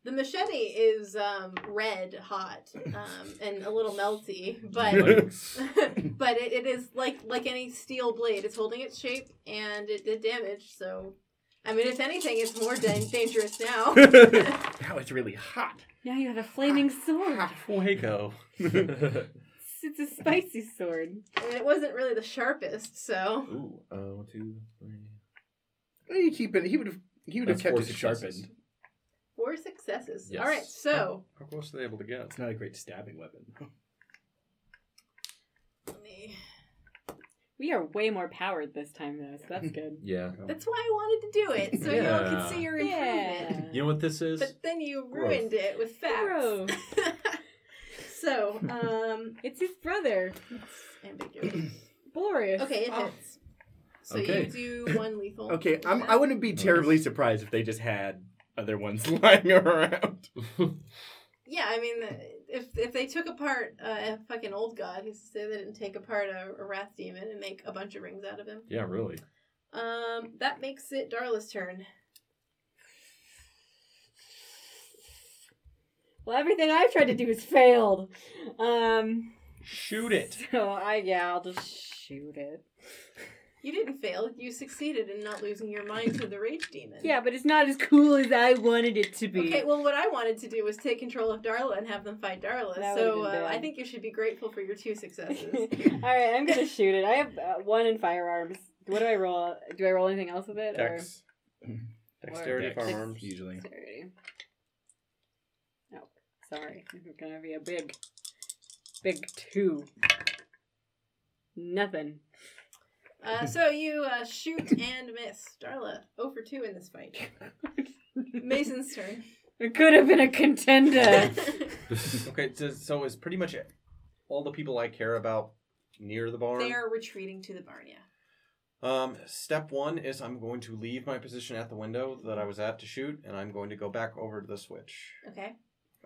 [SPEAKER 3] The machete is um, red hot um, and a little melty, but
[SPEAKER 4] Like,
[SPEAKER 3] but it, it is like like any steel blade. It's holding its shape and it did damage. So, I mean, if anything, it's more dan- dangerous now.
[SPEAKER 2] now it's really hot.
[SPEAKER 5] Now you have a flaming sword.
[SPEAKER 6] Fuego.
[SPEAKER 5] It's- It's a spicy sword.
[SPEAKER 3] I mean, it wasn't really the sharpest, so
[SPEAKER 4] Ooh, uh, one, two, three.
[SPEAKER 2] He keep it. He would have. He would have
[SPEAKER 4] That's
[SPEAKER 2] kept
[SPEAKER 4] four
[SPEAKER 2] it
[SPEAKER 4] successes.
[SPEAKER 2] sharpened.
[SPEAKER 3] four successes.
[SPEAKER 4] Yes.
[SPEAKER 3] All right, so
[SPEAKER 6] How close are they able to get?
[SPEAKER 2] It's not a great stabbing weapon.
[SPEAKER 3] let me-
[SPEAKER 5] We are way more powered this time though, so that's good.
[SPEAKER 4] Yeah.
[SPEAKER 3] that's why I wanted to do it, so you all
[SPEAKER 4] Yeah.
[SPEAKER 3] could see your improvement.
[SPEAKER 5] yeah.
[SPEAKER 4] You know what this is?
[SPEAKER 3] But then you
[SPEAKER 4] Gross.
[SPEAKER 3] ruined it with facts.
[SPEAKER 5] Gross.
[SPEAKER 3] so, um,
[SPEAKER 5] It's his brother.
[SPEAKER 3] it's ambiguous.
[SPEAKER 5] Boris.
[SPEAKER 3] Okay, it
[SPEAKER 2] Oh.
[SPEAKER 3] hits. So
[SPEAKER 4] Okay.
[SPEAKER 3] you do one lethal.
[SPEAKER 2] Okay,
[SPEAKER 3] with
[SPEAKER 2] I'm.
[SPEAKER 3] that.
[SPEAKER 2] I wouldn't be terribly surprised if they just had other ones lying around.
[SPEAKER 3] Yeah, I mean, if if they took apart uh, a fucking old god, who's to say they didn't take apart a, a wrath demon and make a bunch of rings out of him?
[SPEAKER 4] yeah, really.
[SPEAKER 3] Um, that makes it Darla's turn.
[SPEAKER 5] Well, everything I've tried to do has failed. Um,
[SPEAKER 6] Shoot it.
[SPEAKER 5] so I yeah, I'll just shoot it.
[SPEAKER 3] You didn't fail. You succeeded in not losing your mind to the rage demon.
[SPEAKER 5] Yeah, but it's not as cool as I wanted it to be.
[SPEAKER 3] Okay, well, what I wanted to do was take control of Darla and have them fight Darla.
[SPEAKER 5] That
[SPEAKER 3] so
[SPEAKER 5] would've been
[SPEAKER 3] uh,
[SPEAKER 5] bad.
[SPEAKER 3] I think you should be grateful for your two successes.
[SPEAKER 5] All right, I'm gonna shoot it. I have uh, one in firearms. What do I roll? Do I roll anything else with it? Or?
[SPEAKER 6] Dex. Dexterity
[SPEAKER 2] Dex,
[SPEAKER 6] firearms.
[SPEAKER 2] usually.
[SPEAKER 5] Sorry. Oh, sorry. This is gonna be a big, big two. Nothing.
[SPEAKER 3] Uh, so you uh, shoot and miss. Darla, 0 for 2 in this fight. Mason's turn.
[SPEAKER 5] It could have been a contender.
[SPEAKER 6] okay, so, so is pretty much it. all the people I care about near the barn.
[SPEAKER 3] they are retreating to the barn, yeah.
[SPEAKER 6] Um, step one is I'm going to leave my position at the window that I was at to shoot, and I'm going to go back over to the switch.
[SPEAKER 3] Okay.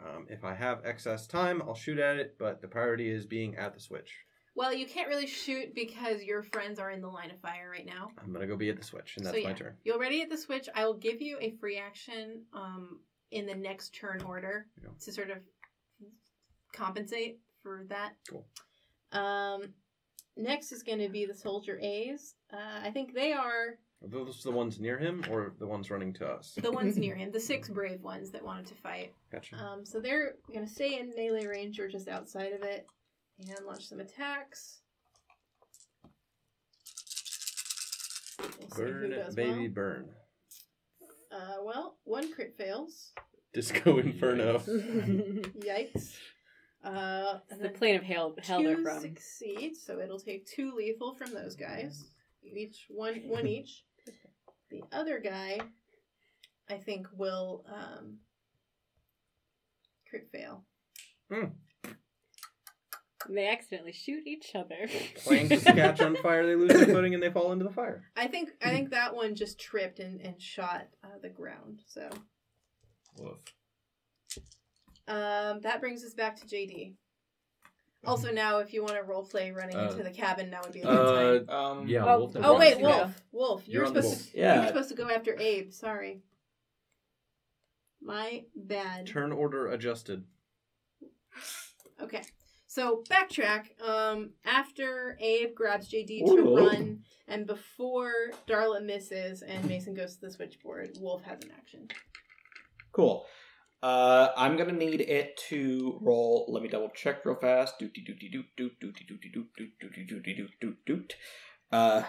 [SPEAKER 6] Um, if I have excess time, I'll shoot at it, but the priority is being at the switch.
[SPEAKER 3] Well, you can't really shoot because your friends are in the line of fire right now.
[SPEAKER 6] I'm gonna go be at the switch, and that's my turn.
[SPEAKER 3] You're ready at the switch. I will give you a free action um, in the next turn order
[SPEAKER 6] Yeah.
[SPEAKER 3] to sort of compensate for that.
[SPEAKER 6] Cool.
[SPEAKER 3] Um, next is going to be the soldier A's. Uh, I think they are
[SPEAKER 6] Are those the ones near him, or the ones running to us?
[SPEAKER 3] the ones near him, the six brave ones that wanted to fight.
[SPEAKER 6] Gotcha.
[SPEAKER 3] Um, so they're going to stay in melee range or just outside of it and launch some attacks. We'll see who
[SPEAKER 6] burn,
[SPEAKER 3] does
[SPEAKER 6] baby,
[SPEAKER 3] well.
[SPEAKER 6] burn.
[SPEAKER 3] Uh, well, one crit fails.
[SPEAKER 6] Disco Inferno.
[SPEAKER 3] Yikes. Uh, and
[SPEAKER 5] the
[SPEAKER 3] then
[SPEAKER 5] plane of hell, hell they're
[SPEAKER 3] two
[SPEAKER 5] from.
[SPEAKER 3] succeed, so it'll take two lethal from those guys. Each one, one each. The other guy, I think, will um, crit fail.
[SPEAKER 5] They accidentally shoot each other.
[SPEAKER 6] Planes just catch on fire, they lose their footing, and they fall into the fire.
[SPEAKER 3] I think I
[SPEAKER 4] Mm.
[SPEAKER 3] think that one just tripped and and shot uh, the ground. So
[SPEAKER 4] Woof.
[SPEAKER 3] um, that brings us back to JD. Also, now if you want to role play running
[SPEAKER 4] Um, Uh,
[SPEAKER 3] into the cabin, that would be a good time.
[SPEAKER 4] Uh,
[SPEAKER 8] Um,
[SPEAKER 4] yeah.
[SPEAKER 5] Oh,
[SPEAKER 4] Wolf
[SPEAKER 3] Oh
[SPEAKER 5] Wolf,
[SPEAKER 3] wait,
[SPEAKER 5] you're
[SPEAKER 3] Wolf.
[SPEAKER 5] up.
[SPEAKER 3] Wolf, you're,
[SPEAKER 4] You're on the
[SPEAKER 3] supposed
[SPEAKER 4] wolf.
[SPEAKER 3] to
[SPEAKER 8] Yeah.
[SPEAKER 3] you're supposed to go after Abe. Sorry. My bad.
[SPEAKER 6] Turn order adjusted.
[SPEAKER 3] Okay. So backtrack. Um, after Abe grabs JD to
[SPEAKER 8] Ooh.
[SPEAKER 3] run, and before Darla misses and Mason goes to the switchboard, Wolf has an action.
[SPEAKER 8] Cool. Uh, I'm gonna need it to roll. Let me double check real fast. Doot doot doot doot doot doot doot doot doot doot doot doot doot doot doot. Uh,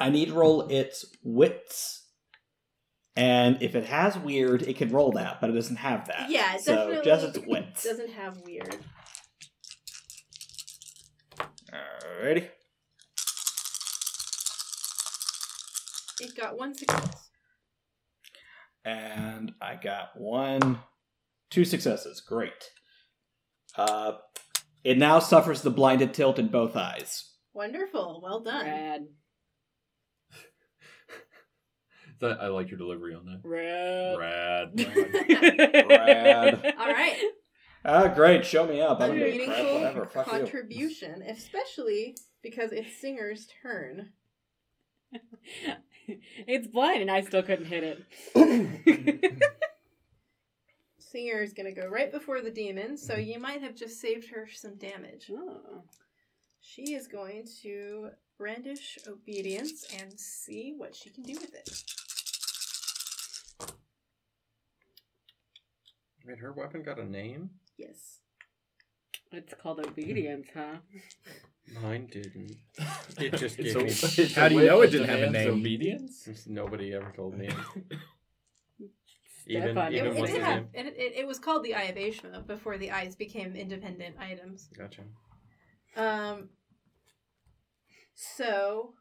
[SPEAKER 8] I need to roll its wits, and if it has weird, it can roll that, but it doesn't have that.
[SPEAKER 3] Yeah, it
[SPEAKER 8] so
[SPEAKER 3] definitely
[SPEAKER 8] just its wits.
[SPEAKER 3] Doesn't have weird.
[SPEAKER 8] Alrighty.
[SPEAKER 3] It got one success.
[SPEAKER 8] and I got one, two successes. Great. Uh, it now suffers the blinded tilt in both eyes.
[SPEAKER 3] Wonderful. Well done.
[SPEAKER 5] Rad.
[SPEAKER 4] That I like your delivery on that.
[SPEAKER 5] Rad.
[SPEAKER 4] Rad.
[SPEAKER 8] Rad.
[SPEAKER 3] All right.
[SPEAKER 8] Ah, great. Show me up.
[SPEAKER 3] a
[SPEAKER 8] I don't give a crap.
[SPEAKER 3] meaningful
[SPEAKER 8] Whatever. Fuck you.
[SPEAKER 3] contribution, especially because it's singer's turn.
[SPEAKER 5] it's blind and I still couldn't hit it.
[SPEAKER 3] Singer is going to go right before the demon, so you might have just saved her some damage.
[SPEAKER 5] oh.
[SPEAKER 3] She is going to brandish obedience and see what she can do with it.
[SPEAKER 6] Wait, her weapon got a name?
[SPEAKER 3] Yes.
[SPEAKER 5] It's called obedience, huh?
[SPEAKER 6] Mine didn't. It just
[SPEAKER 4] It's
[SPEAKER 6] gave
[SPEAKER 4] a-
[SPEAKER 6] me.
[SPEAKER 4] it's a
[SPEAKER 2] How do you know
[SPEAKER 4] whip
[SPEAKER 2] it didn't have a
[SPEAKER 4] that demands
[SPEAKER 2] name?
[SPEAKER 4] Obedience.
[SPEAKER 6] Since nobody ever told me.
[SPEAKER 5] Step on
[SPEAKER 3] It,
[SPEAKER 6] Even
[SPEAKER 3] it
[SPEAKER 6] what's
[SPEAKER 3] did
[SPEAKER 6] her
[SPEAKER 3] have. It, it, it was called the Eye of Aishma before the eyes became independent items.
[SPEAKER 6] Gotcha.
[SPEAKER 3] Um. So,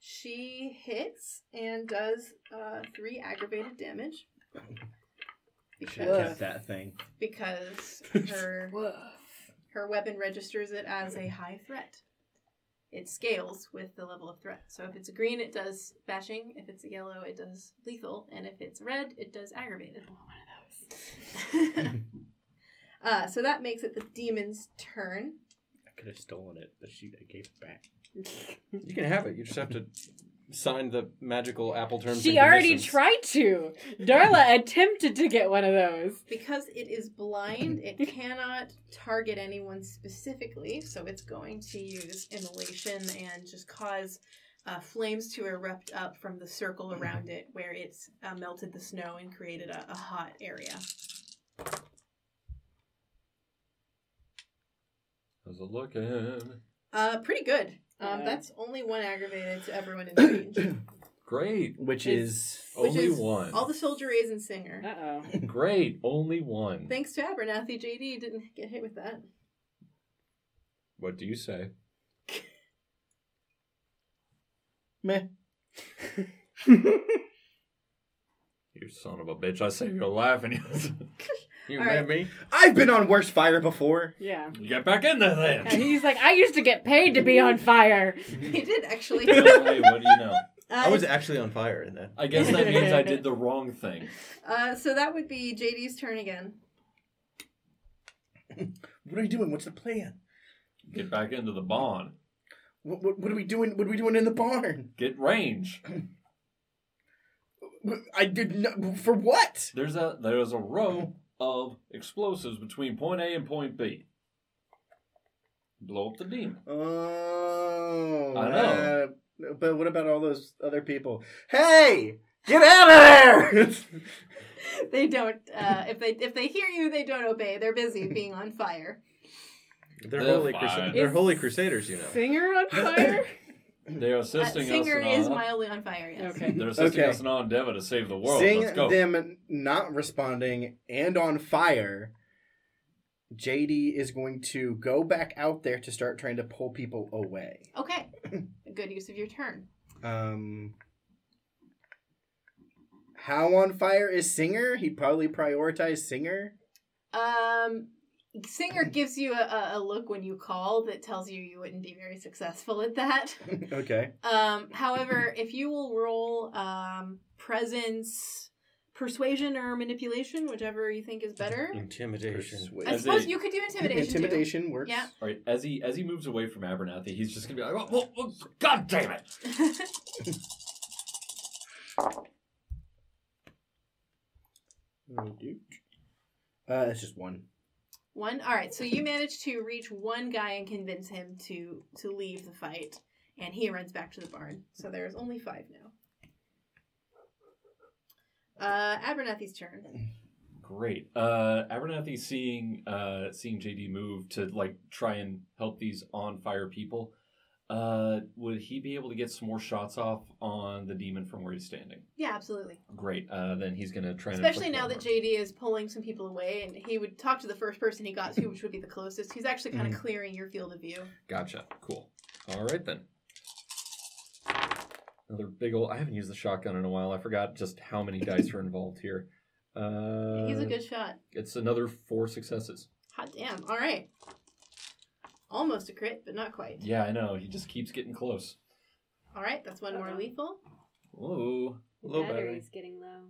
[SPEAKER 3] she hits and does uh, three aggravated damage.
[SPEAKER 2] Should
[SPEAKER 5] Woof.
[SPEAKER 2] have kept that thing.
[SPEAKER 3] because her her weapon registers it as a high threat. It scales with the level of threat. So if it's a green, it does bashing. If it's a yellow, it does lethal, and if it's red, it does aggravated. one of those. uh, so that makes it the demon's turn.
[SPEAKER 2] I could have stolen it, but she I gave it back.
[SPEAKER 6] You can have it. You just have to sign the magical Apple terms.
[SPEAKER 5] She
[SPEAKER 6] and
[SPEAKER 5] already
[SPEAKER 6] conditions.
[SPEAKER 5] tried to. Darla attempted to get one of those.
[SPEAKER 3] Because it is blind, it cannot target anyone specifically, so it's going to use immolation and just cause uh, flames to erupt up from the circle
[SPEAKER 5] Mm-hmm.
[SPEAKER 3] around it where it's uh, melted the snow and created a, a hot area.
[SPEAKER 4] How's it looking?
[SPEAKER 3] Uh, pretty good. Um,
[SPEAKER 5] Yeah.
[SPEAKER 3] That's only one aggravated to everyone in the range.
[SPEAKER 4] Great.
[SPEAKER 2] Which
[SPEAKER 5] Is-
[SPEAKER 2] is
[SPEAKER 3] Which
[SPEAKER 4] Only
[SPEAKER 3] is
[SPEAKER 4] one.
[SPEAKER 3] All the soldier rays and singer.
[SPEAKER 5] Uh oh.
[SPEAKER 4] Great. Only one.
[SPEAKER 3] Thanks to Abernathy, JD didn't get hit with that.
[SPEAKER 4] what do you say?
[SPEAKER 2] Meh.
[SPEAKER 4] You son of a bitch! I saved your life, and you,
[SPEAKER 6] You
[SPEAKER 3] All right.
[SPEAKER 6] mad me?
[SPEAKER 2] I've been on worse fire before.
[SPEAKER 5] Yeah.
[SPEAKER 4] you get back in there then.
[SPEAKER 5] And he's like, I used to get paid to be on fire.
[SPEAKER 3] He did actually.
[SPEAKER 4] So, hey, what do you know?
[SPEAKER 6] I was
[SPEAKER 3] Uh,
[SPEAKER 6] actually on fire in that.
[SPEAKER 4] I guess that means I did the wrong thing.
[SPEAKER 3] uh, so that would be JD's turn again.
[SPEAKER 2] What are you doing? What's the plan?
[SPEAKER 4] Get back into the barn.
[SPEAKER 2] What, what, what are we doing? What are we doing in the barn?
[SPEAKER 4] Get range.
[SPEAKER 2] I did not, for what?
[SPEAKER 4] There's a there's a row of explosives between point A and point B. Blow up the demon.
[SPEAKER 2] Oh,
[SPEAKER 4] I know.
[SPEAKER 2] uh, but what about all those other people? Hey, get out of there!
[SPEAKER 3] They don't. Uh, if they if they hear you, they don't obey. They're busy being on fire.
[SPEAKER 6] They're,
[SPEAKER 4] They're
[SPEAKER 6] holy,
[SPEAKER 4] fine.
[SPEAKER 6] crus- they're holy crusaders, you know.
[SPEAKER 5] Singer on fire?
[SPEAKER 4] They are
[SPEAKER 3] Uh,
[SPEAKER 4] assisting us.
[SPEAKER 3] singer
[SPEAKER 4] in
[SPEAKER 3] is
[SPEAKER 4] our-
[SPEAKER 3] mildly on fire. Yes.
[SPEAKER 5] Okay.
[SPEAKER 4] They're assisting
[SPEAKER 2] Okay.
[SPEAKER 4] us in our endeavor to save the world.
[SPEAKER 2] Seeing
[SPEAKER 4] Let's go.
[SPEAKER 2] them not responding and on fire, JD is going to go back out there to start trying to pull people away.
[SPEAKER 3] Okay. Good use of your turn.
[SPEAKER 2] Um, how on fire is Singer? He'd probably prioritize Singer.
[SPEAKER 3] Um, singer gives you a- a, a look when you call that tells you you wouldn't be very successful at that.
[SPEAKER 2] okay.
[SPEAKER 3] Um, however, if you will roll um, presence, persuasion, or manipulation, whichever you think is better.
[SPEAKER 6] Intimidation.
[SPEAKER 3] I
[SPEAKER 4] As
[SPEAKER 3] suppose
[SPEAKER 4] a-
[SPEAKER 3] you could do intimidation.
[SPEAKER 2] Intimidation works.
[SPEAKER 3] Yeah.
[SPEAKER 4] All right, as he as he moves away from Abernathy, he's just gonna be like, oh, oh, oh, God damn it!
[SPEAKER 3] Too.
[SPEAKER 2] Uh, it's just one.
[SPEAKER 3] one. All right. So you manage to reach one guy and convince him to to leave the fight, and he runs back to the barn. So there's only five now. Uh, Abernathy's turn.
[SPEAKER 4] Great. Uh, Abernathy seeing uh, seeing JD move to like try and help these on fire people. Uh, would he be able to get some more shots off on the demon from where he's standing?
[SPEAKER 3] Yeah, absolutely.
[SPEAKER 4] Great. Uh, then he's gonna try. and
[SPEAKER 3] Especially
[SPEAKER 4] inflict
[SPEAKER 3] now
[SPEAKER 4] one
[SPEAKER 3] that
[SPEAKER 4] more.
[SPEAKER 3] JD is pulling some people away, and he would talk to the first person he got to, which would be the closest. He's actually kind
[SPEAKER 4] Mm-hmm.
[SPEAKER 3] of clearing your field of view.
[SPEAKER 4] Gotcha. Cool. All right then. Another big old. I haven't used the shotgun in a while. I forgot just how many dice are involved here. Uh,
[SPEAKER 3] He's a good shot.
[SPEAKER 4] It's another four successes.
[SPEAKER 3] Hot damn! All right, almost a crit, but not quite.
[SPEAKER 4] Yeah, I know. He just keeps getting close.
[SPEAKER 3] All right, that's one more lethal.
[SPEAKER 4] Whoa.
[SPEAKER 6] A little better.
[SPEAKER 5] Battery's getting low.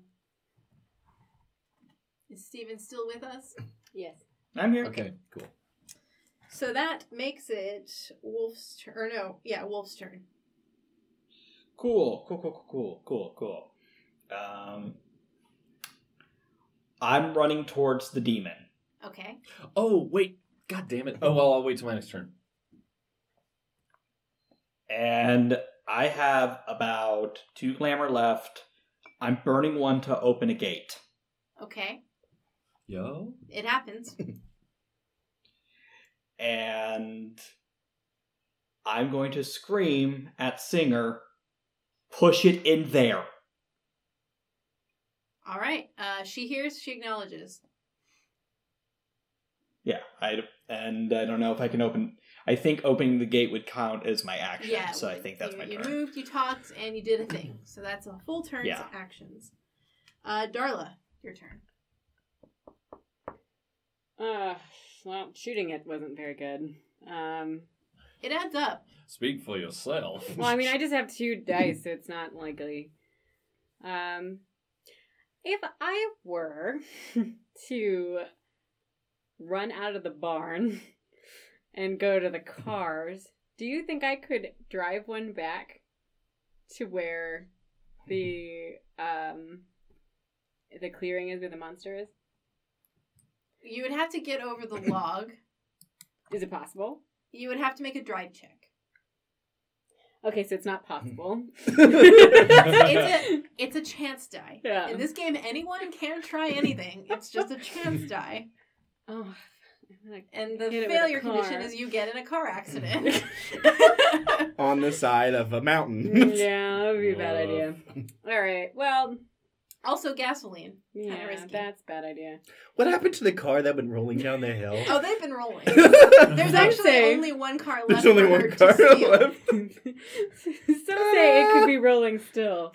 [SPEAKER 3] Is Steven still with us?
[SPEAKER 5] Yes.
[SPEAKER 8] I'm here.
[SPEAKER 4] Okay, cool.
[SPEAKER 3] So that makes it Wolf's turn. Or no, yeah, Wolf's turn.
[SPEAKER 8] Cool, cool, cool, cool, cool, cool, cool. Um, I'm running towards the demon.
[SPEAKER 3] Okay.
[SPEAKER 4] Oh, wait. God damn it. Oh, well, I'll wait till my next turn.
[SPEAKER 8] and I have about two glamour left. I'm burning one to open a gate.
[SPEAKER 3] Okay.
[SPEAKER 4] Yo.
[SPEAKER 3] It happens.
[SPEAKER 8] And I'm going to scream at Singer, push it in there.
[SPEAKER 3] All right. Uh, she hears. She acknowledges.
[SPEAKER 8] Yeah, I and I don't know if I can open. I think opening the gate would count as my action,
[SPEAKER 3] Yeah.
[SPEAKER 8] so I think that's
[SPEAKER 3] you,
[SPEAKER 8] my
[SPEAKER 3] You
[SPEAKER 8] turn.
[SPEAKER 3] moved. You talked, and you did a thing. So that's a full turn to
[SPEAKER 8] Yeah.
[SPEAKER 3] actions. Uh, Darla, your turn.
[SPEAKER 5] Uh, well, shooting it wasn't very good. Um,
[SPEAKER 3] It adds up.
[SPEAKER 4] Speak for yourself.
[SPEAKER 5] well, I mean, I just have two dice, so it's not likely. Um, if I were to run out of the barn and go to the cars, do you think I could drive one back to where the um the clearing is where the monster is?
[SPEAKER 3] You would have to get over the log.
[SPEAKER 5] Is it possible?
[SPEAKER 3] You would have to make a drive check.
[SPEAKER 5] Okay, so it's not possible.
[SPEAKER 3] it's, a, it's a chance die.
[SPEAKER 5] Yeah.
[SPEAKER 3] In this game, anyone can try anything. It's just a chance die.
[SPEAKER 5] oh, I'm gonna
[SPEAKER 3] And the
[SPEAKER 5] Hit it with a
[SPEAKER 3] failure condition
[SPEAKER 5] car.
[SPEAKER 3] is you get in a car accident.
[SPEAKER 2] On the side of a mountain.
[SPEAKER 5] Mm, yeah, that would be a bad idea. All right. Well,
[SPEAKER 3] Also, gasoline. Kinda
[SPEAKER 5] Yeah,
[SPEAKER 3] risky.
[SPEAKER 5] that's a bad idea.
[SPEAKER 2] What happened to the car that went rolling down the hill?
[SPEAKER 3] Oh, they've been rolling. There's
[SPEAKER 2] There's
[SPEAKER 3] actually
[SPEAKER 5] say-
[SPEAKER 3] only one car left.
[SPEAKER 2] There's only
[SPEAKER 3] for
[SPEAKER 2] one
[SPEAKER 3] her
[SPEAKER 2] car
[SPEAKER 3] to steal.
[SPEAKER 2] left.
[SPEAKER 5] Some say it could be rolling still.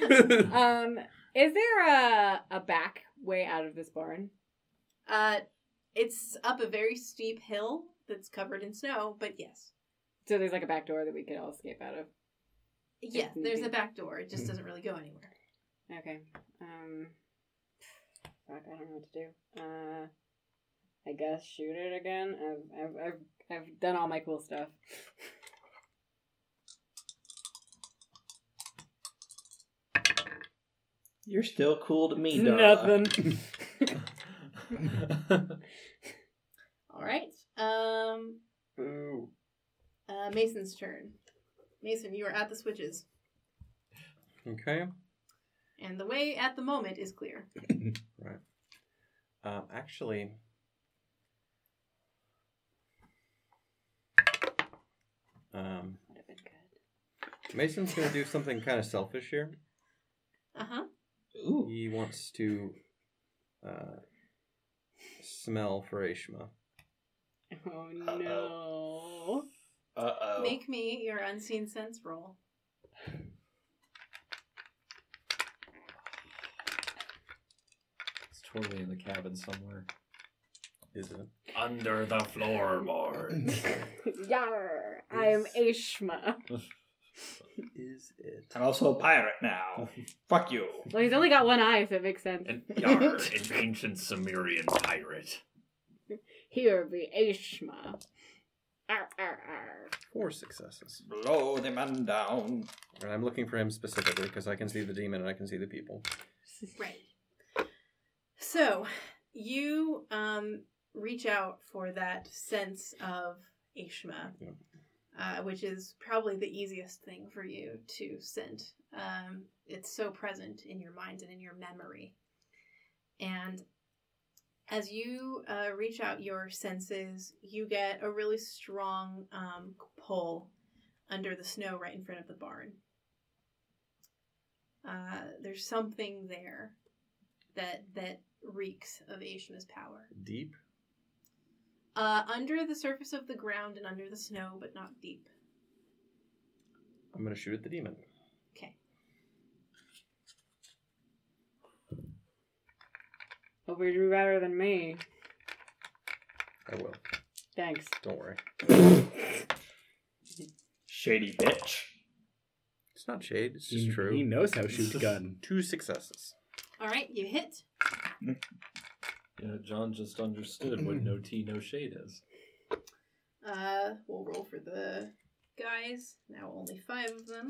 [SPEAKER 5] Um, is there a a back way out of this barn?
[SPEAKER 3] Uh, it's up a very steep hill that's covered in snow, but yes.
[SPEAKER 5] So there's like a back door that we could all escape out of.
[SPEAKER 3] Yeah,
[SPEAKER 5] It's
[SPEAKER 3] there's
[SPEAKER 5] easy.
[SPEAKER 3] a back door. It just doesn't really go anywhere.
[SPEAKER 5] Okay. Um. Fuck, I don't know what to do. Uh, I guess shoot it again. I've I've I've, I've done all my cool stuff.
[SPEAKER 8] You're still cool to me, dog.
[SPEAKER 5] Nothing.
[SPEAKER 3] All right. Um,
[SPEAKER 2] Ooh.
[SPEAKER 3] uh, Mason's turn. Mason, you are at the switches,
[SPEAKER 6] Okay.
[SPEAKER 3] and the way at the moment is clear.
[SPEAKER 6] Um, actually, um,
[SPEAKER 5] Would have been good.
[SPEAKER 6] Mason's gonna do something kind of selfish here.
[SPEAKER 3] Uh huh.
[SPEAKER 8] Ooh.
[SPEAKER 6] He wants to uh, smell for Ashma.
[SPEAKER 5] Oh
[SPEAKER 7] Uh-oh.
[SPEAKER 5] no.
[SPEAKER 7] Uh oh.
[SPEAKER 3] Make me your unseen sense roll.
[SPEAKER 4] It's totally in the cabin somewhere.
[SPEAKER 6] Is it?
[SPEAKER 4] Under the floorboards.
[SPEAKER 5] Yar! I am Ashma.
[SPEAKER 6] Is it?
[SPEAKER 8] I'm also a pirate now. Fuck you.
[SPEAKER 5] Well, he's only got one eye, if it makes sense.
[SPEAKER 4] An, yar, an ancient Sumerian pirate.
[SPEAKER 5] Here be Ashma. Arr, arr, arr.
[SPEAKER 6] Four successes.
[SPEAKER 8] Blow the man down.
[SPEAKER 6] And I'm looking for him specifically because I can see the demon and I can see the people.
[SPEAKER 3] Right. So, you um, reach out for that sense of Ishma,
[SPEAKER 6] Yeah.
[SPEAKER 3] uh, which is probably the easiest thing for you to scent. Um, it's so present in your mind and in your memory. And as you uh, reach out your senses, you get a really strong um, pull under the snow right in front of the barn. Uh, there's something there that that reeks of Aishima's power.
[SPEAKER 6] Deep.
[SPEAKER 3] Uh, under the surface of the ground and under the snow, but not deep.
[SPEAKER 6] I'm gonna shoot at the demon.
[SPEAKER 3] Okay.
[SPEAKER 5] Hope we do better than me.
[SPEAKER 6] I will.
[SPEAKER 5] Thanks.
[SPEAKER 6] Don't worry.
[SPEAKER 8] Shady bitch.
[SPEAKER 6] It's not shade. It's
[SPEAKER 2] He,
[SPEAKER 6] just true.
[SPEAKER 2] he knows how to shoot a gun.
[SPEAKER 6] Two successes.
[SPEAKER 3] All right, you hit.
[SPEAKER 4] Yeah, John just understood what no tea, no shade is.
[SPEAKER 3] Uh, we'll roll for the guys. Now only five of them.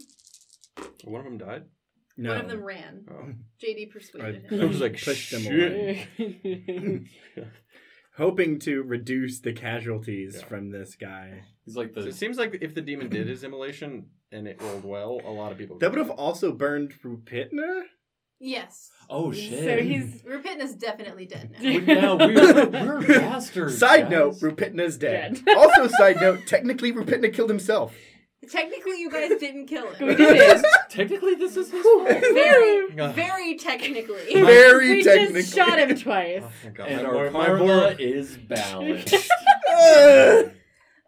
[SPEAKER 6] One of them died.
[SPEAKER 2] No.
[SPEAKER 3] One of them ran.
[SPEAKER 6] Oh.
[SPEAKER 3] JD persuaded
[SPEAKER 2] I-
[SPEAKER 6] I
[SPEAKER 3] him.
[SPEAKER 6] was like,
[SPEAKER 2] Pushed them
[SPEAKER 6] shit.
[SPEAKER 2] away. Hoping to reduce the casualties
[SPEAKER 6] Yeah.
[SPEAKER 2] from this guy.
[SPEAKER 4] He's like
[SPEAKER 6] So it
[SPEAKER 4] the
[SPEAKER 6] seems like if the demon did his immolation and it rolled well, a lot of people.
[SPEAKER 2] That would have also burned Rupitna?
[SPEAKER 3] Yes.
[SPEAKER 4] oh shit.
[SPEAKER 5] so he's
[SPEAKER 3] Rupitna's definitely dead now.
[SPEAKER 4] We- now we're, we're bastards. guys.
[SPEAKER 2] Side note, Rupitna's dead.
[SPEAKER 5] Dead.
[SPEAKER 2] also, side note, technically Rupitna killed himself.
[SPEAKER 3] Technically, you guys didn't kill him.
[SPEAKER 5] We did
[SPEAKER 4] Technically, this is his fault.
[SPEAKER 3] Very,
[SPEAKER 6] God.
[SPEAKER 3] very technically.
[SPEAKER 2] Very
[SPEAKER 5] we
[SPEAKER 2] technically.
[SPEAKER 5] just shot him twice.
[SPEAKER 6] Oh, my God.
[SPEAKER 4] and
[SPEAKER 6] My
[SPEAKER 4] our
[SPEAKER 6] boy- my
[SPEAKER 4] karma
[SPEAKER 6] boy-
[SPEAKER 4] is balanced.
[SPEAKER 2] Ugh.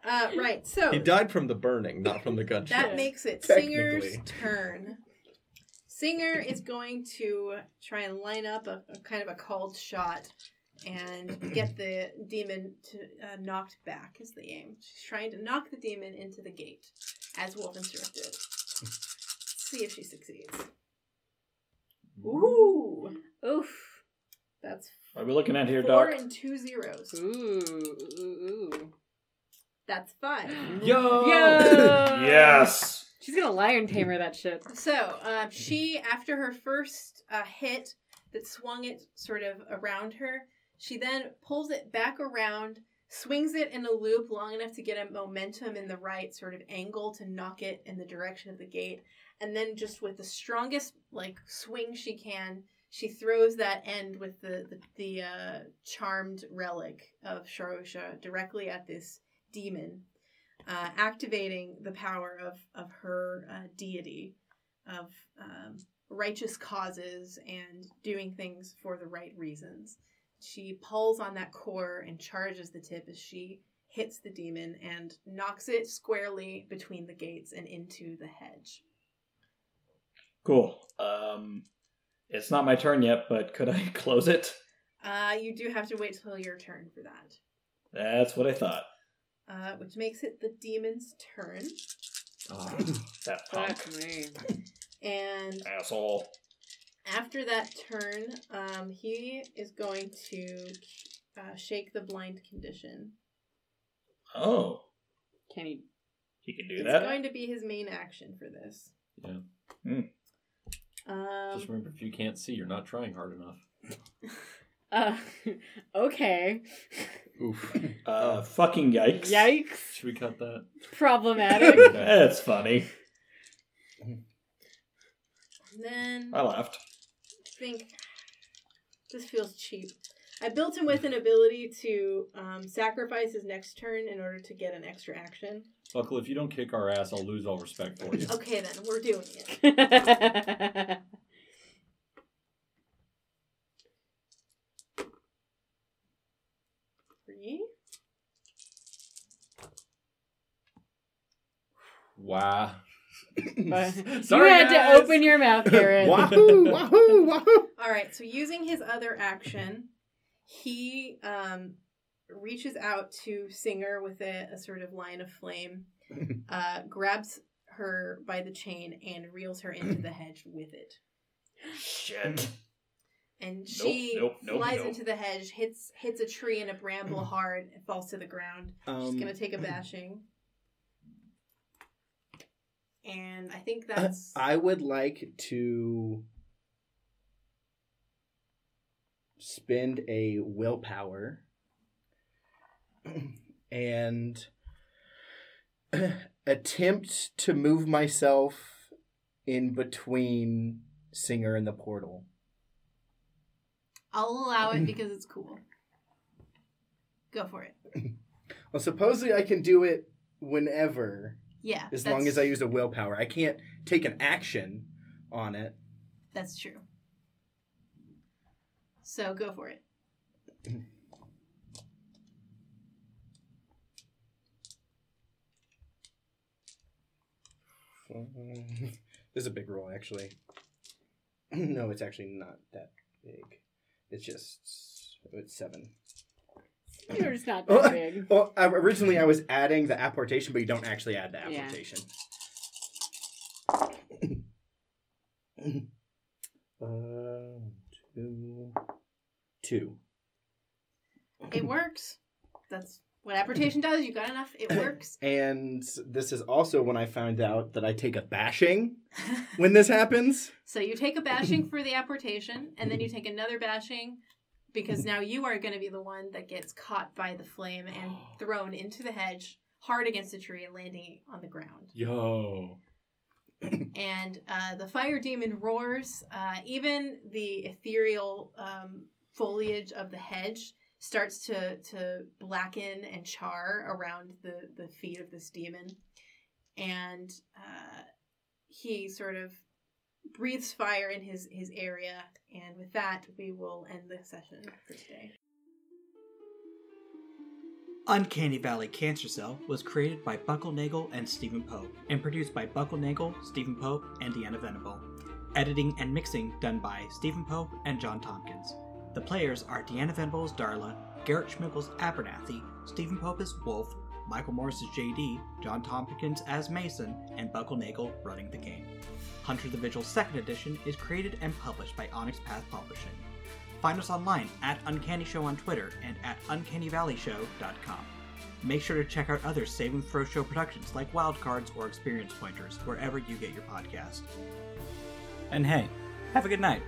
[SPEAKER 3] Uh, right. So
[SPEAKER 6] He died from the burning, not from the gunshot.
[SPEAKER 3] That makes it
[SPEAKER 2] Technically.
[SPEAKER 3] Singer's turn. Singer is going to try and line up a, a kind of a called shot and get the demon to uh, knocked back is the aim. She's trying to knock the demon into the gate as Wolf instructed. see if she succeeds. Ooh,
[SPEAKER 5] Oof.
[SPEAKER 3] that's
[SPEAKER 8] What are we looking at here,
[SPEAKER 3] four
[SPEAKER 8] Doc?
[SPEAKER 3] and two zeros.
[SPEAKER 5] Ooh. Ooh. ooh.
[SPEAKER 3] That's five.
[SPEAKER 4] Yo!
[SPEAKER 5] Yo!
[SPEAKER 8] Yes.
[SPEAKER 5] She's gonna lion tamer that shit.
[SPEAKER 3] So uh, she, after her first uh, hit that swung it sort of around her, she then pulls it back around, swings it in a loop long enough to get a momentum in the right sort of angle to knock it in the direction of the gate, and then just with the strongest like swing she can, she throws that end with the the, the uh, charmed relic of Sharosha directly at this demon uh, activating the power of of her uh, deity of um, righteous causes and doing things for the right reasons. She pulls on that core and charges the tip as she hits the demon and knocks it squarely between the gates and into the hedge.
[SPEAKER 7] Cool. Um, it's not my turn yet, but could I close it?
[SPEAKER 3] Uh, you do have to wait till your turn for that,
[SPEAKER 7] That's what I thought.
[SPEAKER 3] uh, which makes it the demon's turn.
[SPEAKER 4] Ah,
[SPEAKER 7] that punk
[SPEAKER 5] Fuck me.
[SPEAKER 3] And
[SPEAKER 7] asshole.
[SPEAKER 3] after that turn, um, he is going to uh, shake the blind condition.
[SPEAKER 7] Oh,
[SPEAKER 5] Can he?
[SPEAKER 7] he can do
[SPEAKER 3] It's
[SPEAKER 7] that.
[SPEAKER 3] going to be his main action for this.
[SPEAKER 4] Yeah.
[SPEAKER 7] Hmm.
[SPEAKER 3] Um,
[SPEAKER 4] Just remember, if you can't see, you're not trying hard enough.
[SPEAKER 5] Uh, okay.
[SPEAKER 2] Oof.
[SPEAKER 7] Uh, fucking yikes.
[SPEAKER 5] Yikes.
[SPEAKER 4] Should we cut that?
[SPEAKER 5] Problematic.
[SPEAKER 7] That's funny.
[SPEAKER 3] and then
[SPEAKER 7] I laughed.
[SPEAKER 3] think this feels cheap. I built him with an ability to um, sacrifice his next turn in order to get an extra action.
[SPEAKER 4] Buckle, if you don't kick our ass, I'll lose all respect for you.
[SPEAKER 3] Okay, then we're doing it. Three.
[SPEAKER 4] Wow.
[SPEAKER 5] But
[SPEAKER 4] Sorry,
[SPEAKER 5] you had
[SPEAKER 4] guys.
[SPEAKER 5] to open your mouth, Garrett.
[SPEAKER 2] wahoo! Wahoo! Wahoo!
[SPEAKER 3] All right. So using his other action, he um, reaches out to Singer with a, a sort of line of flame, uh, grabs her by the chain, and reels her into the hedge with it.
[SPEAKER 10] Shit.
[SPEAKER 3] and she
[SPEAKER 10] nope, nope,
[SPEAKER 3] flies
[SPEAKER 10] nope.
[SPEAKER 3] into the hedge, hits hits a tree and a bramble hard, and falls to the ground. She's
[SPEAKER 2] Um,
[SPEAKER 3] gonna take a bashing, and I think that's
[SPEAKER 2] Uh, I would like to spend a willpower and attempt to move myself in between Singer and the portal.
[SPEAKER 3] I'll allow it because it's cool. Go for it.
[SPEAKER 2] Well, supposedly I can do it whenever,
[SPEAKER 3] Yeah,
[SPEAKER 2] as
[SPEAKER 3] that's-
[SPEAKER 2] long as I use a willpower. I can't take an action on it.
[SPEAKER 3] That's true. So go for it.
[SPEAKER 2] Mm-hmm. This is a big roll, actually. no, it's actually not that big. It's just it's seven.
[SPEAKER 5] You're just not that big.
[SPEAKER 2] Well, I, originally I was adding the apportation, but you don't actually add the
[SPEAKER 5] Yeah.
[SPEAKER 2] apportation. Um, two, Uh, two.
[SPEAKER 3] It works. That's what apportation does. You got enough. It works.
[SPEAKER 2] And this is also when I found out that I take a bashing when this happens.
[SPEAKER 3] So you take a bashing for the apportation, and then you take another bashing because now you are going to be the one that gets caught by the flame and thrown into the hedge, hard against a tree, and landing on the ground.
[SPEAKER 4] Yo.
[SPEAKER 3] And uh, the fire demon roars. Uh, even the ethereal um, foliage of the hedge starts to, to blacken and char around the, the feet of this demon. And uh, he sort of breathes fire in his, his area. And with that, we will end the session for today.
[SPEAKER 8] Uncanny Valley Cancer Cell was created by Buckle Nagel and Stephen Poe and produced by Buckle Nagel, Stephen Poe, and Deanna Venable. Editing and mixing done by Stephen Poe and John Tompkins. The players are Deanna Venable's Darla, Garrett Schmiggel's Abernathy, Stephen Pope as Wolf, Michael Morris as JD, John Tompkins as Mason, and Buckle Nagel running the game. Hunter the Vigil 2nd Edition is created and published by Onyx Path Publishing. Find us online at Uncanny Show on Twitter and at uncannyvalleyshow.com. Make sure to check out other Save and Throw Show productions like Wildcards or Experience Pointers wherever you get your podcast. And hey, have a good night.